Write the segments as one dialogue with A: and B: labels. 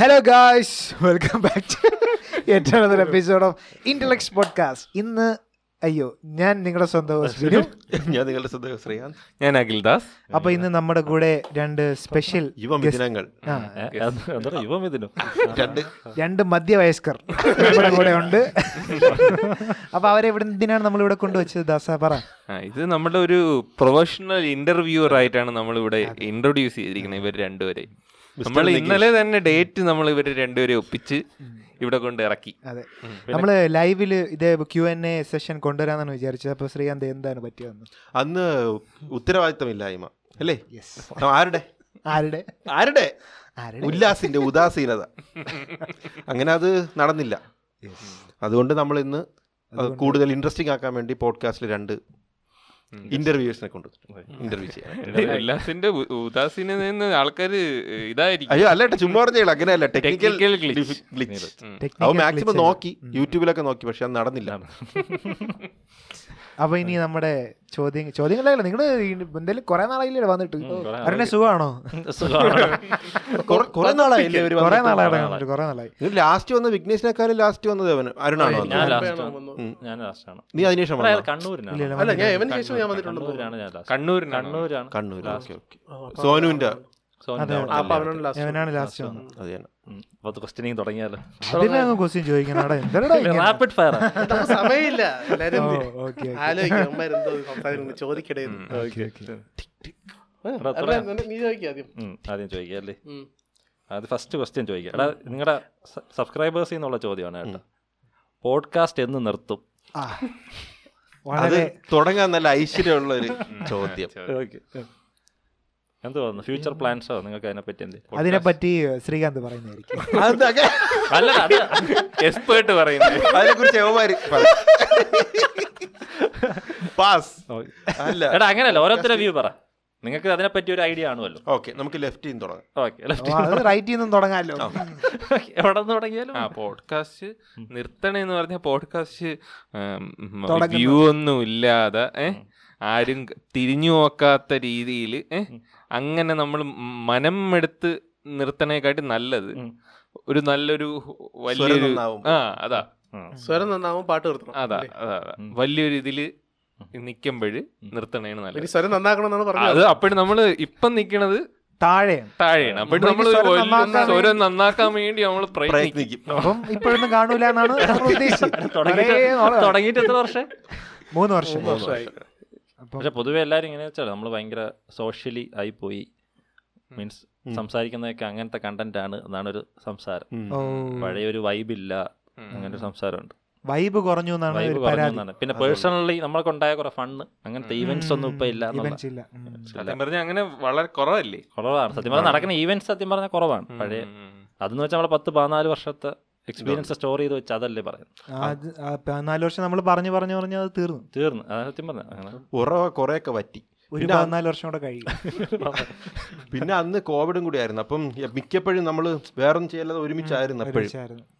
A: Hello guys welcome back to ഏറ്റവും അതൊരു episode of ഇന്റലക്സ് പോഡ്കാസ്റ്റ് ഇന്ന് അയ്യോ ഞാൻ നിങ്ങളുടെ സ്വന്തം host ബിനു.
B: ഞാൻ നിങ്ങളുടെ ശ്രദ്ധ ശ്രീയാൻ
C: ഞാൻ അഖിൽദാസ്
A: അപ്പൊ ഇന്ന് നമ്മുടെ കൂടെ രണ്ട് സ്പെഷ്യൽ
B: യുവമിഥുനങ്ങൾ
C: യുവം ഇതിനോ
B: രണ്ട്
A: രണ്ട് മധ്യവയസ്കർ നമ്മുടെ കൂടെ ഉണ്ട് അപ്പൊ അവരെ ഇവിടെ എന്തിനാണ് നമ്മൾ ഇവിടെ കൊണ്ടുവച്ചത് ദാസ പറ
C: ഇത് നമ്മുടെ ഒരു പ്രൊഫഷണൽ ഇന്റർവ്യൂർ ആയിട്ടാണ് നമ്മൾ ഇവിടെ ഇൻട്രൊഡ്യൂസ് ചെയ്തിരിക്കുന്നത് ഇവർ രണ്ടുപേരെ നമ്മൾ ഇന്നലെ തന്നെ ഡേറ്റ് നമ്മൾ ഇവർ രണ്ടുപേരെ ഒപ്പിച്ച് ഇവിടെ കൊണ്ട് ഇറക്കി
A: അതെ നമ്മള് ലൈവില് ഇതേ ക്യു എൻ എ സെഷൻ കൊണ്ടുവരാന്നാണ് വിചാരിച്ചത് അപ്പൊ ശ്രീകാന്ത് എന്താണ് പറ്റിയതെന്ന്
B: അന്ന് ഉത്തരവാദിത്തമില്ലായ്മ അല്ലേ ആ, ആരുടെ
A: ആരുടെ
B: ആരുടെ
A: ആരുടെ?
B: ഉല്ലാസിന്റെ ഉദാസീനത അങ്ങനെ അത് നടന്നില്ല അതുകൊണ്ട് നമ്മൾ ഇന്ന് അത് കൂടുതൽ ഇൻട്രസ്റ്റിംഗ് ആക്കാൻ വേണ്ടി പോഡ്കാസ്റ്റിൽ രണ്ട് ഇന്റർവ്യൂസിനെ കൊണ്ട് ഇന്റർവ്യൂ ചെയ്യാൻ
C: ഉല്ലാസിന്റെ ഉ- ഉദാസീനിൽ നിന്ന് ആൾക്കാര് ഇതായിരിക്കും
B: അയ്യോ അല്ല ഏട്ടാ, ചുമ്മാ പറഞ്ഞില്ല അങ്ങനെയല്ല technical
C: Technical glitch.
B: Glitch
A: Technical
B: അവ മാക്സിമം
A: glitch ആണ്.
B: നോക്കി യൂട്യൂബിലൊക്കെ നോക്കി പക്ഷെ അത് നടന്നില്ല
A: അപ്പൊ ഇനി നമ്മുടെ ചോദ്യം ചോദ്യങ്ങളല്ല നിങ്ങള് ഈ എന്തായാലും കുറെ നാളായില്ലേ വന്നിട്ട് അരുണെ സുഖമാണോ
B: കുറെ- കുറെ നാളായില്ലേ ഇവര്
A: കുറെ
B: വന്നിട്ട്?
A: നാളായി വന്നിട്ട് കുറെ നാളായി
B: നിങ്ങൾ ലാസ്റ്റ് വന്ന വിഘ്നേഷിനെക്കാളും ലാസ്റ്റ് വന്നത് അവന് അരുണാണോ വന്നത്?
D: ഞാൻ ലാസ്റ്റാണ് ഞാൻ ലാസ്റ്റാണ്
B: നീ അതിനുശേഷം
D: അല്ല,
B: വന്നോ?
D: കണ്ണൂരിനാണ്
A: ഇല്ലല്ലോ,
D: ഞാൻ ഇവന് ശേഷം ഞാൻ വന്നിട്ടുണ്ട് കണ്ണൂരാണ് ഞാൻ last.
C: കണ്ണൂർ
D: കണ്ണൂരാണ്
B: കണ്ണൂർ ഓക്കെ ഓക്കെ സോനുവിന്റെ
D: സോനിയുടെ അവിടെ അല്ലേ.
A: ഇവനാണ് ലാസ്റ്റ് വന്നത്
B: അത് തന്നെ
D: ഉം. അപ്പൊ അത് ക്വസ്റ്റ്യനിങ് തുടങ്ങിയാലോ
A: അതിനങ്ങ് ക്വസ്റ്റ്യൻ ചോദിക്കണം അവിടെ എന്താടാ ഇങ്ങനെ?
D: റാപ്പിഡ് ഫയർ
E: സമയമില്ല
A: ഓ,
E: എല്ലാരും
A: ഓക്കേ, ഓക്കേ.
E: ആലോചിക്കാം അമ്മമാരെന്തോ സംസാരിക്കുന്നു ചോദിക്കടേ എന്ന്. ഏ,
D: എടാ,
E: അല്ല,
D: തുടങ്ങാം.
E: നിന- നീ ചോദിക്കാം ആദ്യം
D: ആദ്യം ചോദിക്കുക അല്ലേ
E: ഉം.
D: അത് ഫസ്റ്റ് ക്വസ്റ്റ്യൻ ചോദിക്കുക എടാ നിങ്ങളുടെ സബ്സ്ക്രൈബേഴ്സിൽ നിന്നുള്ള ചോദ്യമാണ് കേട്ടോ പോഡ്കാസ്റ്റ് എന്ന് നിർത്തും
A: ആ.
B: അത്
A: വളരെ
B: തുടങ്ങാൻ നല്ല ഐശ്വര്യമുള്ള ഒരു ചോദ്യം
D: എന്ത് തോന്നുന്നു ഫ്യൂച്ചർ പ്ലാൻസോ നിങ്ങൾക്ക് അതിനെപ്പറ്റി എന്തെങ്കിലും
A: അതിനെപ്പറ്റി ശ്രീകാന്ത് പറയുന്നതായിരിക്കും
D: അല്ല അത്
C: എക്സ്പേർട്ട് പറയുന്നത്
B: അതിനെ കുറിച്ച് യവമാര് പാസ് അല്ല
D: എടാ അങ്ങനെയല്ല ഓരോരുത്തരുടെ വ്യൂ പറ നിങ്ങൾക്ക് അതിനെപ്പറ്റി ഒരു ഐഡിയ ആണുമല്ലോ
B: ഓക്കെ നമുക്ക് ലെഫ്റ്റ് ചെയ്യുന്ന തുടങ്ങാം
D: ഓക്കെ ലെഫ്റ്റ്
A: ആ, അത് റൈറ്റ് നിന്നും തുടങ്ങാലോ
D: എവിടെ നിന്ന് തുടങ്ങിയാലും
C: ആ പോഡ്കാസ്റ്റ് നിർത്തണെന്ന് പറഞ്ഞ പോഡ്കാസ്റ്റ്
A: തുടങ്ങുന്നത്.
C: വ്യൂ ഒന്നും ഇല്ലാതെ ഏ, ആരും ക- തിരിഞ്ഞു നോക്കാത്ത രീതിയിൽ അങ്ങനെ നമ്മൾ മനം എടുത്ത് നിർത്തണേക്കാട്ടി നല്ലത് ഒരു നല്ലൊരു
B: സ്വരം
C: വലിയൊരു
B: നന്നാവും.
C: ആ അതാ
E: സ്വരം നന്നാവും പാട്ട് നിർത്തണം
C: അതാ അതാ അതാ. വലിയൊരു ഇതില് നിക്കുമ്പോഴ് നിർത്തണേണ് നല്ലത്
E: ഇനി സ്വരം നന്നാക്കണമെന്നാണ് പറഞ്ഞത്
C: അത് അപ്പോഴും നമ്മള് ഇപ്പം നിക്കണത്
A: താഴെയാണ്
C: താഴെയാണ് അപ്പോഴും നമ്മൾ
A: നമ്മള് സ്വരം നന്നാക്കാൻ
C: ഓരോ നന്നാക്കാൻ വേണ്ടി നമ്മൾ പ്രയത്നിക്കും
B: പ്രയത്നിക്കും
A: അപ്പം ഇപ്പോഴൊന്നും കാണൂല എന്നാണ് നമ്മൾ ഉദ്ദേശിച്ചത്
D: തുടങ്ങിയിട്ട്
A: ഒരേ നാളാണ്.
D: തുടങ്ങിയിട്ട് എത്ര വർഷം
A: മൂന്ന് വർഷം
D: പക്ഷെ പൊതുവെ എല്ലാവരും ഇങ്ങനെ വെച്ചാൽ നമ്മൾ ഭയങ്കര സോഷ്യലി ആയി പോയി മീൻസ് സംസാരിക്കുന്നതൊക്കെ അങ്ങനത്തെ കണ്ടന്റ് ആണ് എന്നാണ് ഒരു സംസാരം
A: ഓ
D: പഴയ ഒരു വൈബ് ഇല്ല അങ്ങനെ ഒരു സംസാരമുണ്ട്
A: വൈബ് കുറഞ്ഞു എന്നാണ്
D: വൈബ്
A: ഒരു
D: പറഞ്ഞു
A: പരാതി
D: എന്നാണ് പിന്നെ പേഴ്സണലി നമ്മളൊക്കെ ഉണ്ടായ കുറെ ഫണ്ണ് അങ്ങനത്തെ ഈവെന്റ്സ് ഒന്നും ഇപ്പൊ ഇല്ല എന്നുള്ള
A: ഇവൻസ് ഇല്ല ഉം.
C: സത്യം പറഞ്ഞാൽ അങ്ങനെ വളരെ കുറവല്ലേ
D: കുറവാണ് സത്യം പറഞ്ഞാൽ നടക്കുന്ന ഈവെന്റ്സ് സത്യം പറഞ്ഞാൽ കുറവാണ് പഴയ അതെന്ന് വെച്ചാൽ നമ്മളെ പത്ത് പതിനാല് വർഷത്തെ എക്സ്പീരിയൻസ് സ്റ്റോർ ചെയ്ത് വെച്ച് അതല്ലേ പറയുന്നത്
A: ആ, അത് ആ, പ- നാല് വർഷം നമ്മൾ പറഞ്ഞു പറഞ്ഞു പറഞ്ഞു അത് തീർന്നു
D: തീർന്നു അതാണ് സത്യം പറഞ്ഞ
B: ഉറവ കുറെയൊക്കെ പറ്റി
A: ഒരു പതിനാല് വർഷം കൂടെ കഴിയും
B: പിന്നെ അന്ന് കോവിഡും കൂടി ആയിരുന്നു അപ്പം മിക്കപ്പോഴും നമ്മൾ വേറൊന്നും ചെയ്യാതെ ഒരുമിച്ചായിരുന്നു അപ്പോഴും
A: വിചാരിച്ചായിരുന്നു.
B: അപ്പൊ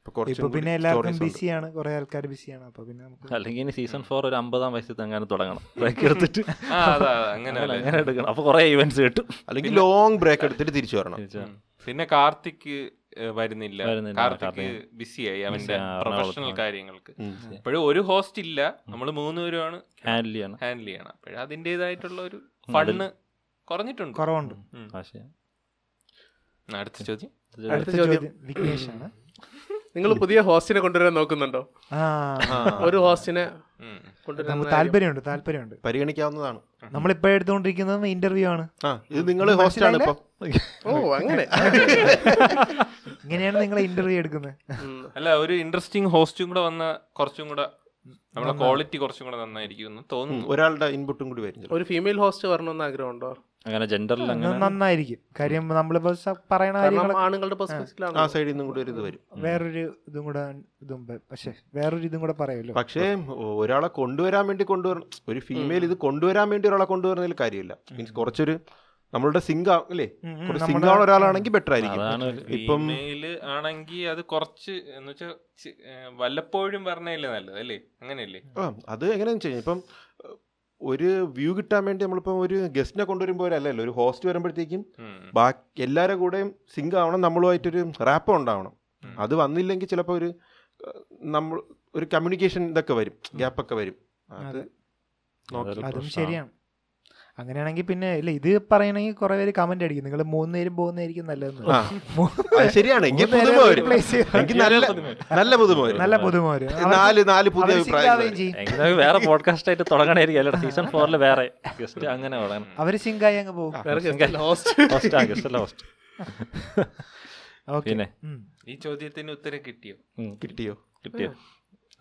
A: ഇപ്പൊ
B: കുറച്ചും
A: പിന്നെ
B: കൂടി
A: എല്ലാവർക്കും
B: stories ഉണ്ട്.
A: ബിസിയാണ് കുറെ ആൾക്കാർ ബിസിയാണ് അപ്പൊ പിന്നെ നമുക്ക്
D: അല്ലെങ്കിൽ ഇനി സീസൺ ഫോർ ഒരു അമ്പതാം വയസ്സിൽ തങ്ങാനും തുടങ്ങണം ബ്രേക്ക് എടുത്തിട്ട്
C: ആ അതാ അതാ, അങ്ങനെ
D: അങ്ങനെ അങ്ങനെ എടുക്കണം അപ്പോൾ കുറേ ഇവന്റ്സ് കിട്ടും
B: അല്ലെങ്കിൽ ലോങ് ബ്രേക്ക് എടുത്തിട്ട് തിരിച്ചു വരണം
C: പിന്നെ കാർത്തിക് ഏഹ്, വരുന്നില്ല
D: വരുന്നില്ല,
C: കാർത്തിക് ബിസിയായി അവന്റെ
D: ആ,
C: പ്രൊഫഷണൽ കാര്യങ്ങൾക്ക് അപ്പോഴും ഒരു ഹോസ്റ്റ് ഇല്ല നമ്മൾ മൂന്നുപേരുമാണ്
D: ഹാൻഡിൽ ചെയ്യണം
C: ഹാൻഡിൽ ചെയ്യണം അപ്പോഴും അതിൻ്റെതായിട്ടുള്ള ഒരു ഫണ്ണ് കുറഞ്ഞിട്ടുണ്ട്
A: കുറവുണ്ട്
D: ആശയം
C: ഉം, അടുത്ത ചോദ്യം
E: അടുത്ത
A: അടുത്ത
E: ചോദ്യം
A: ചോദ്യം വിഘ്നേഷ് ആണ്
E: നിങ്ങൾ പുതിയ ഹോസ്റ്റിനെ കൊണ്ടുവരാൻ നോക്കുന്നുണ്ടോ
A: ആ
E: ഒരു ഹോസ്റ്റിനെ
C: ഉം.
E: കൊണ്ടുവരാൻ
A: നമുക്ക് താല്പര്യമുണ്ട് താല്പര്യമുണ്ട്
B: പരിഗണിക്കാവുന്നതാണ്
A: നമ്മളിപ്പോ എടുത്തുകൊണ്ടിരിക്കുന്നത് ഇന്റർവ്യൂ ആണ്
B: ആ ഇത് നിങ്ങൾ ഹോസ്റ്റാണ് ഇപ്പൊ
E: ഓ അങ്ങനെ
A: ഇങ്ങനെയാണ് നിങ്ങൾ ഇന്റർവ്യൂ എടുക്കുന്നത്
E: ഉം.
C: അല്ല ഒരു ഇൻട്രസ്റ്റിംഗ് ഹോസ്റ്റും കൂടെ വന്ന കുറച്ചും കൂടെ നമ്മളെ ക്വാളിറ്റി കുറച്ചും കൂടെ നന്നായിരിക്കും എന്ന് തോന്നുന്നു
B: ഒരാളുടെ ഇൻപുട്ടും കൂടി വരും
E: ഒരു ഫീമെയിൽ ഹോസ്റ്റ് വരണമെന്ന് ആഗ്രഹമുണ്ടോ
D: അങ്ങനെ ജെൻഡറിൽ അങ്ങനെ
A: നന്നായിരിക്കും കാര്യം നമ്മളിപ്പോ സ- പറയണ
E: കാരണം
A: കാര്യങ്ങളൊക്കെ
E: ആണുങ്ങളുടെ
B: ആ
E: പെർസ്പെക്ടീവിലാണ്
B: സൈഡിൽ നിന്നും കൂടി ഒരു ഇത് വരും
A: വേറൊരു ഇതും കൂടെ ഇതും പക്ഷെ വേറൊരു ഇതും കൂടെ പറയുമല്ലോ
B: പക്ഷേ ഒ- ഒരാളെ കൊണ്ടുവരാൻ വേണ്ടി കൊണ്ടുവരണം ഒരു ഫീമെയിൽ ഇത് കൊണ്ടുവരാൻ വേണ്ടി ഒരാളെ കൊണ്ടുവരുന്നതിൽ കാര്യമില്ല മീൻസ് കുറച്ചൊരു നമ്മളുടെ സിംഗ് അല്ലേ
A: ഉം, ഉം,
B: കുറച്ച്
A: നമ്മുടെ-
B: സിംഗ് ആവുന്ന ഒരാളാണെങ്കിൽ ബെറ്റർ ആയിരിക്കും
D: അതാണ് ഒരു
B: ഇപ്പം
C: ഇമെയില് ആണെങ്കിൽ അത് കുറച്ച് എന്ന് വെച്ചാൽ വല്ലപ്പോഴും പറഞ്ഞല്ലേ നല്ലത് അല്ലേ അങ്ങനെയല്ലേ
B: ആ, അത് എങ്ങനെയാണെന്ന് വെച്ച് കഴിഞ്ഞാൽ ഇപ്പം ഒരു വ്യൂ കിട്ടാൻ വേണ്ടി നമ്മളിപ്പോൾ ഒരു ഗസ്റ്റിനെ കൊണ്ടുവരുമ്പോഴല്ലല്ലോ ഒരു ഹോസ്റ്റ് വരുമ്പോഴത്തേക്കും ബാക്കി എല്ലാവരുടെ കൂടെയും സിങ്ക് ആവണം നമ്മളുമായിട്ടൊരു റാപ്പ് ഉണ്ടാവണം അത് വന്നില്ലെങ്കിൽ ചിലപ്പോൾ ഒരു ഏഹ്, നമ്മൾ ഒരു കമ്മ്യൂണിക്കേഷൻ ഇതൊക്കെ വരും ഗ്യാപ്പൊക്കെ വരും അത്
A: അതെ.
B: നോക്കി
A: അതും ശരിയാണ് അങ്ങനെയാണെങ്കിൽ പിന്നെ ഇല്ല ഇത് പറയണമെങ്കിൽ കുറെ പേര് കമന്റ് അടിക്കും നിങ്ങൾ മൂന്ന് പേരും പോകുന്നതായിരിക്കും നല്ലതെന്ന്
B: ആ, അത് ശരിയാണ് എങ്കിൽ
A: മൂന്ന്
B: പുതുമ
A: പേരെ
B: വരും
A: replace ചെയ്ത്
B: എനിക്ക് നല്ല നല്ല പുതുമ വരും
A: നല്ല പുതുമ വരും
B: ഈ നാല് നാല് പുതിയ
A: അവര് സിങ്ക്
B: അഭിപ്രായങ്ങൾ
A: ആവുകയും ചെയ്യും
D: എങ്ങനെ വേറെ പോഡ്കാസ്റ്റ് ആയിട്ട് തുടങ്ങണായിരിക്കും അല്ല സീസൺ ഫോറിൽ വേറെ ഗസ്റ്റ് അങ്ങനെ തുടങ്ങണം
A: അവര് സിങ്കായി അങ്ങ് പോകും
E: വേറെ guest ഇല്ല, host.
D: ഹോസ്റ്റ് ആ ഗസ്റ്റ് അല്ല ഹോസ്റ്റ്
A: ഓക്കെ
D: പിന്നെ
C: ഈ ചോദ്യത്തിന് ഉത്തരം കിട്ടിയോ
B: കിട്ടിയോ
D: കിട്ടിയോ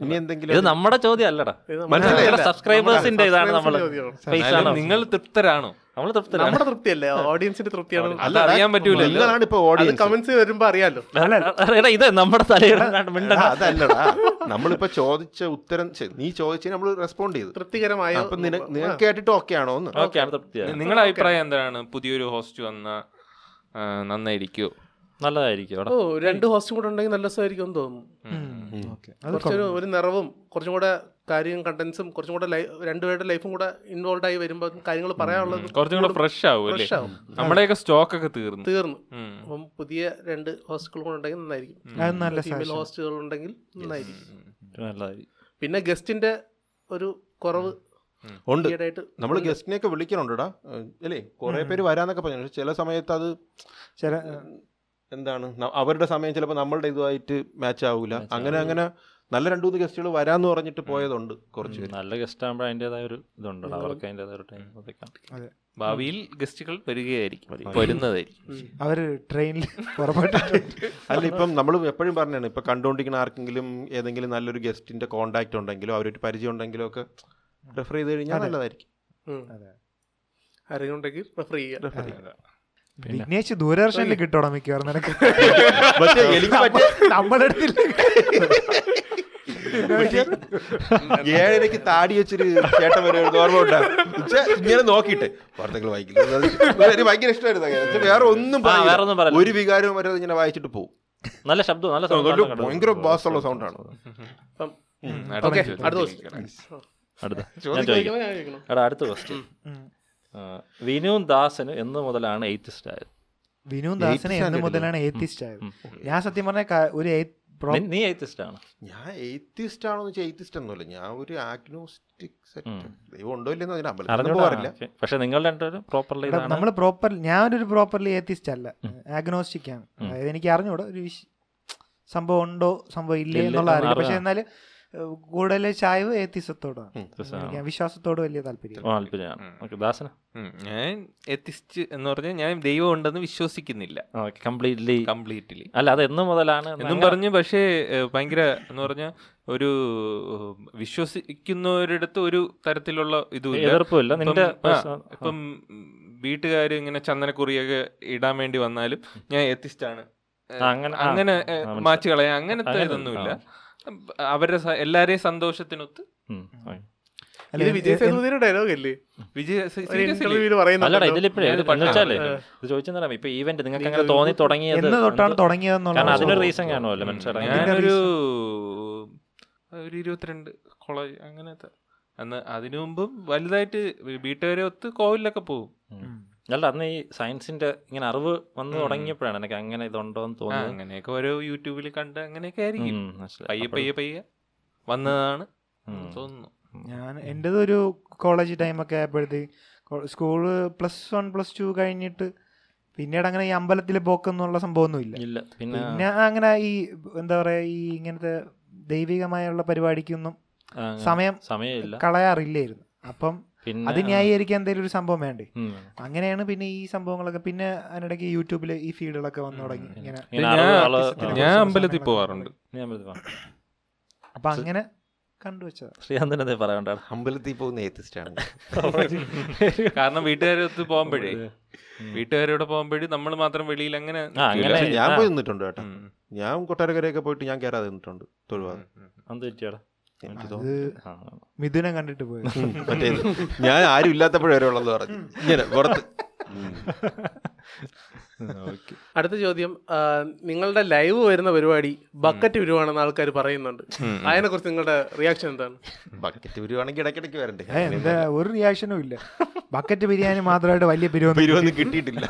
B: ഇനി എന്തെങ്കിലും
D: ഇത് നമ്മുടെ ചോദ്യം അല്ലടാ
E: ഇത് നമ്മുടെ-
B: മനസ്സിലായില്ല.
E: നമ്മുടെ
D: സബ്സ്ക്രൈബേഴ്സിന്റെ ഇതാണ് നമ്മൾ
E: subscribers ന്റെ ചോദ്യമാണ്.
D: ഫേസ്
C: എന്നാലും
D: ആണ്
C: നിങ്ങൾ തൃപ്തരാണോ
D: നമ്മൾ
E: നമ്മുടെ തൃപ്തിയല്ലേ ഓഡിയൻസിന്റെ തൃപ്തിയാണ്
C: അത് അറിയാൻ പറ്റൂലല്ലോ.
B: നിങ്ങളാണ് ഇപ്പൊ
E: അത്
B: ഓഡിയൻസ്
E: കമന്റ്സ് വരുമ്പോ അറിയാലോ
D: തൃപ്തരാണ് ഇത് നമ്മുടെ തലയിടാണ്ട് മിണ്ടണ്ട
B: അതല്ലടാ നമ്മളിപ്പോ ചോദിച്ച ഉത്തരം ശരി, നീ ചോദിച്ചതിന് നമ്മൾ റെസ്പോണ്ട് ചെയ്തു
E: തൃപ്തികരമായ
B: അപ്പൊ നിങ്ങൾക്ക് കേട്ടിട്ട് ഓക്കെ ആണോ എന്ന്
D: ഓക്കെയാണ് തൃപ്തിയാണ്
C: നിങ്ങളുടെ അഭിപ്രായം എന്താണ് പുതിയൊരു ഹോസ്റ്റ് വന്ന ആ, നന്നായിരിക്കോ
D: നല്ലതായിരിക്കും
E: ഓ രണ്ട് ഹോസ്റ്റും കൂടെ ഉണ്ടെങ്കിൽ നല്ല രസമായിരിക്കും എന്ന് തോന്നുന്നു കുറച്ചൊരു ഒരു നിറവും കുറച്ചും കൂടെ കാര്യം കണ്ടൻസും കുറച്ചും കൂടെ ലൈ- രണ്ടുപേരുടെ ലൈഫും കൂടെ ഇൻവോൾവ് ആയി വരുമ്പോൾ കാര്യങ്ങൾ പറയാനുള്ളത്
C: കുറച്ചും കൂടെ ഫ്രഷ് ആവും അല്ലേ
E: ഫ്രഷ് ആവും
C: നമ്മുടെയൊക്കെ സ്റ്റോക്ക് ഒക്കെ തീർന്നു
E: തീർന്നു
C: ഉം.
E: അപ്പം പുതിയ രണ്ട് ഹോസ്റ്റുകൾ കൂടെ ഉണ്ടെങ്കിൽ നന്നായിരിക്കും
A: അത് നല്ല
E: ഫീമെയിൽ
A: suggestion.
E: ഹോസ്റ്റുകൾ ഉണ്ടെങ്കിൽ നന്നായിരിക്കും
D: നല്ലതായിരിക്കും
E: പിന്നെ ഗസ്റ്റിന്റെ ഒരു കുറവ്
B: ഉണ്ട്
E: ഈയിടെയായിട്ട്
B: നമ്മൾ ഗസ്റ്റിനെയൊക്കെ വിളിക്കണുണ്ടടാ ഏഹ്, അല്ലേ കുറെ പേര് വരാന്നൊക്കെ പറഞ്ഞു പക്ഷെ ചില സമയത്ത് അത്
A: ചില
B: എന്താണ് ന- അവരുടെ സമയം ചിലപ്പോൾ നമ്മളുടെ ഇതുമായിട്ട് മാച്ച് ആവൂല അങ്ങനെ അങ്ങനെ നല്ല രണ്ടു മൂന്ന് ഗസ്റ്റുകൾ വരാന്ന് പറഞ്ഞിട്ട് പോയതുണ്ട് കുറച്ച് പേര്
D: നല്ല ഗസ്റ്റ് ആകുമ്പോൾ അതിൻ്റെതായ ഒരു ഇതുണ്ടല്ലോ അവർക്ക് അതിൻ്റെതായ ഒരു ടൈം അതൊക്കെ
A: അതെ
C: ഭാവിയിൽ ഗസ്റ്റുകൾ വരികയായിരിക്കും വരുന്നതായിരിക്കും
A: അവര് ട്രെയിനിൽ പുറപ്പെട്ടിട്ടുണ്ട്
B: അല്ല ഇപ്പം നമ്മൾ എപ്പോഴും പറഞ്ഞാണ് ഇപ്പം കണ്ടുകൊണ്ടിരിക്കുന്ന ആർക്കെങ്കിലും ഏതെങ്കിലും നല്ലൊരു ഗസ്റ്റിന്റെ കോണ്ടാക്ട് ഉണ്ടെങ്കിലോ അവരൊരു പരിചയം ഉണ്ടെങ്കിലോ ഒക്കെ റെഫർ ചെയ്ത് കഴിഞ്ഞാൽ നല്ലതായിരിക്കും
E: ഉം.
A: അതെ.
E: ആരെങ്കിലും ഉണ്ടെങ്കിൽ ഫ്രീ ചെയ്യാം
B: റെഫർ ചെയ്യാം
A: വിഘ്നേഷ് ദൂരദർശനിൽ കിട്ടണം മിക്കവാറും നിനക്ക്
B: പക്ഷേ എനിക്ക് പറ്റിയ
A: നമ്മളെടുത്തില്ല
B: ഏഴരയ്ക്ക് താടി വെച്ചൊരു ചേട്ടൻ വരുമായിരുന്നു ഓർമ്മ ഉണ്ടാകും ഇങ്ങനെ നോക്കിയിട്ട് വാർത്തകൾ വായിക്കുന്നത് അത് ഒരു ഭയങ്കര ഇഷ്ടമായിരുന്നു അങ്ങനെ. എന്നുവെച്ചാ വേറെ ഒന്നും
D: ആ, വേറെ ഒന്നും
B: പറയില്ല.
D: പറയില്ല.
B: ഒരു വികാരവും വരാതെ ഇങ്ങനെ വായിച്ചിട്ട് പോകും
D: നല്ല ശബ്ദം നല്ല
B: അതുകൊണ്ട്
D: ശബ്ദം
B: ഭയങ്കര ബാസുള്ള സൗണ്ടാണ്
E: അപ്പം
C: അടുത്ത
E: ഓക്കെ
C: ചോദ്യം.
E: അടുത്ത question.
D: അടുത്ത ഞാൻ
B: ചോദിക്കാൻ
D: ചോദിക്കാം
E: ഞാൻ ചോദിക്കണം.
D: എടാ അടുത്ത ക്വസ്റ്റ്യൻ വിനുവും ദാസനും എന്ന് മുതലാണ് എയ്ത്തിസ്റ്റ് ആയത്
A: വിനു ദാസനെ എന്ന് മുതലാണ് ഏത്തിസ്റ്റ് ആയത് ഞാൻ സത്യം പറഞ്ഞ ക- ഒരു ഏ- പ്രോ-
D: നീ- നീ എയ്ത്തിസ്റ്റ് ആണ്
B: ഞാൻ എയ്ത്തിസ്റ്റ് ആണോന്ന് വെച്ചാൽ എയ്ത്തിസ്റ്റ് ഒന്നുമില്ല ഞാൻ ഒരു ആഗ്നോസ്റ്റിക് സെറ്റ് ദൈവം ഉണ്ടോ ഇല്ലെന്ന് അതിന് അമ്പലത്തിൽ പോകാറില്ല
D: അറിഞ്ഞു പക്ഷെ നിങ്ങൾ രണ്ടുപേരും പ്രോപ്പർലി
A: എടാ,
D: ഇതാണ്
A: നമ്മള് പ്രോപ്പർ ഞാനൊരു പ്രോപ്പർലി ഏത്തിസ്റ്റ് അല്ല ആഗ്നോസ്റ്റിക് ആണ് അതായത് എനിക്ക് അറിഞ്ഞൂടാ ഒരു വിശ്- സംഭവം ഉണ്ടോ സംഭവം ഇല്ലേ
D: ഇല്ല,
A: എന്നുള്ള അറിയില്ല
D: അറിയാം.
A: പക്ഷെ എന്നാലും ഏഹ്, കൂടുതൽ ചായവ് ഏത്തിസത്തോടാണ് എനിക്ക് വിശ്വാസത്തോട് വലിയ താല്പര്യം
D: താല്പര്യമാണ് ഓക്കെ ദാസന
C: ഉം. ഞാൻ എത്തിസ്റ്റ് എന്ന് പറഞ്ഞാൽ ഞാൻ ദൈവം ഉണ്ടെന്ന് വിശ്വസിക്കുന്നില്ല
D: ഓക്കെ കംപ്ലീറ്റ്ലി
C: കംപ്ലീറ്റ്ലി
D: അല്ല അത് എന്ന് മുതലാണ് എന്ന്
C: എന്നും
D: അങ്ങനെ-
C: പറഞ്ഞ് പക്ഷേ ഏഹ്, ഭയങ്കര എന്ന് പറഞ്ഞാൽ ഒരു ഏഹ്, വിശ്വസിക്കുന്നവരിടത്ത് ഒരു തരത്തിലുള്ള ഇതും ഇല്ല.
D: എതിർപ്പുമില്ല.
C: ഇപ്പം,
D: നിന്റെ
C: ആ,
D: personal-
C: ഇപ്പം വീട്ടുകാർ ഇങ്ങനെ ചന്ദനക്കുറിയൊക്കെ ഇടാൻ വേണ്ടി വന്നാലും ഞാൻ എത്തിസ്റ്റാണ്
D: ആ, അങ്ങനെ ആ,
C: അങ്ങനെ
D: ആ,
C: ഏഹ്,
D: മനസ്സിലായി.
C: മാച്ച് കളയാൻ അങ്ങനത്തെ
D: അങ്ങനെ-
C: ഇതൊന്നുമില്ല അവരുടെ സ- എല്ലാവരെയും സന്തോഷത്തിനൊത്ത്
D: ഉം, okay.
A: അല്ല,
E: ഇത്
A: എ-
E: വിജയ്
A: എ-
E: സേതുപതിയുടെ ഡയലോഗ് അല്ലേ
C: വിജയ
E: ഒരു
C: seriously.
E: ഇന്റർവ്യൂവിൽ പറയുന്നത്
D: അല്ലടാ ഇതിലിപ്പോഴേ
C: ഏത്
D: എന്ന് വെച്ചാലേ
C: പട്ടാ?
D: ഇത് ചോദിച്ചെന്നറിയാം ഇപ്പൊ ഈവന്റ് നിങ്ങൾക്ക് അങ്ങനെ തോന്നി തുടങ്ങിയത്
A: എന്ന് തൊട്ടാണ്
D: എന്ത്? കാരണം അതിന്
A: തുടങ്ങിയതെന്നുള്ള
D: റീസൺ കാണുമല്ലോ മനസ്സിലായി
C: ഞാനൊരു ഒരു ഇരുപത്തിരണ്ട് കോളേജ് അങ്ങനത്തെ അന്ന് അതിനു മുമ്പും വലുതായിട്ട് വീട്ടുകാരെ ഒത്ത് കോവിലൊക്കെ പോകും
D: അല്ല അന്ന് ഈ സയൻസിന്റെ ഇങ്ങനെ അറിവ് വന്ന് തുടങ്ങിയപ്പോഴാണ് എനിക്ക് അങ്ങനെ ഇതുണ്ടോ എന്ന്
C: ആ,
D: തോന്നുന്നത്
C: അങ്ങനെയൊക്കെ ഓരോ യൂട്യൂബിൽ കണ്ട് അങ്ങനെയൊക്കെ ആയിരിക്കും
D: ഉം, മനസ്സിലായി.
C: പയ്യെ പയ്യെ പയ്യെ വന്നതാണ് തോന്നുന്നു
A: ഞാൻ എൻ്റെത് ഒരു കോളേജ് ടൈമൊക്കെ ആയപ്പോഴത്തേക്ക് school plus one plus two കഴിഞ്ഞിട്ട് പിന്നീട് അങ്ങനെ ഈ അമ്പലത്തിൽ പോക്കെന്നുള്ള സംഭവമൊന്നുമില്ല
D: ഇല്ല പിന്നെ
A: പിന്നെ അങ്ങനെ ഈ എന്താ പറയാ ഈ ഇങ്ങനത്തെ ദൈവികമായുള്ള പരിപാടിക്കൊന്നും
D: ആ, അങ്ങനെ
A: സമയം
D: സമയമില്ല
A: കളയാറില്ലായിരുന്നു അപ്പം
D: പിന്നെ
A: അത് ന്യായീകരിക്കാൻ എന്തെങ്കിലും ഒരു സംഭവം വേണ്ടേ
D: ഉം.
A: അങ്ങനെയാണ് പിന്നെ ഈ സംഭവങ്ങളൊക്കെ പിന്നെ അതിനിടയ്ക്ക് യൂട്യൂബിൽ ഈ ഫീൽഡുകളൊക്കെ വന്നു തുടങ്ങി ഇങ്ങനെ
D: ഇങ്ങനെ
C: ഞാൻ-
D: അറിവ് ആള്
A: ഇതിനെ
D: ആ,
C: ഞാൻ
A: കുറിച്ച്
C: അമ്പലത്തിൽ
A: സംസാരങ്ങളൊക്കെ
C: പോവാറുണ്ട്
D: ഞാൻ അമ്പലത്തിൽ പോവാം.
A: അപ്പൊ അങ്ങനെ കണ്ടുവച്ചതാ
D: ശ്രീകാന്തിന് അതേ പറയണ്ട
B: അമ്പലത്തിൽ പോകുന്ന എയ്ത്തിസ്റ്റ് ആണ്
C: കാരണം വീട്ടുകാരെ ഒത്ത് പോകുമ്പോഴേ വീട്ടുകാരോട് പോകുമ്പോഴേ നമ്മൾ മാത്രം വെളിയിൽ അങ്ങനെ നിൽക്കില്ല.
D: അങ്ങനെ-
B: പക്ഷേ ഞാൻ
D: ആ.
B: പോയി നിന്നിട്ടുണ്ട് കേട്ടോ
C: ഉം.
B: ഞാൻ കൊട്ടാരക്കരയൊക്കെ പോയിട്ട് ഞാൻ കയറാതെ നിന്നിട്ടുണ്ട് തൊഴുവാതെ
D: എന്ത് പറ്റിയാടാ
B: എനിക്ക്
A: അത്
D: ആ.
A: മിഥുനം കണ്ടിട്ട് പോയത്
B: തോന്നുന്നു മറ്റേത് ഞാൻ ആരും ഇല്ലാത്തപ്പോഴേ വരെയുള്ളതെന്ന് പറഞ്ഞു ഇങ്ങനെ പുറത്ത് ഉം.
E: അടുത്ത ചോദ്യം ആ, നിങ്ങളുടെ ലൈവ് വരുന്ന പരിപാടി ബക്കറ്റ് ഉരുവാണെന്ന് ആൾക്കാർ പറയുന്നുണ്ട് അതിനെ കുറിച്ച് നിങ്ങളുടെ റിയാക്ഷൻ എന്താണ്
B: ബക്കറ്റ് വരുവാണെങ്കിൽ ഇടയ്ക്കിടയ്ക്ക് വരണ്ടേ
A: ഏ, എന്താ ഒരു റിയാക്ഷനും ഇല്ല ബക്കറ്റ് ബിരിയാണി മാത്രമായിട്ട് വലിയ പിരിവൊന്നും
B: വരുവെന്ന് കിട്ടിയിട്ടില്ല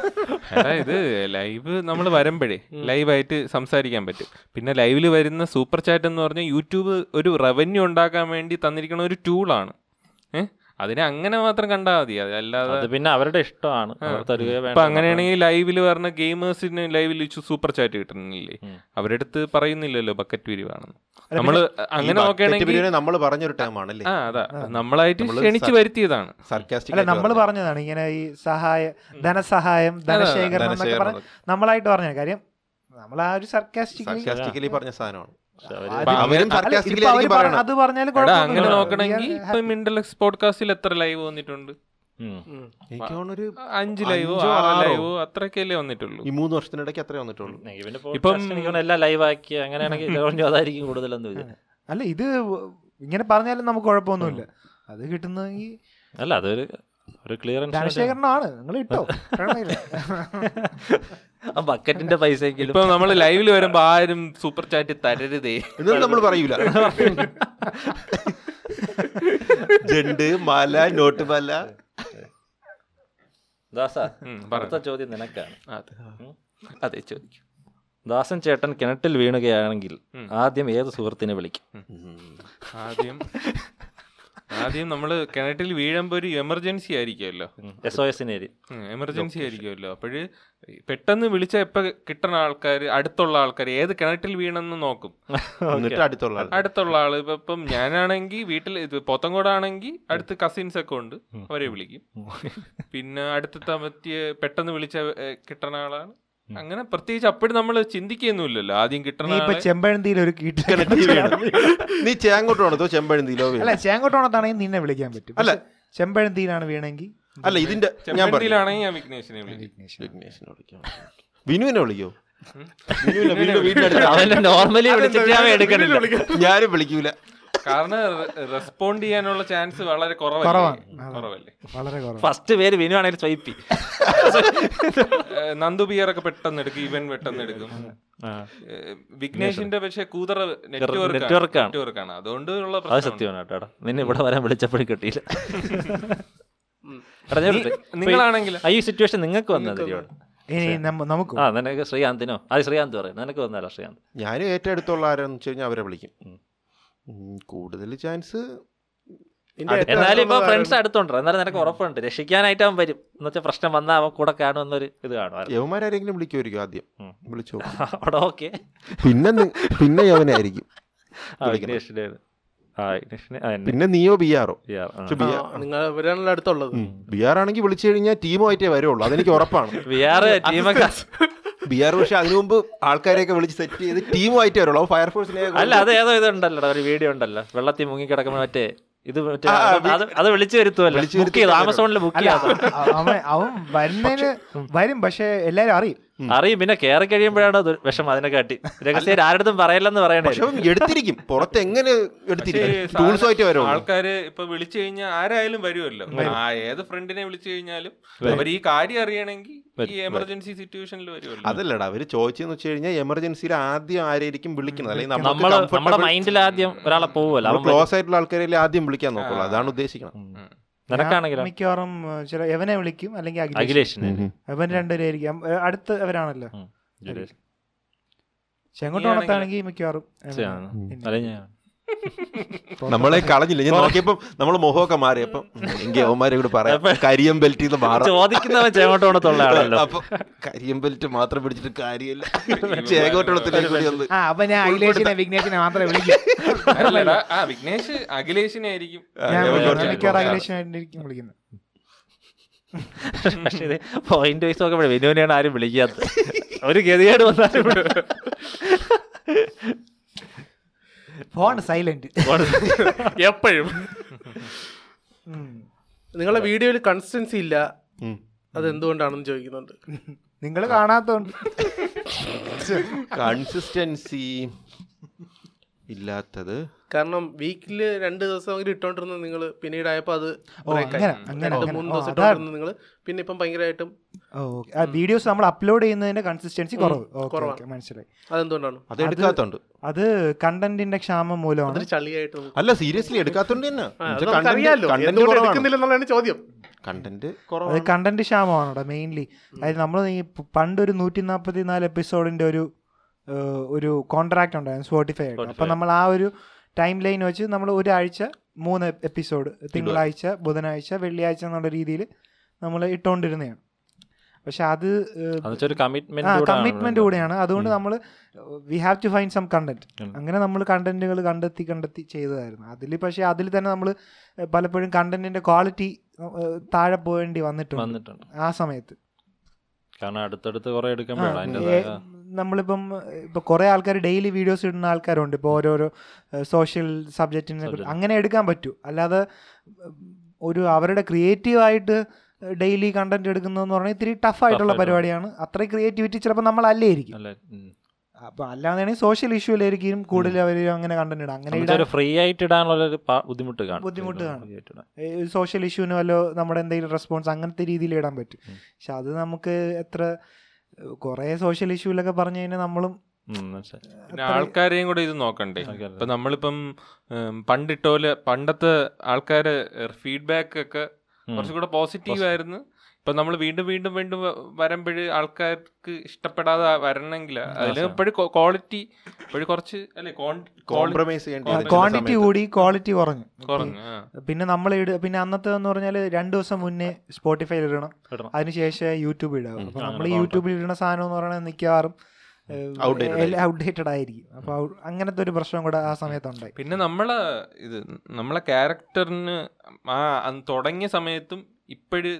C: എടാ, ഇത് ലൈവ് നമ്മൾ വരുമ്പോഴേ ലൈവായിട്ട് സംസാരിക്കാൻ പറ്റും പിന്നെ ലൈവിൽ വരുന്ന സൂപ്പർ ചാറ്റ് എന്ന് പറഞ്ഞാൽ യൂട്യൂബ് ഒരു റവന്യൂ ഉണ്ടാക്കാൻ വേണ്ടി തന്നിരിക്കുന്ന ഒരു ടൂളാണ് ഏഹ് അതിനെ അങ്ങനെ മാത്രം കണ്ടാൽ മതി അത് അല്ലാതെ
D: അത് പിന്നെ അവരുടെ ഇഷ്ടമാണ് അവർ തരുകയോ
C: ഇപ്പൊ
D: വേണ്ട
C: അങ്ങനെയാണെങ്കിൽ ലൈവിൽ വരുന്ന ഗെയിമേഴ്സിന് ലൈവിൽ സൂപ്പർ ചാറ്റ് കിട്ടണില്ലേ അവരുടെ അടുത്ത് പറയുന്നില്ലല്ലോ ബക്കറ്റ് പിരിവാണെന്ന് നമ്മള് അങ്ങനെ നോക്കുകയാണെങ്കിൽ
B: നമ്മൾ പറഞ്ഞൊരു ടൈം ആണല്ലേ
C: ആ അതാ നമ്മളായിട്ട്
B: നമ്മള്
C: ക്ഷണിച്ച്
B: സ-
C: വരുത്തിയതാണ്
A: അല്ല
B: സർക്കാസ്റ്റിക്
A: നമ്മൾ പറഞ്ഞതാണ് ഇങ്ങനെ ഈ സഹായ ധനസഹായം ധനശേഖരണം എന്നൊക്കെ പറഞ്ഞ് നമ്മളായിട്ട് പറഞ്ഞ കാര്യം നമ്മൾ ആ ഒരു സർക്കാസ്റ്റിക്കലി
B: സർക്കാസ്റ്റിക്കലി പറഞ്ഞ സാധനമാണ്
C: അപ്പൊ
B: അവരും
A: അല്ല,
B: sarcastically
A: ഇതിപ്പോ അവര്
B: ആയിരിക്കും
A: പറഞ്ഞ-
B: പറയണത്.
A: അത് പറഞ്ഞാലും
C: എടാ
A: കുഴപ്പമൊന്നുമില്ല.
C: അങ്ങനെ
A: We are
C: നോക്കണമെങ്കിൽ ഇപ്പൊ
A: happy.
C: മിണ്ടലക്സ് പോഡ്കാസ്റ്റിൽ എത്ര ലൈവ് വന്നിട്ടുണ്ട്
B: എനിക്ക് തോന്നുന്നൊരു
C: അഞ്ച് ലൈവോ
B: അഞ്ചോ
C: ആറ്
B: ആറോ.
C: ലൈവോ അത്രക്കല്ലേ വന്നിട്ടുള്ളൂ
B: ഈ മൂന്ന് വർഷത്തിനിടയ്ക്ക് അത്രേ വന്നിട്ടുള്ളൂ
C: ഇപ്പം-
D: ഇപ്പം എല്ലാം ലൈവാക്കി അങ്ങനെയാണെങ്കിൽ ലോഞ്ച് അതായിരിക്കും കൂടുതലെന്ന് വിചാരിച്ചു
A: അല്ല ഇത് ഇങ്ങനെ പറഞ്ഞാലും നമുക്ക് കുഴപ്പമൊന്നുമില്ല അത് കിട്ടുന്നെങ്കിൽ
D: അല്ല അതൊരു ഒരു ക്ലിയറൻസ്
A: ധനശേഖരണമാണ് നിങ്ങൾ ഇട്ടോ കുഴപ്പമില്ല.
D: ആ ബക്കറ്റിന്റെ പൈസയെങ്കിലും
C: ഇപ്പൊ നമ്മൾ ലൈവിൽ വരുമ്പോ ആരും സൂപ്പർ ചാറ്റ് തരരുതേ
B: ഇതൊന്നും നമ്മൾ പറയൂല ജണ്ട് മല നോട്ട് മല
D: ദാസ
C: ഉം, പറ.
D: അടുത്ത ചോദ്യം നിനക്കാണ്
C: അതെ അതെ ചോദിക്കും
D: ദാസൻ ചേട്ടൻ കിണറ്റിൽ വീണുകയാണെങ്കിൽ ആദ്യം ഏത് സുഹൃത്തിനെ വിളിക്കും
C: ആദ്യം ആദ്യം നമ്മൾ കിണറ്റിൽ വീഴുമ്പോൾ ഒരു എമർജൻസി ആയിരിക്കുമല്ലോ
D: എസ് ഒ എസിനെ
C: എമർജൻസി ആയിരിക്കുമല്ലോ അപ്പോഴ് പെട്ടെന്ന് വിളിച്ച എപ്പോൾ കിട്ടണ ആൾക്കാർ അടുത്തുള്ള ആൾക്കാർ ഏത് കിണറ്റിൽ വീണെന്ന് നോക്കും
B: എന്നിട്ട് അടുത്തുള്ള ആൾ.
C: അടുത്തുള്ള ആള് ഇപ്പൊ ഇപ്പം ഞാനാണെങ്കിൽ വീട്ടിൽ ഇത് പോത്തങ്കോടാണെങ്കിൽ അടുത്ത് കസിൻസ് ഒക്കെ ഉണ്ട് അവരെ വിളിക്കും പിന്നെ അടുത്ത് തമത്തിയ പെട്ടെന്ന് വിളിച്ച ഏ, കിട്ടണ ആളാണ് അങ്ങനെ പ്രത്യേകിച്ച് അപ്പോഴും നമ്മൾ ചിന്തിക്കുന്നില്ലല്ലോ ആദ്യം കിട്ടണ
A: നീ ഇപ്പൊ
C: ആളെ-
A: ചെമ്പഴന്തിയിൽ ഒരു
B: കിണറ്റിൽ
A: കീട്ടിൽ
B: വീണു. നീ ചേങ്കോട്ടാണോ ചെമ്പഴന്തിയിലോ വീണത്?
A: അല്ല ചേങ്കോട്ടോണത്താണെങ്കിൽ നിന്നെ വിളിക്കാൻ പറ്റും
B: അല്ല.
A: ചെമ്പഴന്തിയിലാണ് വീണെങ്കിൽ
B: അല്ല ഇതിന്റെ ഞാൻ പറയും
C: ചെമ്പഴന്തിയിലാണെങ്കിൽ ഞാൻ വിഘ്നേഷിനെ വിളിക്കും
B: വിഘ്നേഷിനെ വിളിക്കാം. വിനുവിനെ വിളിക്കോ വിനുവിനെ വീണ്ടും വീടിനടുത്ത്
D: അവനെ നോർമലി വിളിച്ചിട്ട് ഞാൻ എടുക്കണില്ല
B: ഞാനും വിളിക്കൂല
C: കാരണം റെസ്പോണ്ട് ചെയ്യാനുള്ള ചാൻസ് വളരെ
A: കുറവാണ്.
C: കുറവാണ് കുറവല്ലേ
A: വളരെ കുറവ്
D: ഫസ്റ്റ് പേര് വിനു ആണെങ്കിൽ സ്വൈപ്പി
C: ഏ, നന്ദു ബിയറൊക്കെ പെട്ടെന്ന് എടുക്കും ഇവൻ പെട്ടെന്ന് എടുക്കും ഏ, വിഘ്നേഷിന്റെ പക്ഷെ കൂതറ നെറ്റ്വർക്ക്
D: network ആണ്.
C: നെറ്റ്വർക്ക് ആണ് അതുകൊണ്ട് ഉള്ള
D: അത്
C: പ്രശ്നം
D: സത്യമാണ് കേട്ടോ എടാ. നിന്നെ ഇവിടെ വരാൻ വിളിച്ചപ്പോഴും കിട്ടിയില്ല എടാ, ഞാൻ വിളിച്ചേ. ഇപ്പൊ ഈ-
C: നിങ്ങളാണെങ്കിലോ?
D: ആ, ഈ സിറ്റുവേഷൻ നിങ്ങൾക്ക് വന്നത് ഇവിടെ
A: ഇനി നമ്മ- നമുക്കും
D: ആ നിനക്ക് ശ്രീകാന്തിനോ അത് ശ്രീകാന്ത് പറയും നിനക്ക് വന്നാലോ ശ്രീകാന്ത്
B: ഞാനും ഏറ്റവും അടുത്തുള്ള ആരാന്ന് വെച്ച് കഴിഞ്ഞാൽ അവരെ വിളിക്കും ഉം, കൂടുതൽ ചാൻസ്
D: എന്നാലും ഇപ്പൊ ഫ്രണ്ട്സ് അടുത്തുണ്ട് എന്നാലും നിനക്ക് ഉറപ്പുണ്ട് രക്ഷിക്കാനായിട്ട് അവൻ വരും എന്ന് വെച്ചാൽ പ്രശ്നം വന്നാൽ അവൻ കൂടെ കാണുമെന്നൊരു ഇത് കാണുമായിരുന്നു
B: യവന്മാരെങ്കിലും വിളിക്കുമായിരിക്കും ആദ്യം
D: ഉം.
B: വിളിച്ചോ
D: അവിടെ ഓക്കെ
B: പിന്നെ നി- പിന്നെ യവനായിരിക്കും വിളിക്കണം.
D: വിഘ്നേഷിന്റെ ആ വിഘ്നേഷിനെ ആ, എന്നെ.
B: പിന്നെ നിയോ ബിയാറോ
D: Yeah, ആ.
B: പക്ഷെ ബിയാർ
E: നിങ്ങൾ ഇവരാണല്ലോ അടുത്തുള്ളത്
B: ബിയാർ ആണെങ്കിൽ വിളിച്ചു കഴിഞ്ഞാൽ ടീമായിട്ടേ വരുള്ളൂ അതെനിക്ക് ഉറപ്പാണ്
D: VR ടീമൊക്കെ
B: ബിയാർ പക്ഷെ അതിനു മുമ്പ് ആൾക്കാരെയൊക്കെ വിളിച്ച് സെറ്റ് ചെയ്ത് ടീമായിട്ടേ വരുള്ളൂ അപ്പോൾ ഫയർഫോഴ്സിനെ
D: അല്ല അത് ഏതോ ഇത് ഉണ്ടല്ലോ ഒരു വീഡിയോ ഉണ്ടല്ലോ വെള്ളത്തിൽ മുങ്ങി കിടക്കുമ്പോൾ മറ്റേ ഇത് മറ്റേ അത് അത് അത് വിളിച്ചു വരുത്തുമല്ലോ
B: വിളിച്ചു
D: ബുക്ക് ചെയ്ത് ആമസോണിൽ ബുക്ക്
A: അല്ല
D: ചെയ്താൽ
A: അ- അവൻ അവൻ വരുന്നതിന് വരും പക്ഷെ എല്ലാരും അറിയും
D: അറിയും പിന്നെ കയറി കഴിയുമ്പോഴാണ് ദുർ- വിഷമം അതിനെ കാട്ടി രഹസ്യം ആരുടെ പറയില്ലെന്ന് പറയണേ
B: പക്ഷെ അവൻ എടുത്തിരിക്കും പുറത്ത് എങ്ങനെ എടുത്തിരിക്കും ടൂൾസ് ആയിട്ട് വരുള്ളൂ
C: ആൾക്കാര് ഇപ്പൊ വിളിച്ചു കഴിഞ്ഞാൽ ആരായാലും വരുമല്ലോ ആ ഏത് ഫ്രണ്ടിനെ വിളിച്ചു കഴിഞ്ഞാലും അവർ ഈ കാര്യം അറിയണമെങ്കിൽ ഈ എമർജൻസി സിറ്റുവേഷനിൽ വരുമല്ലോ
B: അതല്ലടാ അവര് ചോദിച്ചെന്ന് വെച്ച് കഴിഞ്ഞാൽ എമർജൻസിയിൽ ആദ്യം ആരായിരിക്കും വിളിക്കുന്നത് അല്ലെങ്കിൽ
D: നമ്മള് നമ്മുടെ
B: നമ്മൾ
D: മൈൻഡിൽ ആദ്യം ഒരാളെ പോവുമല്ലോ അവൻ വരും.
B: ക്ലോസ് ആയിട്ടുള്ള ആൾക്കാരെ ആദ്യം വിളിക്കാൻ നോക്കുള്ളൂ അതാണ് ഉദ്ദേശിക്കണം
D: നിനക്കാണെങ്കിലോ
A: മിക്കവാറും ഏഹ്, ചില എവനെ വിളിക്കും അല്ലെങ്കിൽ അഖിലേഷ്
D: അഖിലേഷിന്
A: അവൻ രണ്ടുപേരായിരിക്കും ഏഹ്, അടുത്ത് അവരാണല്ലോ
D: അഖിലേഷ്.
A: ചെങ്കോട്ടോണത്താണെങ്കിൽ മിക്കവാറും അവൻ.
D: ശരിയാണ്. അല്ലെങ്കിൽ ഞാൻ-
B: നമ്മളെ കളഞ്ഞില്ല ഞാൻ നോക്കിയപ്പോ നമ്മളെ മുഖമൊക്കെ മാറി അപ്പം എങ്കിൽ അവന്മാരെ കൂടെ പറയാം കരിയം ബെൽറ്റിൽ നിന്ന് മാറാം
D: ചോദിക്കുന്നവൻ ചേങ്ങോട്ടോണത്തുള്ള ആളല്ലോ
B: അപ്പൊ കരിയം ബെൽറ്റ് മാത്രം പിടിച്ചിട്ട് കാര്യമില്ല ചേകോട്ടത്തിലേക്ക് കൂടി ഒന്ന്
A: ആ അപ്പൊ ഞാൻ അഖിലേഷിനെ വിഘ്നേഷിനെ മാത്രമേ വിളിക്കും
C: അല്ലടാ, ആ വിഘ്നേഷ് അഖിലേഷിനെ ആയിരിക്കും
A: ഞാൻ
B: ഞാൻ
A: വിളിക്കും.
B: വിളിക്കാം.
A: മിക്കവാറും അഖിലേഷിനായിട്ടായിരിക്കും വിളിക്കുന്നത്
D: പക്ഷേ ഇത് പോയിന്റ് വൈസ് നോക്കുമ്പോൾ വിനുവിനെയാണ് ആരും വിളിക്കാത്തത് ഒരു ഗതികേട് വന്നാലും വിടും.
A: ഫോൺ സൈലന്റ്
D: എപ്പോഴും
E: നിങ്ങളെ വീഡിയോയിൽ കൺസിസ്റ്റൻസി ഇല്ല അതെന്തുകൊണ്ടാണെന്ന് ചോദിക്കുന്നുണ്ട്
A: നിങ്ങൾ കാണാത്തോണ്ട്
B: കൺസിസ്റ്റൻസി ഇല്ലാത്തത്
E: കാരണം വീക്കിൽ രണ്ട് ദിവസമെങ്കിലും ഇട്ടോണ്ടിരുന്നത് നിങ്ങൾ പിന്നീടായപ്പോൾ അത്
A: ഓ
E: break ആയി.
A: അങ്ങനെ അങ്ങനെ
E: രണ്ട്
A: അങ്ങനെ
E: മൂന്ന്
A: ഓ,
E: ദിവസം
A: അതാണ്
E: ഇട്ടോണ്ടിരുന്നത് നിങ്ങൾ പിന്നെ ഇപ്പം ഭയങ്കരമായിട്ടും
A: ഓക്കെ വീഡിയോസ് നമ്മൾ അപ്ലോഡ് ചെയ്യുന്നതിന്റെ കൺസിസ്റ്റൻസി കുറവ് ഓക്കെ
E: കുറവാണ്.
A: ഓക്കെ മനസ്സിലായി
E: അതെന്തുകൊണ്ടാണ്
B: അത് എടുക്കാത്തോണ്ട്
A: അത് കണ്ടന്റിന്റെ ക്ഷാമം മൂലമാണ്
E: അതൊരു ചളിയായിട്ട് നമുക്ക്
B: അല്ല സീരിയസ്ലി എടുക്കാത്തോണ്ട് തന്നെ
E: ആ, അത് നമുക്കറിയാലോ എന്തുകൊണ്ട്
B: കണ്ടന്റ്
E: എടുക്കുന്നില്ലെന്നുള്ളതാണ് ചോദ്യം
B: കണ്ടന്റ്
A: അത്
B: കുറവാണ്
A: കണ്ടന്റ് ക്ഷാമമാണ് കേട്ടോ മെയിൻലി അതായത് നമ്മൾ ഈ പ- പണ്ട് ഒരു നൂറ്റി നാൽപ്പത്തി നാല് എപ്പിസോഡിന്റെ ഒരു ഏഹ്, ഒരു കോൺട്രാക്ട് ഉണ്ടായിരുന്നു സ്പോട്ടിഫൈ ആയിട്ട് അപ്പം നമ്മൾ ആ ഒരു ടൈം ലൈൻ വെച്ച് നമ്മൾ ഒരാഴ്ച മൂന്ന് എപ്പിസോഡ് തിങ്കളാഴ്ച ബുധനാഴ്ച വെള്ളിയാഴ്ച എന്നുള്ള രീതിയിൽ നമ്മൾ ഇട്ടുകൊണ്ടിരുന്നതാണ് പക്ഷെ അത് ഏഹ്,
D: എന്നുവെച്ചാൽ ഒരു
A: ആ
D: കമ്മിറ്റ്മെന്റ്
A: കമ്മിറ്റ്മെന്റ് കൂടെയാണ് അതുകൊണ്ട് നമ്മൾ we have to find some content
D: ഉം.
A: അങ്ങനെ നമ്മൾ കണ്ടന്റുകൾ കണ്ടെത്തി കണ്ടെത്തി ചെയ്തതായിരുന്നു അതിൽ പക്ഷേ അതിൽ തന്നെ നമ്മൾ പലപ്പോഴും കണ്ടന്റിന്റെ ക്വാളിറ്റി താഴെ പോകേണ്ടി വന്നിട്ടുണ്ട്
D: വന്നിട്ടുണ്ട്
A: ആ സമയത്ത്
D: കാരണം അടുത്തടുത്ത് കുറെ എടുക്കുമ്പോഴാണ്
A: ആ,
D: അതിൻ്റെതായ
A: ഏ- നമ്മളിപ്പം ഇപ്പൊ കുറെ ആൾക്കാർ ഡെയിലി വീഡിയോസ് ഇടുന്ന ആൾക്കാരുണ്ട് ഇപ്പോൾ ഓരോരോ സോഷ്യൽ സബ്ജക്റ്റിനെ
D: Subject.
A: അങ്ങനെ എടുക്കാൻ പറ്റൂ അല്ലാതെ ഏഹ്, ഒരു അവരുടെ ക്രിയേറ്റീവായിട്ട് ഡെയിലി കണ്ടന്റ് എടുക്കുന്നതെന്ന് പറഞ്ഞാൽ ഇത്തിരി ടഫ് ആയിട്ടുള്ള
D: ആയിട്ടുള്ള.
A: പരിപാടിയാണ് അത്രയും ക്രിയേറ്റിവിറ്റി ചിലപ്പോൾ നമ്മളല്ലായിരിക്കും
D: അല്ല ഉം.
A: അപ്പൊ അല്ലാതെയാണെങ്കിൽ സോഷ്യൽ ഇഷ്യൂലായിരിക്കും കൂടുതൽ അവർ അങ്ങനെ കണ്ടന്റ് ഇടാം അങ്ങനെ
D: എന്നുവെച്ചാ
A: ഇടാൻ
D: ഒരു ഫ്രീ ആയിട്ട് ഇടാനുള്ള ഒരു പ- ബുദ്ധിമുട്ട് കാണും
A: ബുദ്ധിമുട്ട് കാണും.
D: Free ആയിട്ട് ഇടാൻ.
A: സോഷ്യൽ ഇഷ്യൂവിന് വല്ലോ നമ്മുടെ എന്തെങ്കിലും റെസ്പോൺസ് അങ്ങനത്തെ രീതിയിൽ ഇടാൻ പറ്റും
D: ഉം.
A: പക്ഷെ അത് നമുക്ക് എത്ര ഏഹ്, കുറേ സോഷ്യൽ ഇഷ്യൂലൊക്കെ പറഞ്ഞു കഴിഞ്ഞാൽ നമ്മളും
D: ഉം, മനസ്സിലായി.
C: പിന്നെ
A: അത്രയും-
C: ആൾക്കാരെയും കൂടെ ഇത് നോക്കണ്ടേ
D: ആൾക്കാരെ.
C: ഇപ്പൊ നമ്മളിപ്പം ഉം, പണ്ടിട്ട പോലെ പണ്ടത്തെ ആൾക്കാര് ഫീഡ്ബാക്ക് ഒക്കെ
D: ഉം.
C: കുറച്ചുകൂടെ പോസിറ്റീവ് ആയിരുന്നു ഇപ്പൊ നമ്മൾ വീണ്ടും വീണ്ടും വീണ്ടും വരുമ്പോഴ് ആൾക്കാർക്ക് ഇഷ്ടപ്പെടാതെ വരണമെങ്കിൽ അതിൽ
D: ശരി.
C: ഇപ്പോഴും ക്വാളിറ്റി ഇപ്പോഴും കുറച്ച് അല്ലെ ക്വാളിറ്റി
B: കോംപ്രമൈസ് ചെയ്യേണ്ടി
C: ആ,
B: വരുന്ന
A: ക്വാണ്ടിറ്റി
B: സമയത്ത്.
A: കൂടി ക്വാളിറ്റി കുറഞ്ഞു
C: കുറഞ്ഞു ആ.
A: പിന്നെ നമ്മൾ പിന്നെ അന്നത്തെ എന്ന് പറഞ്ഞാൽ രണ്ട് ദിവസം മുന്നേ സ്പോട്ടിഫൈയിൽ ഇടണം
D: ഇടണം.
A: അതിനുശേഷം യൂട്യൂബ് ഇടാം അപ്പം നമ്മൾ
D: അങ്ങനെ
A: യൂട്യൂബിൽ ഇടുന്ന സാധനം എന്ന് പറയുന്നത് മിക്കവാറും
B: Outdated
A: ഔട്ട്ഡേറ്റഡ് ആയിരിക്കും അപ്പോൾ അങ്ങനത്തെ ഒരു പ്രശ്നം കൂടെ ആ സമയത്തുണ്ടായി
C: പിന്നെ നമ്മളെ ഇത് നമ്മളെ ക്യാരക്ടറിന് ആ അന്ന് തുടങ്ങിയ സമയത്തും ഇപ്പോഴ്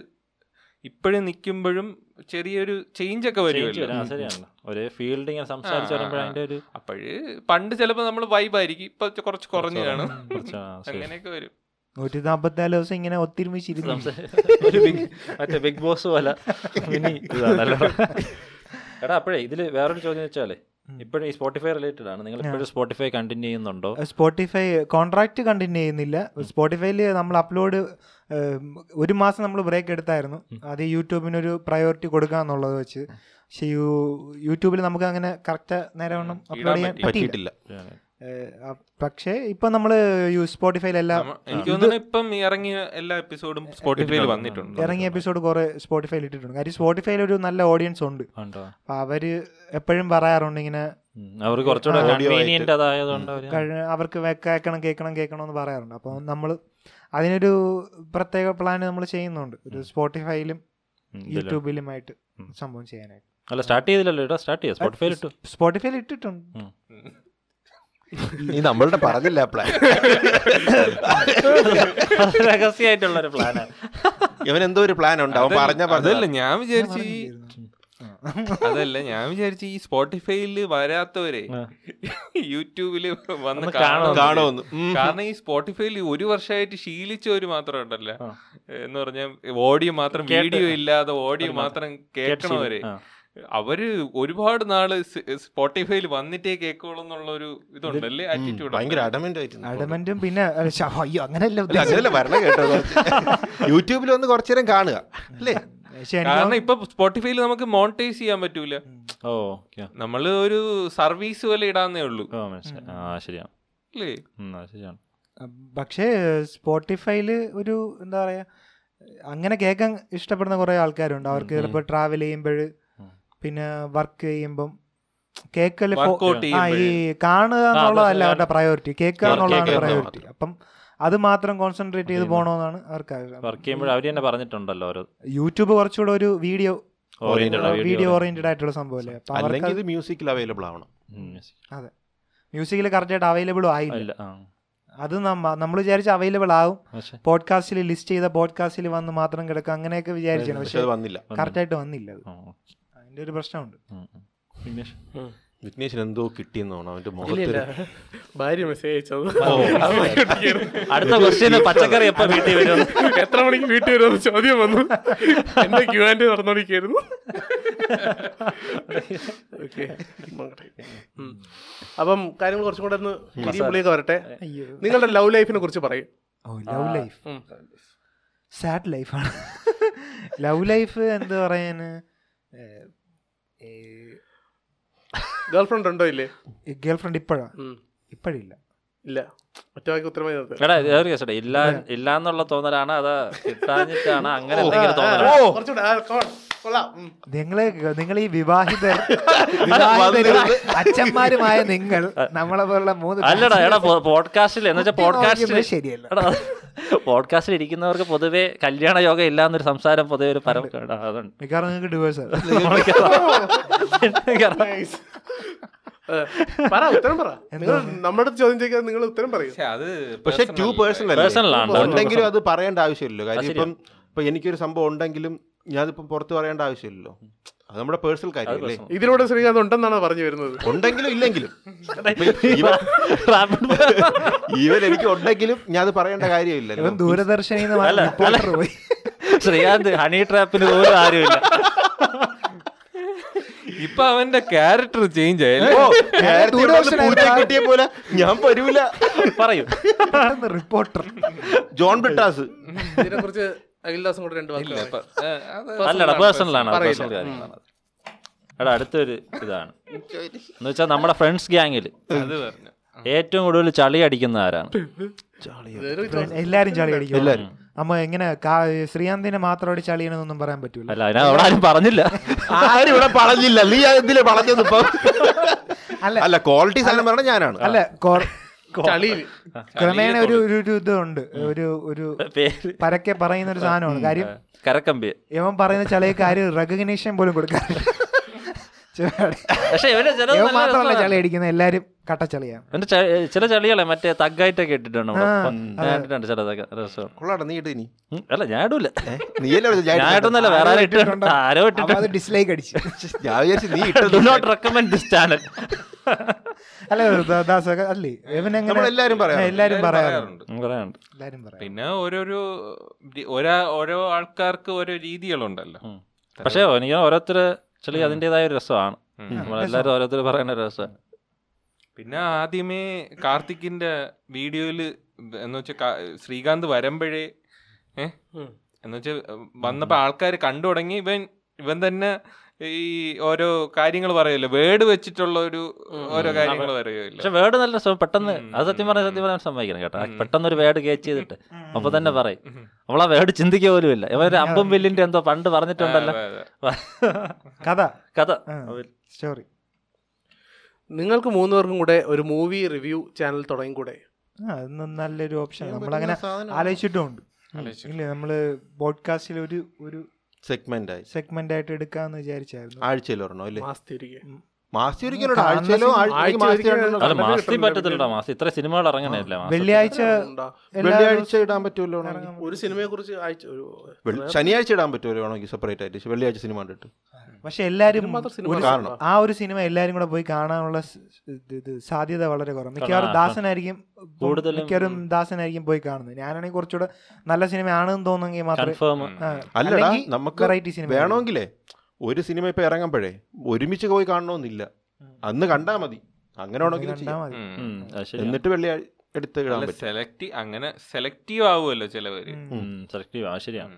C: ഇപ്പോഴും നിൽക്കുമ്പോഴും ചെറിയൊരു ചേഞ്ച് ഒക്കെ
D: ചേഞ്ച് വരാം. ആ,
C: വരുമല്ലോ
D: ശരിയാണല്ലോ. ഒരേ ഫീൽഡ് ഇങ്ങനെ സംസാരിച്ച്
C: ആ, ആ,
D: വരുമ്പോൾ
C: ആ.
D: അതിന്റെ ഒരു
C: അപ്പോഴ് പണ്ട് ചിലപ്പോൾ നമ്മൾ വൈബായിരിക്കും ഇപ്പൊ കുറച്ച് കുറഞ്ഞു കാണും
D: കുറച്ച് ആ, ശരി.
C: അങ്ങനെയൊക്കെ വരും
A: നൂറ്റി നാൽപ്പത്തിനാല് ദിവസം ഇങ്ങനെ ഒത്തിരിമിച്ചിരുന്നു
D: ഒരു ബിഗ് മറ്റേ ബിഗ് ബോസ് പോലെ മിനി ഇതാണല്ലോ എടാ അപ്പോഴേ ഇതിൽ വേറൊരു ചോദ്യം വെച്ചാലേ ഇപ്പോഴും ഈ സ്പോട്ടിഫൈ റിലേറ്റഡ് ആണ് നിങ്ങൾ ഇപ്പോഴും സ്പോട്ടിഫൈ കണ്ടിന്യൂ ചെയ്യുന്നുണ്ടോ
A: സ്പോട്ടിഫൈ കോൺട്രാക്ട് കണ്ടിന്യൂ ചെയ്യുന്നില്ല സ്പോട്ടിഫൈയിൽ നമ്മൾ അപ്ലോഡ് ഒരു മാസം നമ്മൾ ബ്രേക്ക് എടുത്തായിരുന്നു അത് യൂട്യൂബിനൊരു പ്രയോറിറ്റി കൊടുക്കുക എന്നുള്ളത് വെച്ച് പക്ഷേ യൂ യൂട്യൂബിൽ നമുക്ക് അങ്ങനെ കറക്റ്റ് നേരവണ്ണം അപ്ലോഡ് ചെയ്യാൻ പറ്റിയില്ല
B: പറ്റിയിട്ടില്ല
A: ഏഹ് അ- പക്ഷേ ഇപ്പൊ നമ്മൾ സ്പോട്ടിഫൈയിലെല്ലാം
C: നമ്മ- എനിക്ക് തോന്നുന്നു ഇപ്പം ഇറങ്ങിയ എല്ലാ എപ്പിസോഡും സ്പോട്ടിഫൈയിൽ വന്നിട്ടുണ്ട്
A: ഇറങ്ങിയ എപ്പിസോഡ് കുറെ സ്പോട്ടിഫൈയിൽ ഇട്ടിട്ടുണ്ട് കാര്യം സ്പോട്ടിഫൈയിൽ ഒരു നല്ല ഓഡിയൻസ് ഉണ്ട്
D: ഉണ്ടോ
A: അപ്പൊ അവര് എപ്പോഴും പറയാറുണ്ട് ഇങ്ങനെ
D: ഉം, അവർ കുറച്ചുകൂടെ
B: Audio ആയിട്ട്.
D: കൺവീനിയന്റ് അതായതുകൊണ്ട് അവര്
A: കഴി- അവർക്ക് വെ- കേൾക്കണം കേൾക്കണം കേൾക്കണം എന്ന് പറയാറുണ്ട് അപ്പോൾ നമ്മൾ അതിനൊരു പ്രത്യേക പ്ലാൻ നമ്മൾ ചെയ്യുന്നുണ്ട് ഒരു സ്പോട്ടിഫൈയിലും
D: ഉം, ഇതില്.
A: യൂട്യൂബിലുമായിട്ട്
D: ഉം.
A: സംഭവം ചെയ്യാനായിട്ട്
D: അല്ല സ്റ്റാർട്ട് ചെയ്തില്ലല്ലോ ഇടാ സ്റ്റാർട്ട് ചെയ്യാം സ്പോട്ടിഫൈ ഇട്ടു
A: സ്പോട്ടിഫൈയിൽ ഇട്ടിട്ടുണ്ട്
B: നീ നമ്മളുടെ പറഞ്ഞില്ല പ്ലാൻ
D: രഹസ്യമായിട്ടുള്ള ഒരു പ്ലാനാണ്
B: ഇവൻ എന്തോ ഒരു പ്ലാൻ ഉണ്ട് അവൻ പറഞ്ഞ
C: അതല്ല
B: പറഞ്ഞതല്ല
C: ഞാൻ വിചാരിച്ചു ഈ
A: പറഞ്ഞില്ലായിരുന്നു.
C: അതല്ല ഞാൻ വിചാരിച്ചു ഈ സ്പോട്ടിഫൈയിൽ വരാത്തവരെ
D: ആ.
C: യൂട്യൂബില് വന്ന്
D: ഒന്ന്
C: കാണാൻ
B: കാണുമെന്ന്. ഉം.
C: കാരണം ഈ സ്പോട്ടിഫൈയിൽ ഒരു വർഷമായിട്ട് ശീലിച്ചവര് മാത്രം ഉണ്ടല്ലോ
D: ആ.
C: എന്ന് പറഞ്ഞാൽ ഓഡിയോ മാത്രം
D: കേട്ട്.
C: വീഡിയോ ഇല്ലാതെ ഓഡിയോ
D: അത്
C: മാത്രം
D: കേട്ട് ശീലം.
C: കേൾക്കണവരെ
D: ആ.
C: അവര് ഒരുപാട് നാള് സ്പോട്ടിഫൈയിൽ വന്നിട്ടേ കേൾക്കുള്ളൂ എന്നുള്ള ഒരു ഇതുണ്ടല്ലേ
B: ഭയങ്കര
C: ആറ്റിറ്റ്യൂഡ്
B: അഡമെന്റ് ആയിരുന്നു
A: അഡമന്റും പിന്നെ അല്ല, ശ്ശെ, അയ്യോ അങ്ങനെയല്ല
B: അല്ല
A: ഉദ്ദേശിച്ചത്.
B: അങ്ങനെയല്ല വരണ കേട്ടോ യൂട്യൂബിൽ ഒന്ന് കുറച്ചു നേരം കാണുക അല്ലേ
A: പക്ഷേ എനിക്ക്
C: കാരണം ഇപ്പൊ സ്പോട്ടിഫൈയിൽ നമുക്ക് മോണിറ്റൈസ് ചെയ്യാൻ പറ്റൂല
D: ഓ ഓക്കെ
C: നമ്മൾ ഒരു സർവീസ് പോലെ ഇടാന്നേ ഉള്ളൂ
D: ഓ മനസ്സിലായി ആ ശരിയാണ്
C: അല്ലേ
D: ഉം, ആ, ശരിയാണ്
A: പക്ഷേ സ്പോട്ടിഫൈയിൽ ഒരു എന്താ പറയുക അങ്ങനെ കേൾക്കാൻ ഇഷ്ടപ്പെടുന്ന കുറേ ആൾക്കാരുണ്ട് അവർക്ക് ചിലപ്പോൾ ട്രാവൽ ചെയ്യുമ്പോൾ പിന്നെ വർക്ക് ചെയ്യുമ്പം കേൾക്കല് ഫോ-
C: Workout
A: ആ ഈ കാണുക എന്നുള്ളതല്ല
D: മനസ്സിലായി.
A: അവരുടെ പ്രയോറിറ്റി കേൾക്കുക
D: കേൾക്കുക
A: എന്നുള്ളതാണ്
B: എന്നുള്ളത്
A: പ്രയോറിറ്റി അപ്പം അത് മാത്രം കോൺസെൻട്രേറ്റ് ചെയ്ത് പോകണമെന്നാണ് അവർക്ക് ആഗ്രഹം.
D: വർക്ക് ചെയ്യുമ്പോൾ അവർ തന്നെ പറഞ്ഞിട്ടുണ്ടല്ലോ ഓരോ
A: യൂട്യൂബ് കുറച്ചുകൂടെ ഒരു വീഡിയോ
D: ഓറിയന്റഡ്
A: വീഡിയോ ഓറിയന്റഡ് ആയിട്ടുള്ള സംഭവമല്ലേ അപ്പം
B: അല്ലെങ്കിൽ
A: അവർക്ക്
B: ഇത് മ്യൂസിക്കിൽ അവൈലബിൾ ആവണം
A: അതെ മ്യൂസിക്കിൽ കറക്റ്റായിട്ട് അവൈലബിളും ആയില്ല
D: അല്ല ആ
A: അത് നമ്മൾ വിചാരിച്ച അവൈലബിൾ ആവും
D: പക്ഷേ
A: പോഡ്കാസ്റ്റിൽ ലിസ്റ്റ് ചെയ്ത പോഡ്കാസ്റ്റിൽ വന്ന് മാത്രം കിടക്കും അങ്ങനെയൊക്കെ വിചാരിച്ചാണ്
B: പക്ഷെ
A: പക്ഷെ
B: അത് വന്നില്ല
A: കറക്റ്റായിട്ട് വന്നില്ല അത്
D: ആ,
A: അതിന്റെ ഒരു പ്രശ്നമുണ്ട്
D: ഉം, ഉം. വിഘ്നേഷ്?
B: വിഘ്നേശൻ എന്തോ കിട്ടിയെന്ന് തോന്നുന്നു അവന്റെ മുഖത്ത്
E: ഭാര്യ മെസ്സേജ് അയച്ചത്
D: അടുത്ത ക്വസ്റ്റ്യൻ പച്ചക്കറി എപ്പോ വീട്ടിൽ വരും
E: എത്ര മണിക്ക് വീട്ടിൽ വരുമെന്ന് ചോദ്യം വന്നു എന്റെ ക്യൂ ആൻഡ് നടന്നോണ്ടിരിക്കായിരുന്നു ഉം. അപ്പം കാര്യങ്ങൾ കുറച്ചും കൂടെ ഒന്ന് പുള്ളിയൊക്കെ വരട്ടെ നിങ്ങളുടെ ലവ് ലൈഫിനെ കുറിച്ച് പറയും
A: ഓ ലവ് ലൈഫ് സാഡ് ലൈഫാണ് ലവ് ലൈഫ് എന്ത് പറയാന്
E: ഗേൾ ഫ്രണ്ട് ഉണ്ടോ ഇല്ലേ
A: ഗേൾ ഫ്രണ്ട് ഇപ്പോഴാ
E: ഉം.
A: ഇപ്പോഴില്ല
E: ഇല്ല ഒറ്റവാക്കി ഉത്തരമായി നിർത്തുക
D: എടാ ഇത് ഒരു കേസട്ടെ ഇല്ല ഇല്ല എന്നുള്ള തോന്നലാണ് അതാ കിട്ടാഞ്ഞിട്ടാണ് അങ്ങനെ എന്തെങ്കിലും തോന്നലാണ്
E: കുറച്ചുകൂടെ ആ, come on. കൊള്ളാം ഉം.
A: നിങ്ങള് നിങ്ങൾ ഈ വിവാഹിതർ വിവാഹിതരും അച്ഛന്മാരുമായ നിങ്ങൾ നമ്മളെ പോലുള്ള മൂന്ന്
D: അല്ലടാ എടാ പോഡ്കാസ്റ്റിൽ എന്ന് വെച്ചാൽ
A: കുത്തി
D: പോഡ്കാസ്റ്റിൽ
A: നോക്കിയത് ശരിയല്ല.
D: എടാ പോഡ്കാസ്റ്റിൽ ഇരിക്കുന്നവർക്ക് പൊതുവേ കല്യാണ യോഗ ഇല്ല എന്നൊരു സംസാരം പൊതുവെ ഒരു പരം എടാ, അതുണ്ട്
A: മിക്കവാറും നിങ്ങൾക്ക് ഡിവേഴ്സ്
E: ഏ, പറ ഉത്തരം പറ നിങ്ങൾ നമ്മുടെ അടുത്ത് ചോദ്യം ചോദിക്കാതെ നിങ്ങൾ ഉത്തരം പറയൂ
C: പക്ഷേ അത്
B: പക്ഷെ ടു പേഴ്സൺ
D: Personal ആണ്.
B: ഉണ്ടെങ്കിലും അത് പറയേണ്ട ആവശ്യമില്ലല്ലോ കാര്യം ഇപ്പം ഇപ്പൊ എനിക്കൊരു സംഭവം ഉണ്ടെങ്കിലും ഞാനിപ്പം പുറത്ത് പറയേണ്ട ആവശ്യമില്ലല്ലോ അത് നമ്മുടെ പേഴ്സണൽ കാര്യമല്ലേ
E: ഇതിലൂടെ ശ്രീകാന്ത് ഉണ്ടെന്നാണ് പറഞ്ഞു വരുന്നത്
B: ഉണ്ടെങ്കിലും ഇല്ലെങ്കിലും ഇവൻ- ഇവൻ എനിക്ക് ഉണ്ടെങ്കിലും ഞാൻ അത് പറയേണ്ട കാര്യമില്ലല്ലോ
A: ഇവൻ ദൂരദർശനിൽ നിന്ന് മാറി reporter പോയി
D: ശ്രീകാന്ത് ഹണി ട്രാപ്പിന് പോലും ആരുമില്ല
C: ഇപ്പൊ അവന്റെ ക്യാരക്ടർ ചേഞ്ച് ആയല്ലേ
B: ഓ, നേരത്തെ ഇവിടെ വന്ന് പൂച്ച കിട്ടിയ പോലെ ഞാൻ വരൂല
D: പറയൂ
A: റിപ്പോർട്ടർ
B: ജോൺ ബ്രിട്ടാസ്
E: ഇതിനെ കുറിച്ച് അഖിൽദാസും കൂടെ രണ്ട് വാക്ക് പറയും.
D: അല്ലടാ പേഴ്സണലാണ്
E: പറയില്ല.
D: പേഴ്സണൽ കാര്യങ്ങളാണ് അത്. എടാ അടുത്തൊരു ഇതാണ് എന്ന് വെച്ചാൽ നമ്മുടെ ഫ്രണ്ട്സ് ഗ്യാങ്ങിൽ
C: അത് പറഞ്ഞു
D: ഏറ്റവും കൂടുതൽ ചളി അടിക്കുന്ന ആരാണ്
E: ഇതൊരു ഇത്
A: എല്ലാരും ചളി അടിക്കും അമ്മ എങ്ങനെ കാ- ശ്രീകാന്തിനെ മാത്രമായിട്ട് ചളി ചെയ്യണമെന്നൊന്നും പറയാൻ പറ്റൂല
D: അല്ല അതിനാ അവിടെ ആരും പറഞ്ഞില്ല
B: ആരും ഇവിടെ പറഞ്ഞില്ല നീ ഇതിലെ പറഞ്ഞത് ഇപ്പൊ
A: അല്ല.
B: അല്ല ക്വാളിറ്റി സാധനം പറഞ്ഞ ഞാനാണ്
A: അല്ല കോർ-
E: ചളിയില്
A: ക്രമേണ ഒരു ഒരു ഒരു ഇതുണ്ട് ഒരു ഒരു
D: പേര്
A: പരക്കെ പറയുന്ന ഒരു സാധനമാണ് കാര്യം
D: കരക്കമ്പി
A: ഇവൻ പറയുന്ന ചളിയൊക്കെ ആരും റെക്കഗ്നേഷൻ പോലും കൊടുക്കാറില്ല ചുമ്മാതെ.
D: പക്ഷെ ഇവന്റെ ചില
A: ഇവൻ മാത്രമല്ല ചളി അടിക്കുന്നത് എല്ലാരും കട്ട ചളിയാണ്
D: ഇവന്റെ ച- ചില ചളികളെ മറ്റേ തഗ്ഗായിട്ടൊക്കെ ഇട്ടിട്ടുണ്ട് നമ്മള്. ഞാൻ ഇട്ടിട്ടുണ്ട് ചിലതൊക്കെ രസം
B: കൊള്ളാടാ നീ ഇട്ട് നീ
D: അല്ല ഞാൻ ഇടൂല
B: നീ അല്ലേ
D: ഞാൻ ഇടുന്നല്ല വേറെ ആരും ഇട്ടിട്ടുണ്ട് ആരോ
A: അപ്പൊ അത്
D: ഇട്ടിട്ടുണ്ട്
A: ഡിസ്ലൈക്ക് അടിച്ചു
B: ഞാൻ വിചാരിച്ചു നീ ഇട്ടത്
D: do not recommend this channel
A: അല്ല ദാ- ദാസൊക്കെ അല്ലേ ഇവനെങ്ങനെ
B: നമ്മളെല്ലാരും പറയാറുണ്ട്.
A: ആ, എല്ലാരും പറയാറുണ്ട്
C: പറയാറുണ്ട്
D: പറയാനുണ്ട്
A: എല്ലാരും പറയാം
C: പിന്നെ ഓരോരോ രീ- ഒരാ ഓരോ ആൾക്കാർക്ക് ഓരോ രീതികളുണ്ടല്ലോ
D: പക്ഷെ എനിക്ക് ഓരോരുത്തർ ചെളി അതിൻ്റെതായ ഒരു രസമാണ് നമ്മളെല്ലാവരും ഓരോരുത്തർ പറയുന്ന ഒരു രസമാണ്
C: പിന്നെ ആദ്യമേ കാർത്തിക്കിന്റെ വീഡിയോയിൽ എന്ന് വെച്ചാൽ ശ്രീകാന്ത് വരമ്പഴേ ഏ എന്ന് വെച്ചാൽ വന്നപ്പോ ആൾക്കാർ കണ്ടു തുടങ്ങി ഇവൻ ഇവൻ തന്നെ ഈ ഓരോ കാര്യങ്ങൾ പറയുമല്ലോ വേർഡ് വെച്ചിട്ടുള്ള ഒരു ഓരോ കാര്യങ്ങൾ പറയുമല്ലോ
D: പക്ഷെ വേർഡ് നല്ല രസം പെട്ടെന്ന് അത് സത്യം പറഞ്ഞാൽ സത്യം പറയാൻ സമ്മതിക്കണം കേട്ടോ ആ പെട്ടെന്ന് ഒരു വേർഡ് കേച്ച് ചെയ്തിട്ട് അപ്പൊ തന്നെ പറയും നമ്മളാ വേർഡ് ചിന്തിക്കുക പോലും ഇല്ല ഇവരൊരു അമ്പും വില്ലിന്റെ എന്തോ പണ്ട് പറഞ്ഞിട്ടുണ്ടല്ലോ
C: അതെ, അതെ.
A: കഥ
D: കഥ
A: സ്റ്റോറി
E: നിങ്ങൾക്ക് മൂന്ന് പേർക്കും കൂടെ ഒരു മൂവി റിവ്യൂ ചാനൽ തുടങ്ങി കൂടെ
A: അതൊന്നും നല്ലൊരു ഓപ്ഷൻ നമ്മളങ്ങനെ ആലോചിച്ചിട്ടുമുണ്ട് ഇല്ല നമ്മള് പോഡ്കാസ്റ്റിൽ ഒരു ഒരു
B: സെഗ്മെന്റ് ആയി
A: സെഗ്മെന്റ് ആയിട്ട് എടുക്കാന്ന് വിചാരിച്ചായിരുന്നു
B: ആഴ്ചയിൽ ഒരെണ്ണം അല്ലേ
E: മാസ്തി ഒരിക്കൽ
B: മാസി ഒരിക്കലും ആഴ്ചയിലോ ആഴ്ച
E: ആഴ്ചയിൽ
B: മാസി
E: ഒരിക്കലും
D: അല്ല
E: നല്ല
D: മാസത്തിൽ
E: കിട്ടുന്നില്ല
D: പറ്റത്തില്ലടാ മാസം ഇത്ര സിനിമകൾ ഇറങ്ങണില്ല മാസം
A: വെള്ളിയാഴ്ച
E: ഉണ്ടോ?
A: എല്ലാ
B: വെള്ളിയാഴ്ച ഇടാൻ പറ്റുമല്ലോ
E: ഒരു സിനിമയെ കുറിച്ച് ആഴ്ച ഒരു
B: ശനിയാഴ്ച ഇടാൻ പറ്റുമല്ലോ വേണമെങ്കിൽ സെപ്പറേറ്റ് ആയിട്ട് വെള്ളിയാഴ്ച സിനിമ കണ്ടിട്ട്
A: പക്ഷെ എല്ലാരും
E: മാത്രം സിനിമ
A: ഒരു-
B: കാണണം.
A: ആ ഒരു സിനിമ എല്ലാരും കൂടെ പോയി കാണാനുള്ള സ്- ഇത് ഇത് സാധ്യത വളരെ കുറവ് മിക്കവാറും ദാസനായിരിക്കും ഇപ്പം
D: കൂടുതലും-
A: മിക്കവാറും ദാസനായിരിക്കും പോയി കാണുന്നത് ഞാനാണെങ്കിൽ കുറച്ചുകൂടെ നല്ല സിനിമ ആണെന്ന് തോന്നുമെങ്കിൽ മാത്രമേ
D: കൺഫേം
A: ആ,
B: അല്ലടാ
A: അല്ലെങ്കിൽ
B: നമുക്ക്
A: variety cinema.
B: വേണമെങ്കിലേ ഒരു സിനിമ ഇപ്പൊ ഇറങ്ങുമ്പോഴേ ഒരുമിച്ച് പോയി കാണണമെന്നില്ല അന്ന് കണ്ടാ മതി അങ്ങനെ വേണമെങ്കിലും
A: കണ്ടാ
B: ചെയ്യാം
A: മതി.
C: ഉം.
B: എന്നിട്ട് വെള്ളിയാഴ്ച എടുത്ത് ഇടാൻ
C: അല്ല
B: പറ്റും
C: സെലക്ട് അങ്ങനെ സെലക്റ്റീവ് ആവുമല്ലോ ചിലവര്
D: സെലക്റ്റീവ് ആ ശരിയാണ്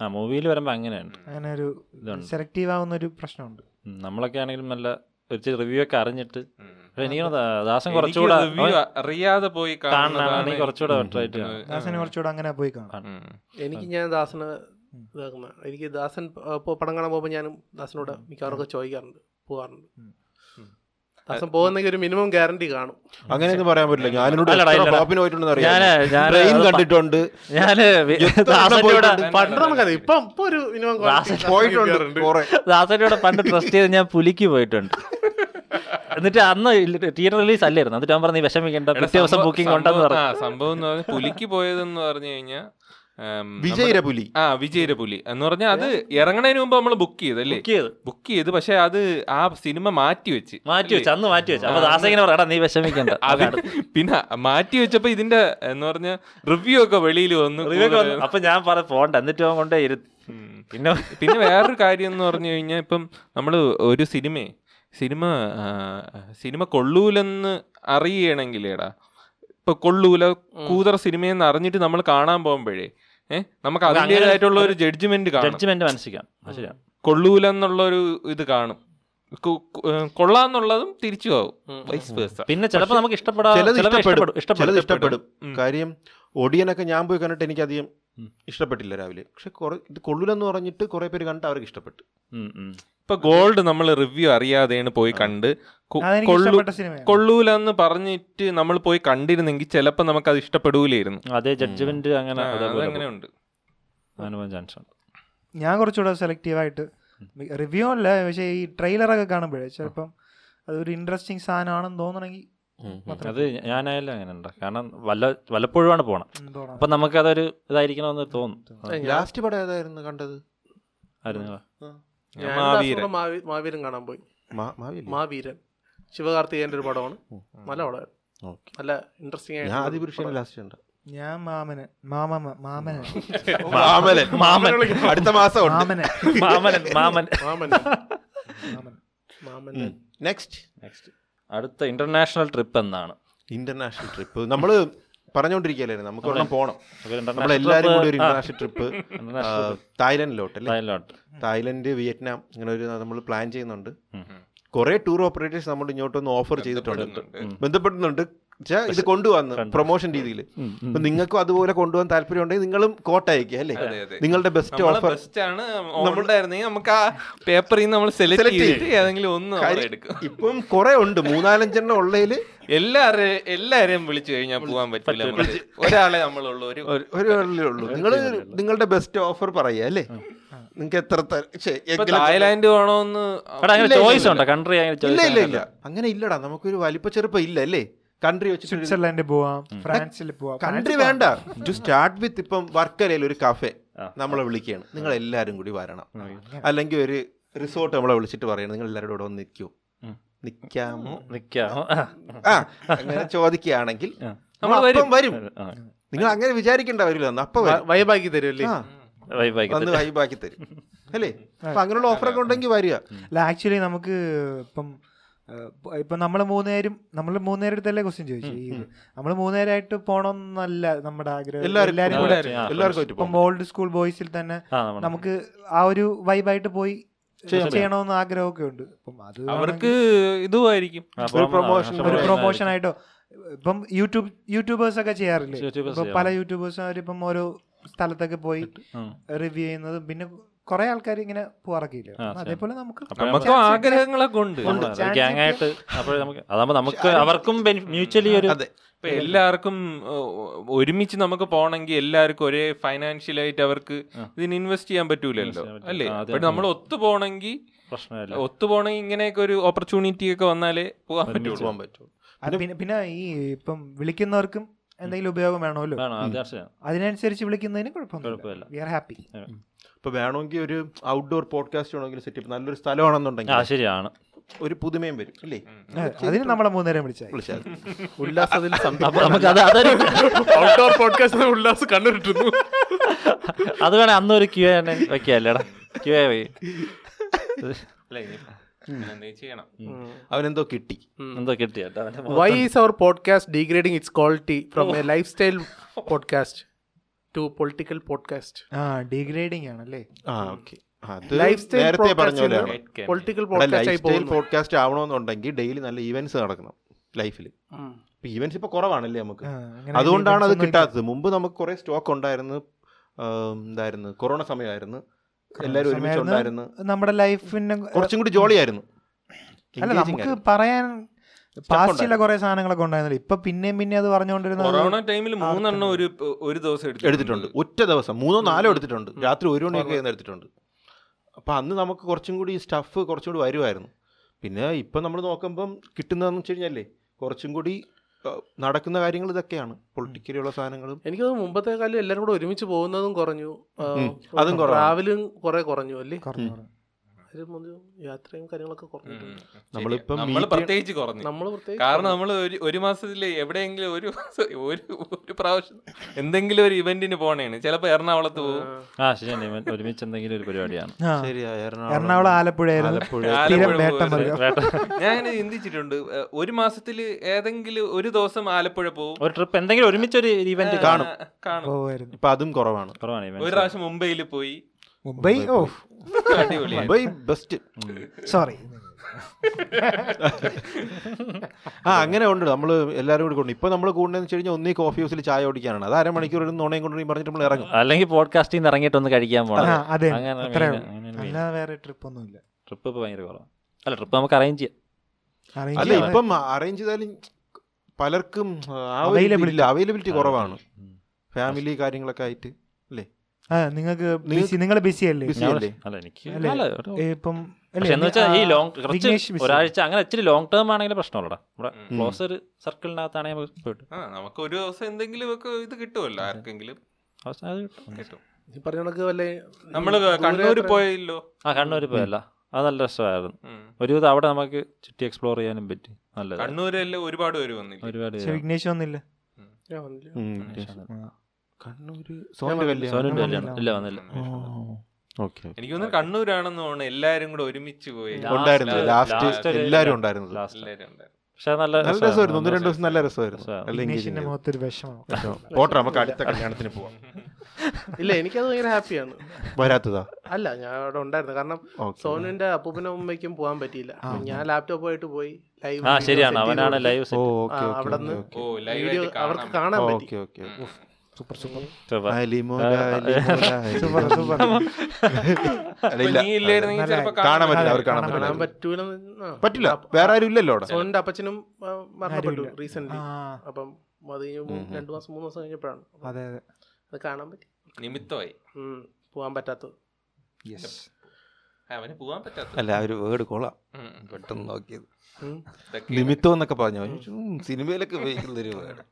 D: ആ മൂവിയിൽ വരുമ്പോൾ അങ്ങനെയുണ്ട്
A: അങ്ങനെ ഒരു
D: ഇതുണ്ട്.
A: സെലക്റ്റീവ് ആവുന്ന ഒരു പ്രശ്നമുണ്ട്
D: ഉം, നമ്മളൊക്കെ ആണെങ്കിലും നല്ല ഒരു റിവ്യൂ ഒക്കെ അറിഞ്ഞിട്ട്
C: ഉം.
D: പക്ഷെ എനിക്ക് തോന്നുന്നു ദാ- ദാസൻ
C: എനിക്ക്
D: കുറച്ചുകൂടെ
C: review അറിയാതെ പോയി
D: കാണാനാണ്
C: കാണുന്നതാണ്
D: കുറച്ചുകൂടെ ബെറ്റർ ആയിട്ട് കാണും.
A: ദാസന് കുറച്ചുകൂടെ അങ്ങനെ പോയി കാണാം
C: ഉം.
E: എനിക്ക് ഞാൻ ദാസന് ഇതാക്കുന്ന എനിക്ക് ദാസൻ ആ, ഇപ്പൊ പടം കാണാൻ പോകുമ്പോൾ ഞാനും ദാസനോട് മിക്കവാറൊക്കെ ചോദിക്കാറുണ്ട് പോകാറുണ്ട് ദാസൻ പോകുന്നെങ്കിൽ ഒരു മിനിമം ഗ്യാരണ്ടി കാണും
B: അങ്ങനെയൊന്നും പറയാൻ പറ്റില്ല ഞാനിവിടെ
D: അല്ലടാ,
B: എത്ര
D: ഇല്ലടാ.
B: ഫ്ലോപ്പിന് പോയിട്ടുണ്ടെന്ന്
D: ഞാന് ഞാന്
B: ട്രെയിൻ
D: അത് പ-
B: കണ്ടിട്ടുണ്ട്
D: ഞാന് വി- ദാസന്റെ കൂടെ പണ്ട്
E: പണ്ട് നമുക്കത് ഇപ്പൊ ഇപ്പൊ ഒരു മിനിമം
B: പോയിട്ടുണ്ട് കുറെ
D: ദാസന്റെ കൂടെ പണ്ട് ട്രസ്റ്റ് ചെയ്ത് ഞാൻ പുലിക്ക് പോയിട്ടുണ്ട് എന്നിട്ട് അന്ന് തിയേറ്റർ റിലീസ് അല്ലായിരുന്നു എന്നിട്ട് ഞാൻ പറഞ്ഞു "നീ വിഷമിക്കേണ്ട
C: എടാ,
D: പിറ്റേ ദിവസം
C: സംഭവം-
D: ബുക്കിംഗ് ഉണ്ടെന്ന്
C: സംഭവം-
D: പറഞ്ഞു
C: ആ, സംഭവം എന്ന് പറഞ്ഞാൽ പുലിക്ക് പോയതെന്ന് പറഞ്ഞു കഴിഞ്ഞാൽ
B: വിജയിര പുലി
C: ആ വിജയിര പുലി എന്ന് പറഞ്ഞാൽ അത് ഇറങ്ങണതിന് മുമ്പ് നമ്മൾ ബുക്ക് ചെയ്തല്ലേ
D: ബുക്ക് ചെയ്ത്
C: ബുക്ക് ചെയ്ത് പക്ഷെ അത് ആ സിനിമ മാറ്റി വെച്ച്
D: മാറ്റി വെച്ചു അന്ന് മാറ്റി വെച്ചു അപ്പൊ ദാസ ഇങ്ങനെ പറയടാ നീ വിഷമിക്കണ്ട
C: അത് പിന്നെ മാറ്റി വെച്ചപ്പോ ഇതിന്റെ എന്ന് പറഞ്ഞ റിവ്യൂ ഒക്കെ വെളിയിൽ വന്നു
D: റിവ്യൂ ഒക്കെ വന്നു. അപ്പൊ ഞാൻ പറഞ്ഞു പോണ്ട എന്നിട്ട് അവൻ കൊണ്ടേ ഇരുത്തി
C: പിന്നെ പിന്നെ വേറൊരു കാര്യം എന്ന് പറഞ്ഞു കഴിഞ്ഞാൽ ഇപ്പം നമ്മൾ ഒരു സിനിമയെ സിനിമ ആ, സിനിമ കൊള്ളൂലെന്ന് അറിയണമെങ്കിലേടാ ഇപ്പൊ കൊള്ളൂല കൂതറ സിനിമയെന്ന് അറിഞ്ഞിട്ട് നമ്മൾ കാണാൻ പോകുമ്പോഴേ ഏഹ് നമുക്ക്
D: അങ്ങനെ
C: അതിൻ്റെതായിട്ടുള്ള ഒരു ജഡ്ജ്മെന്റ് കാണും
D: ജഡ്ജ്മെന്റ് മനസ്സിക്കാം അത് ശരിയാ
C: കൊള്ളൂലെന്നുള്ള ഒരു ഇത് കാണും കു- കു- ഏഹ് കൊള്ളാന്നുള്ളതും തിരിച്ചു ആവും
D: ഉം.
C: വൈസ് വേഴ്സ
D: പിന്നെ ചിലപ്പോൾ നമുക്ക് ഇഷ്ടപ്പെടാം
B: ചിലത്
D: ചിലത്
B: ഇഷ്ടപ്പെടും ചിലത്
D: ഇഷ്ടപ്പെടും
B: ഇഷ്ടപ്പെടും കാര്യം ഒടിയനൊക്കെ ഞാൻ പോയി കണ്ടിട്ട് എനിക്ക് അധികം ഇഷ്ടപ്പെട്ടില്ല രാവിലെ പക്ഷെ കുറെ ഇത് കൊള്ളൂലെന്ന് പറഞ്ഞിട്ട് കുറെ പേര് കണ്ടിട്ട് അവർക്ക് ഇഷ്ടപ്പെട്ടു
D: ഉം, ഉം.
C: ഇപ്പൊ ഗോൾഡ് നമ്മൾ റിവ്യൂ അറിയാതെയാണ് പോയി കണ്ട് കൊ-
A: അതെനിക്ക്
C: കൊള്ളു
A: ഇഷ്ടപ്പെട്ട സിനിമയാണ്
C: കൊള്ളൂലെന്ന് പറഞ്ഞിട്ട് നമ്മൾ പോയി കണ്ടിരുന്നെങ്കിൽ ചിലപ്പോൾ നമുക്ക് അത് ഇഷ്ടപ്പെടൂലായിരുന്നു
D: അതേ ജഡ്ജ്മെന്റ് അങ്ങനെ അതേപോലെ
C: അങ്ങനെയുണ്ട്
D: അങ്ങനെ പോകാൻ ചാൻസ് ഉണ്ട്
A: ഞാൻ കുറച്ചുകൂടെ സെലക്റ്റീവായിട്ട് റിവ്യൂ അല്ല പക്ഷേ ഈ ട്രെയിലറൊക്കെ കാണുമ്പോഴേ ചിലപ്പം അതൊരു ഇൻട്രസ്റ്റിംഗ് സാധനമാണെന്ന് തോന്നണമെങ്കിൽ മാത്രം
D: അത് ഞാനായാലും അങ്ങനെ ഉണ്ട് കാരണം വല്ല വല്ലപ്പോഴുമാണ് പോണം
A: തോന്നാം.
D: അപ്പൊ നമുക്ക് അതൊരു ഇതായിരിക്കണമെന്ന് തോന്നും ആ,
B: ലാസ്റ്റ് പടം ഏതായിരുന്നു കണ്ടത്
D: ആയിരുന്നു.
E: ഞാൻ
C: മാവീരൻ.
E: കാസർഗോഡ് മാവി- മാവീരൻ കാണാൻ പോയി
B: മാ- മാവിയല്ലേ?
E: മാവീരൻ ശിവകാർത്തികേയൻ്റെ ഒരു പടമാണ് നല്ല പടമാണ്
B: Okay.
E: നല്ല ഇൻട്രസ്റ്റിംഗ്
B: ഞാൻ ആദിപുരുഷൻ ലാസ്റ്റ് കണ്ട
A: ഞാൻ മാമന് മാമ മാമന്
B: മാമലൻ മാമൻ അടുത്ത മാസം ഉണ്ട്
A: മാമന്
D: മാമൻ മാമൻ
E: മാമൻ മാമൻ
B: നെക്സ്റ്റ്
D: നെക്സ്റ്റ് അടുത്ത ഇന്റർനാഷണൽ ട്രിപ്പ് എന്നാണ്
B: ഇന്റർനാഷണൽ ട്രിപ്പ് നമ്മള് പറഞ്ഞുകൊണ്ടിരിക്കുകയല്ലായിരുന്നു നമുക്ക് ഒരെണ്ണം പോകണം
D: ഒരു
B: നമ്മൾ
D: international
B: എല്ലാവരും
D: trip,
B: കൂടി ഒരു
D: ആ,
B: ഇന്റർനാഷണൽ ട്രിപ്പ്
D: international trip.
B: തായ്ലൻഡിലോട്ട് അല്ലേ
D: തായ്ലൻഡ്.
B: തായ്ലൻഡ് വിയറ്റ്നാം ഇങ്ങനെ ഒരു നമ്മൾ പ്ലാൻ ചെയ്യുന്നുണ്ട് കുറെ ടൂർ ഓപ്പറേറ്റേഴ്സ് നമ്മൾ ഇങ്ങോട്ട് ഒന്ന് ഓഫർ ചെയ്തിട്ടുണ്ട് ബന്ധപ്പെടുന്നുണ്ട് ച്ചാ ഇത് കൊണ്ടുവന്ന് പ്രൊമോഷൻ രീതിയിൽ അപ്പൊ നിങ്ങൾക്കും അതുപോലെ കൊണ്ടുപോകാൻ താല്പര്യം ഉണ്ടെങ്കിൽ നിങ്ങളും കോട്ടയക്കുക അല്ലേ നിങ്ങളുടെ ബെസ്റ്റ്
C: നമ്മളെ
B: ഓഫർ
C: best ആണ് ഉണ്ടായിരുന്നെങ്കിൽ നമുക്ക് ആ പേപ്പറിൽ നിന്ന് നമ്മൾ സെലക്ട് ചെയ്തിട്ട് ഏതെങ്കിലും ഒന്ന് നമ്മൾ എടുക്കും
B: ഇപ്പം കുറെ ഉണ്ട് മൂന്നാലഞ്ചെണ്ണം ഉള്ളതിൽ
C: എല്ലാരെയും എല്ലാരെയും വിളിച്ചു കഴിഞ്ഞാൽ പോകാൻ പറ്റില്ല നമുക്ക് ഒരാളെ നമ്മളുള്ള ഒരു
B: ഒരു വേളയിലേ ഉള്ളൂ നിങ്ങൾ നിങ്ങളുടെ ബെസ്റ്റ് ഓഫർ പറയുക അല്ലേ നിങ്ങൾക്ക് എത്ര ത- ശ്ശെ,
C: ഇപ്പൊ
B: എങ്കിലും-
C: തായ്ലാൻഡ് വേണോന്ന്
D: എടാ, അങ്ങനെ ചോയ്സ് ഉണ്ടോ കൺട്രി അങ്ങനെ
B: ഇല്ല ഇല്ല
D: ചോയ്സ്
B: ഇല്ല അങ്ങനെ ഇല്ലടാ നമുക്കൊരു വലിപ്പ ചെറുപ്പം ഇല്ല അല്ലേ കൺട്രി വെച്ചിട്ട്
A: സ്വിറ്റ്സർലൻഡിൽ പോവാം ഫ്രാൻസിൽ പോവാം
B: കൺട്രി വേണ്ട ടു സ്റ്റാർട്ട് വിത്ത് ഇപ്പം വർക്കലയിൽ ഒരു കഫേ നമ്മളെ വിളിക്കുകയാണ് നിങ്ങൾ എല്ലാവരും കൂടി വരണം അല്ലെങ്കിൽ ഒരു റിസോർട്ട് നമ്മളെ വിളിച്ചിട്ട് പറയണം നിങ്ങൾ എല്ലാവരും ഇവിടെ വന്ന് നിൽക്കൂ നിൽക്കാമോ
D: നിക്കാമോ
B: ആ അങ്ങനെ ചോദിക്കുകയാണെങ്കിൽ
C: നമ്മൾ
B: നമ്മൾ അപ്പം വരും
D: ആ.
B: നിങ്ങൾ അങ്ങനെ വിചാരിക്കേണ്ട വരില്ല അന്ന് അപ്പം വരും
E: വൈബാക്കി തരുമല്ലേ
B: ആ
D: Bye, bye.
B: വന്ന് വൈബാക്കി തരും അല്ലേ അപ്പൊ അങ്ങനെയുള്ള ഓഫറൊക്കെ ഉണ്ടെങ്കിൽ വരിക
A: അല്ല ആക്ച്വലി നമുക്ക് ഇപ്പം ഇപ്പം നമ്മൾ മൂന്നുപേരും നമ്മൾ മൂന്നുപേരുടെ അടുത്തല്ലേ ക്വസ്റ്റ്യൻ ചോദിച്ചു ഈ നമ്മൾ മൂന്നുപേരായിട്ട് പോകണമെന്നല്ല നമ്മുടെ ആഗ്രഹം
B: എല്ലാവരും
A: എല്ലാവരും
B: എല്ലാവർക്കും
A: കൂടെ
D: ആ,
B: എല്ലാവർക്കും ആയിട്ട്
A: ഇപ്പം
B: പോകാം.
A: ഓൾഡ് സ്കൂൾ ബോയ്സിൽ തന്നെ
D: ആ, നമ്മള്
A: നമുക്ക് ആ ഒരു വൈബായിട്ട് പോയി ചെയ്യണമെന്ന് ആഗ്രഹമൊക്കെ ഉണ്ട് അപ്പം അത്
C: അവർക്ക് ഇതുമായിരിക്കും
D: ആ, പോകാം.
B: promotion
D: ആ,
A: ഒരു
D: promotion
A: പ്രൊമോഷൻ ആയിട്ടോ ഇപ്പം യൂട്യൂബ് യൂട്യൂബേഴ്സ് ഒക്കെ ചെയ്യാറില്ലേ
D: YouTubers
A: ഇപ്പൊ പല യൂട്യൂബേഴ്സും അവരിപ്പം ഓരോ സ്ഥലത്തൊക്കെ പോയി
D: ഉം.
A: റിവ്യൂ ചെയ്യുന്നതും പിന്നെ കുറെ ആൾക്കാർ ഇങ്ങനെ പോറക്കില്ല അതേപോലെ നമുക്ക്
C: നമുക്കും ആഗ്രഹങ്ങളൊക്കെ ഉണ്ട്
D: നമ്മള് ഒരു gang ആയിട്ട് അപ്പോൾ നമുക്ക് അതാകുമ്പോൾ നമുക്ക് അവർക്കും മ്യൂച്വലി ഒരു
B: അതെ
C: ഇപ്പൊ എല്ലാവർക്കും ഓ, ഒരുമിച്ച് നമുക്ക് പോണെങ്കിൽ എല്ലാവർക്കും ഒരേ ഫൈനാൻഷ്യലായിട്ട് അവർക്ക് ഇതിന് ഇൻവെസ്റ്റ് ചെയ്യാൻ പറ്റൂലല്ലോ അല്ലേ അപ്പൊ നമ്മൾ ഒത്തു പോണെങ്കിൽ
D: പ്രശ്നമില്ല
C: ഒത്തു പോണെങ്കിൽ ഇങ്ങനെയൊക്കെ ഒരു ഓപ്പർച്യൂണിറ്റി ഒക്കെ വന്നാലേ പോകാൻ പറ്റുള്ളൂ
B: പോകാൻ പറ്റും
A: അത് പിന്നെ പിന്നെ ഈ ഇപ്പം വിളിക്കുന്നവർക്കും എന്തെങ്കിലും ഉപയോഗം വേണമല്ലോ
D: വേണം അത് ശരിയാണ്.
A: അതിനനുസരിച്ച് വിളിക്കുന്നതിന് കുഴപ്പമൊന്നുമില്ല
D: കുഴപ്പമില്ല.
A: വി ആർ ഹാപ്പി
B: ഇപ്പൊ വേണമെങ്കിൽ ഒരു ഔട്ട്ഡോർ പോഡ്കാസ്റ്റ് വേണമെങ്കിൽ സെറ്റപ്പ് നല്ലൊരു സ്ഥലമാണെന്നുണ്ടെങ്കിൽ
D: ആ ശരിയാണ്
B: ഒരു പുതുമയും വരും ഇല്ലേ
A: അതിന് നമ്മളെ മൂന്നേരം വിളിച്ചാൽ
B: വിളിച്ചാൽ
E: ഉല്ലാസത്തിൽ
D: അപ്പൊ നമുക്ക് അത് അതൊരു
E: ഔട്ട്ഡോർ പോഡ്കാസ്റ്റ് ഉല്ലാസ് കണ്ണുരുട്ടുന്നു
D: അത് വേണേ അന്ന് ഒരു ക്യൂ തന്നെ വെക്കാല്ലേടാ ക്യൂ വൈ
C: അല്ലേ അങ്ങനെ എന്തെങ്കിലും ചെയ്യണം
B: അവനെന്തോ കിട്ടി
D: എന്തോ കിട്ടിയാട്ടോ
E: why is our podcast degrading its quality from a lifestyle podcast to political podcast
A: ആ ഡീഗ്രേഡിംഗ് ആണല്ലേ
B: ആ ഓക്കെ അത്
E: ലൈഫ് സ്റ്റൈൽ
B: നേരത്തെ പറഞ്ഞ പോലെയാണ്
E: പൊളിറ്റിക്കൽ പോഡ്കാസ്റ്റ്
B: ലൈഫ്
E: ആയി
B: സ്റ്റൈൽ
E: പോകുന്നു
B: പോഡ്കാസ്റ്റ് ആവണമെന്നുണ്ടെങ്കിൽ ഡെയിലി നല്ല ഈവൻസ് നടക്കണം ലൈഫിൽ ഈവൻസ് ഇപ്പൊ കുറവാണല്ലേ നമുക്ക്
A: ആ, അങ്ങനെ
B: അതുകൊണ്ടാണ് അത്
A: events ഒന്നും
B: കിട്ടാത്തത് മുമ്പ് നമുക്ക് കുറെ സ്റ്റോക്ക് ഉണ്ടായിരുന്നു ആ, എന്തായിരുന്നു കൊറോണ സമയമായിരുന്നു എല്ലാവരും ഒരുമിച്ച്
A: സമയമായിരുന്നു.
B: ഉണ്ടായിരുന്നു
A: നമ്മുടെ ലൈഫിന്
B: കുറച്ചും കൂടി ജോളിയായിരുന്നു
A: അല്ല നമുക്ക് പറയാൻ പാസ്റ്റിലെ കുറെ സാധനങ്ങളൊക്കെ ഉണ്ടായിരുന്നല്ലോ ഇപ്പൊ പിന്നെയും പിന്നെ അത് പറഞ്ഞുകൊണ്ടിരുന്നത്
C: കൊറോണ ടൈമിൽ മൂന്നെണ്ണം ഒരു ഒരു ദിവസം
B: എടുത്തിട്ടുണ്ട് ഒറ്റ ദിവസം മൂന്നോ നാലോ എടുത്തിട്ടുണ്ട് രാത്രി ഒരു മണിയൊക്കെ ആയിരുന്നു എടുത്തിട്ടുണ്ട് അപ്പോൾ അന്ന് നമുക്ക് കുറച്ചും കൂടി സ്റ്റഫ് കുറച്ചും കൂടി വരുമായിരുന്നു പിന്നെ ഇപ്പം നമ്മൾ നോക്കുമ്പം കിട്ടുന്നതെന്ന് വെച്ച് കഴിഞ്ഞാലേ കുറച്ചും കൂടി ആ, നടക്കുന്ന കാര്യങ്ങൾ ഇതൊക്കെയാണ് പൊളിറ്റിക്കലുള്ള സാധനങ്ങളും
E: എനിക്ക് തോന്നുന്നു മുമ്പത്തെ കാലം എല്ലാവരും കൂടെ ഒരുമിച്ച് പോകുന്നതും കുറഞ്ഞു
B: അതും കുറവാണ്.
E: ട്രാവലും കുറെ കുറഞ്ഞു അല്ലേ
A: കുറഞ്ഞു കുറഞ്ഞു.
E: ഒരു മുതൽ യാത്രയും കാര്യങ്ങളൊക്കെ കുറഞ്ഞിട്ടുണ്ട്
B: നമ്മളിപ്പം
C: നമ്മൾ
B: meet-
C: പ്രത്യേകിച്ച് കുറഞ്ഞു
E: നമ്മൾ പ്രത്യേകിച്ച്
C: കാരണം നമ്മൾ ഒരു ഒരു മാസത്തിൽ എവിടെയെങ്കിലും ഒരു മാസം ഒരു ഒരു പ്രാവശ്യം എന്തെങ്കിലും ഒരു ഇവന്റിന് പോണേണ് ചിലപ്പോ എറണാകുളത്ത് പോകും
D: ആ ശരിയാണ് ഇവൻ ഒരുമിച്ച് എന്തെങ്കിലും ഒരു പരിപാടിയാണ്
A: ആ,
B: ശരിയാ, എറണാകുളം.
A: എറണാകുളം ആലപ്പുഴയായിരുന്നു
B: ആലപ്പുഴ.
A: സ്ഥിരം
C: ആലപ്പുഴ
A: വേട്ട
C: പോകും.
A: മൃഗം
D: വേട്ട.
C: ഞാൻ ഇങ്ങനെ ചിന്തിച്ചിട്ടുണ്ട് ഏഹ്, ഒരു മാസത്തിൽ ഏതെങ്കിലും ഒരു ദിവസം ആലപ്പുഴ പോകും
D: ഒരു ട്രിപ്പ് എന്തെങ്കിലും ഒരുമിച്ച് ഒരു ഇവന്റ് കാണും
C: ആ, കാണും
A: പോവായിരുന്നു
B: ഇപ്പൊ അതും കുറവാണ്
D: കുറവാണ്
C: ഒരു
D: ഇവന്റ്
C: പ്രാവശ്യം മുംബൈയിൽ പോയി
A: മുംബൈ ഓ
C: അടിപൊളിയായി
B: മുംബൈ ബെസ്റ്റ്
A: സോറി
B: ആ അങ്ങനെ ഉണ്ട് നമ്മൾ എല്ലാവരും കൂടി കൊണ്ട് ഇപ്പൊ നമ്മൾ കൂടുന്നതെന്ന് വെച്ച് കഴിഞ്ഞാൽ ഒന്നീ കോഫി ഹൗസിൽ ചായ ഓടിക്കാനാണ് അത് അരമണിക്കൂർ ഇരുന്ന് നുണയും കൊണ്ടുപോയി പറഞ്ഞിട്ട് നമ്മൾ ഇറങ്ങും
D: അല്ലെങ്കിൽ പോഡ്കാസ്റ്റിൽ നിന്ന് ഇറങ്ങിയിട്ടൊന്ന് കഴിക്കാൻ പോകണം
A: അതെ
D: അങ്ങനെ
A: അത്രേ
D: main-
A: ഉള്ളൂ.
D: അങ്ങനെ main.
A: അല്ലാതെ വേറെ ട്രിപ്പ് ഒന്നുമില്ല
D: ട്രിപ്പ് ഇപ്പൊ ഭയങ്കര കുറവാണ് അല്ല ട്രിപ്പ് നമുക്ക് അറേഞ്ച് ചെയ്യാം
A: Arrange
B: അല്ല
A: ചെയ്യാതെ-
B: ഇപ്പം അറേഞ്ച് ചെയ്താലും പലർക്കും
A: Availability.
B: അവൈലബിലിറ്റി അവൈലബിലിറ്റി കുറവാണ് ഫാമിലി കാര്യങ്ങളൊക്കെ ആയിട്ട്
A: ആ, നിങ്ങൾക്ക്
B: നിങ്ങ-
A: ബിസി നിങ്ങൾ ബിസി അല്ലേ
B: Busy.
D: ഞാൻ-
B: അല്ലേ?
D: അല്ല എനിക്ക്
A: അല്ലേ?
D: അല്ല, ഒരു-
A: ഏ, ഇപ്പം അല്ലേ,
D: പക്ഷെ എന്ന് വെച്ചാൽ ഈ
A: ആ,
D: ലോങ് കുറച്ച്
A: വിഘ്നേഷ് busy.
D: ഒരാഴ്ച അങ്ങനെ ഇച്ചിരി ലോങ് ടേം ആണെങ്കിൽ പ്രശ്നമുള്ളടാ നമ്മുടെ
C: ഉം.
D: ക്ലോസ് ഒരു സർക്കിളിനകത്താണെങ്കിൽ നമുക്ക് പോയിട്ട്
C: ആ നമുക്ക് ഒരു ദിവസം എന്തെങ്കിലും ഒക്കെ ഇത് കിട്ടുമല്ലോ ആർക്കെങ്കിലും
D: അവസാനം അത് കിട്ടും.
C: കിട്ടും
E: ഈ പറഞ്ഞ കണക്ക് വല്ല
C: നമ്മള് കണ്ണൂർ പോയല്ലോ
D: ആ കണ്ണൂർ പോയല്ല അത് നല്ല രസമായിരുന്നു
C: ഉം.
D: ഒരുവിധം അവിടെ നമുക്ക് ചുറ്റി എക്സ്പ്ലോർ ചെയ്യാനും പറ്റി നല്ലത്
C: കണ്ണൂരെല്ലാം ഒരുപാട് പേര് വന്നില്ല
D: ഒരുപാട്
A: പക്ഷെ വിഘ്നേഷ് വന്നില്ല
E: ഞാൻ വന്നില്ല.
B: കണ്ണൂര് സോണിന്റെ കല്യാണം
D: സോനുണ്ട് കല്യാണം ഇല്ല വന്നില്ല
B: ഓക്കെ
C: എനിക്ക് തോന്നുന്നു കണ്ണൂരാണെന്ന് തോന്നുന്നു എല്ലാരും കൂടെ ഒരുമിച്ച് പോയി
D: Last-
B: ഉണ്ടായിരുന്നത് ലാസ്റ്റ്
D: last ഒരു-
B: എല്ലാവരും ഉണ്ടായിരുന്നത്
D: Last.
C: എല്ലാരും ഉണ്ടായിരുന്നു.
D: പക്ഷെ നല്ല
B: നല്ല രസമായിരുന്നു ഒന്ന് രണ്ട് ദിവസം നല്ല രസമായിരുന്നു
D: രസമായിരുന്നു.
B: നല്ല engaging
A: വിഘ്നേഷിന്റെ മുഖത്തൊരു വിഷമം
B: ആയിരുന്നു. പോട്ടെ നമുക്ക് അടുത്ത കല്യാണത്തിന് പോവാം
E: ഇല്ല എനിക്കത് ഭയങ്കര ഹാപ്പിയാണ്
B: വരാത്തതാ
E: അല്ല ഞാൻ അവിടെ ഉണ്ടായിരുന്നു കാരണം
B: ഓക്കെ
E: സോനുവിന്റെ അപ്പൂപ്പനും അമ്മയ്ക്കും പോകാൻ പറ്റിയില്ല ഞാൻ ലാപ്ടോപ്പായിട്ട് പോയി ലൈവ്
D: ആ ശരിയാണ് അവനാണ് ലൈവ്
B: ഓ
D: സെറ്റ്
B: ഓക്കെ
E: ആ, അവിടുന്ന്
B: ഓക്കെ
C: ഓ ലൈവ്
E: വീഡിയോ
C: ആയിട്ട്
E: അവർക്ക്
C: കാണാൻ
E: കാണാൻ പറ്റി
B: okay okay
A: super super super
B: അല്ല
A: സൂപ്പർ
B: ഇല്ല
C: നീ ഇല്ലായിരുന്നെങ്കിൽ
A: നല്ല-
C: ചിലപ്പോ
B: കാണാൻ
C: കാണാൻ
B: പറ്റില്ല അവർ കാണാൻ
A: കാണാൻ
E: കാണാൻ
B: പറ്റില്ല
E: പറ്റൂലെന്ന് ആ.
B: പറ്റില്ല വേറെ ആരും ഇല്ലല്ലോ അവിടെ
E: സോനിന്റെ അപ്പച്ചനും ആ, മരണപ്പെട്ടു
A: ആരുമില്ല.
E: റീസെന്റ്
A: ആ
E: അപ്പം അത് കഴിഞ്ഞ് രണ്ടു മാസം മൂന്ന് മാസം കഴിഞ്ഞപ്പോഴാണ് അപ്പം
A: അതെ അതെ
E: അത് കാണാൻ പറ്റി
C: നിമിത്തമായി
E: ഉം. പോവാൻ പറ്റാത്തത്
C: അവന് പോവാൻ പറ്റാത്ത
B: അല്ല ഒരു വേർഡ് കൊള്ളാം
C: ഉം.
B: പെട്ടെന്ന് നോക്കിയത്
E: ഉം.
C: ഇതൊക്കെ
B: നിമിത്തം എന്നൊക്കെ പറഞ്ഞു ഉം, സിനിമയിലൊക്കെ ഉപയോഗിക്കുന്ന ഒരു വേർഡ്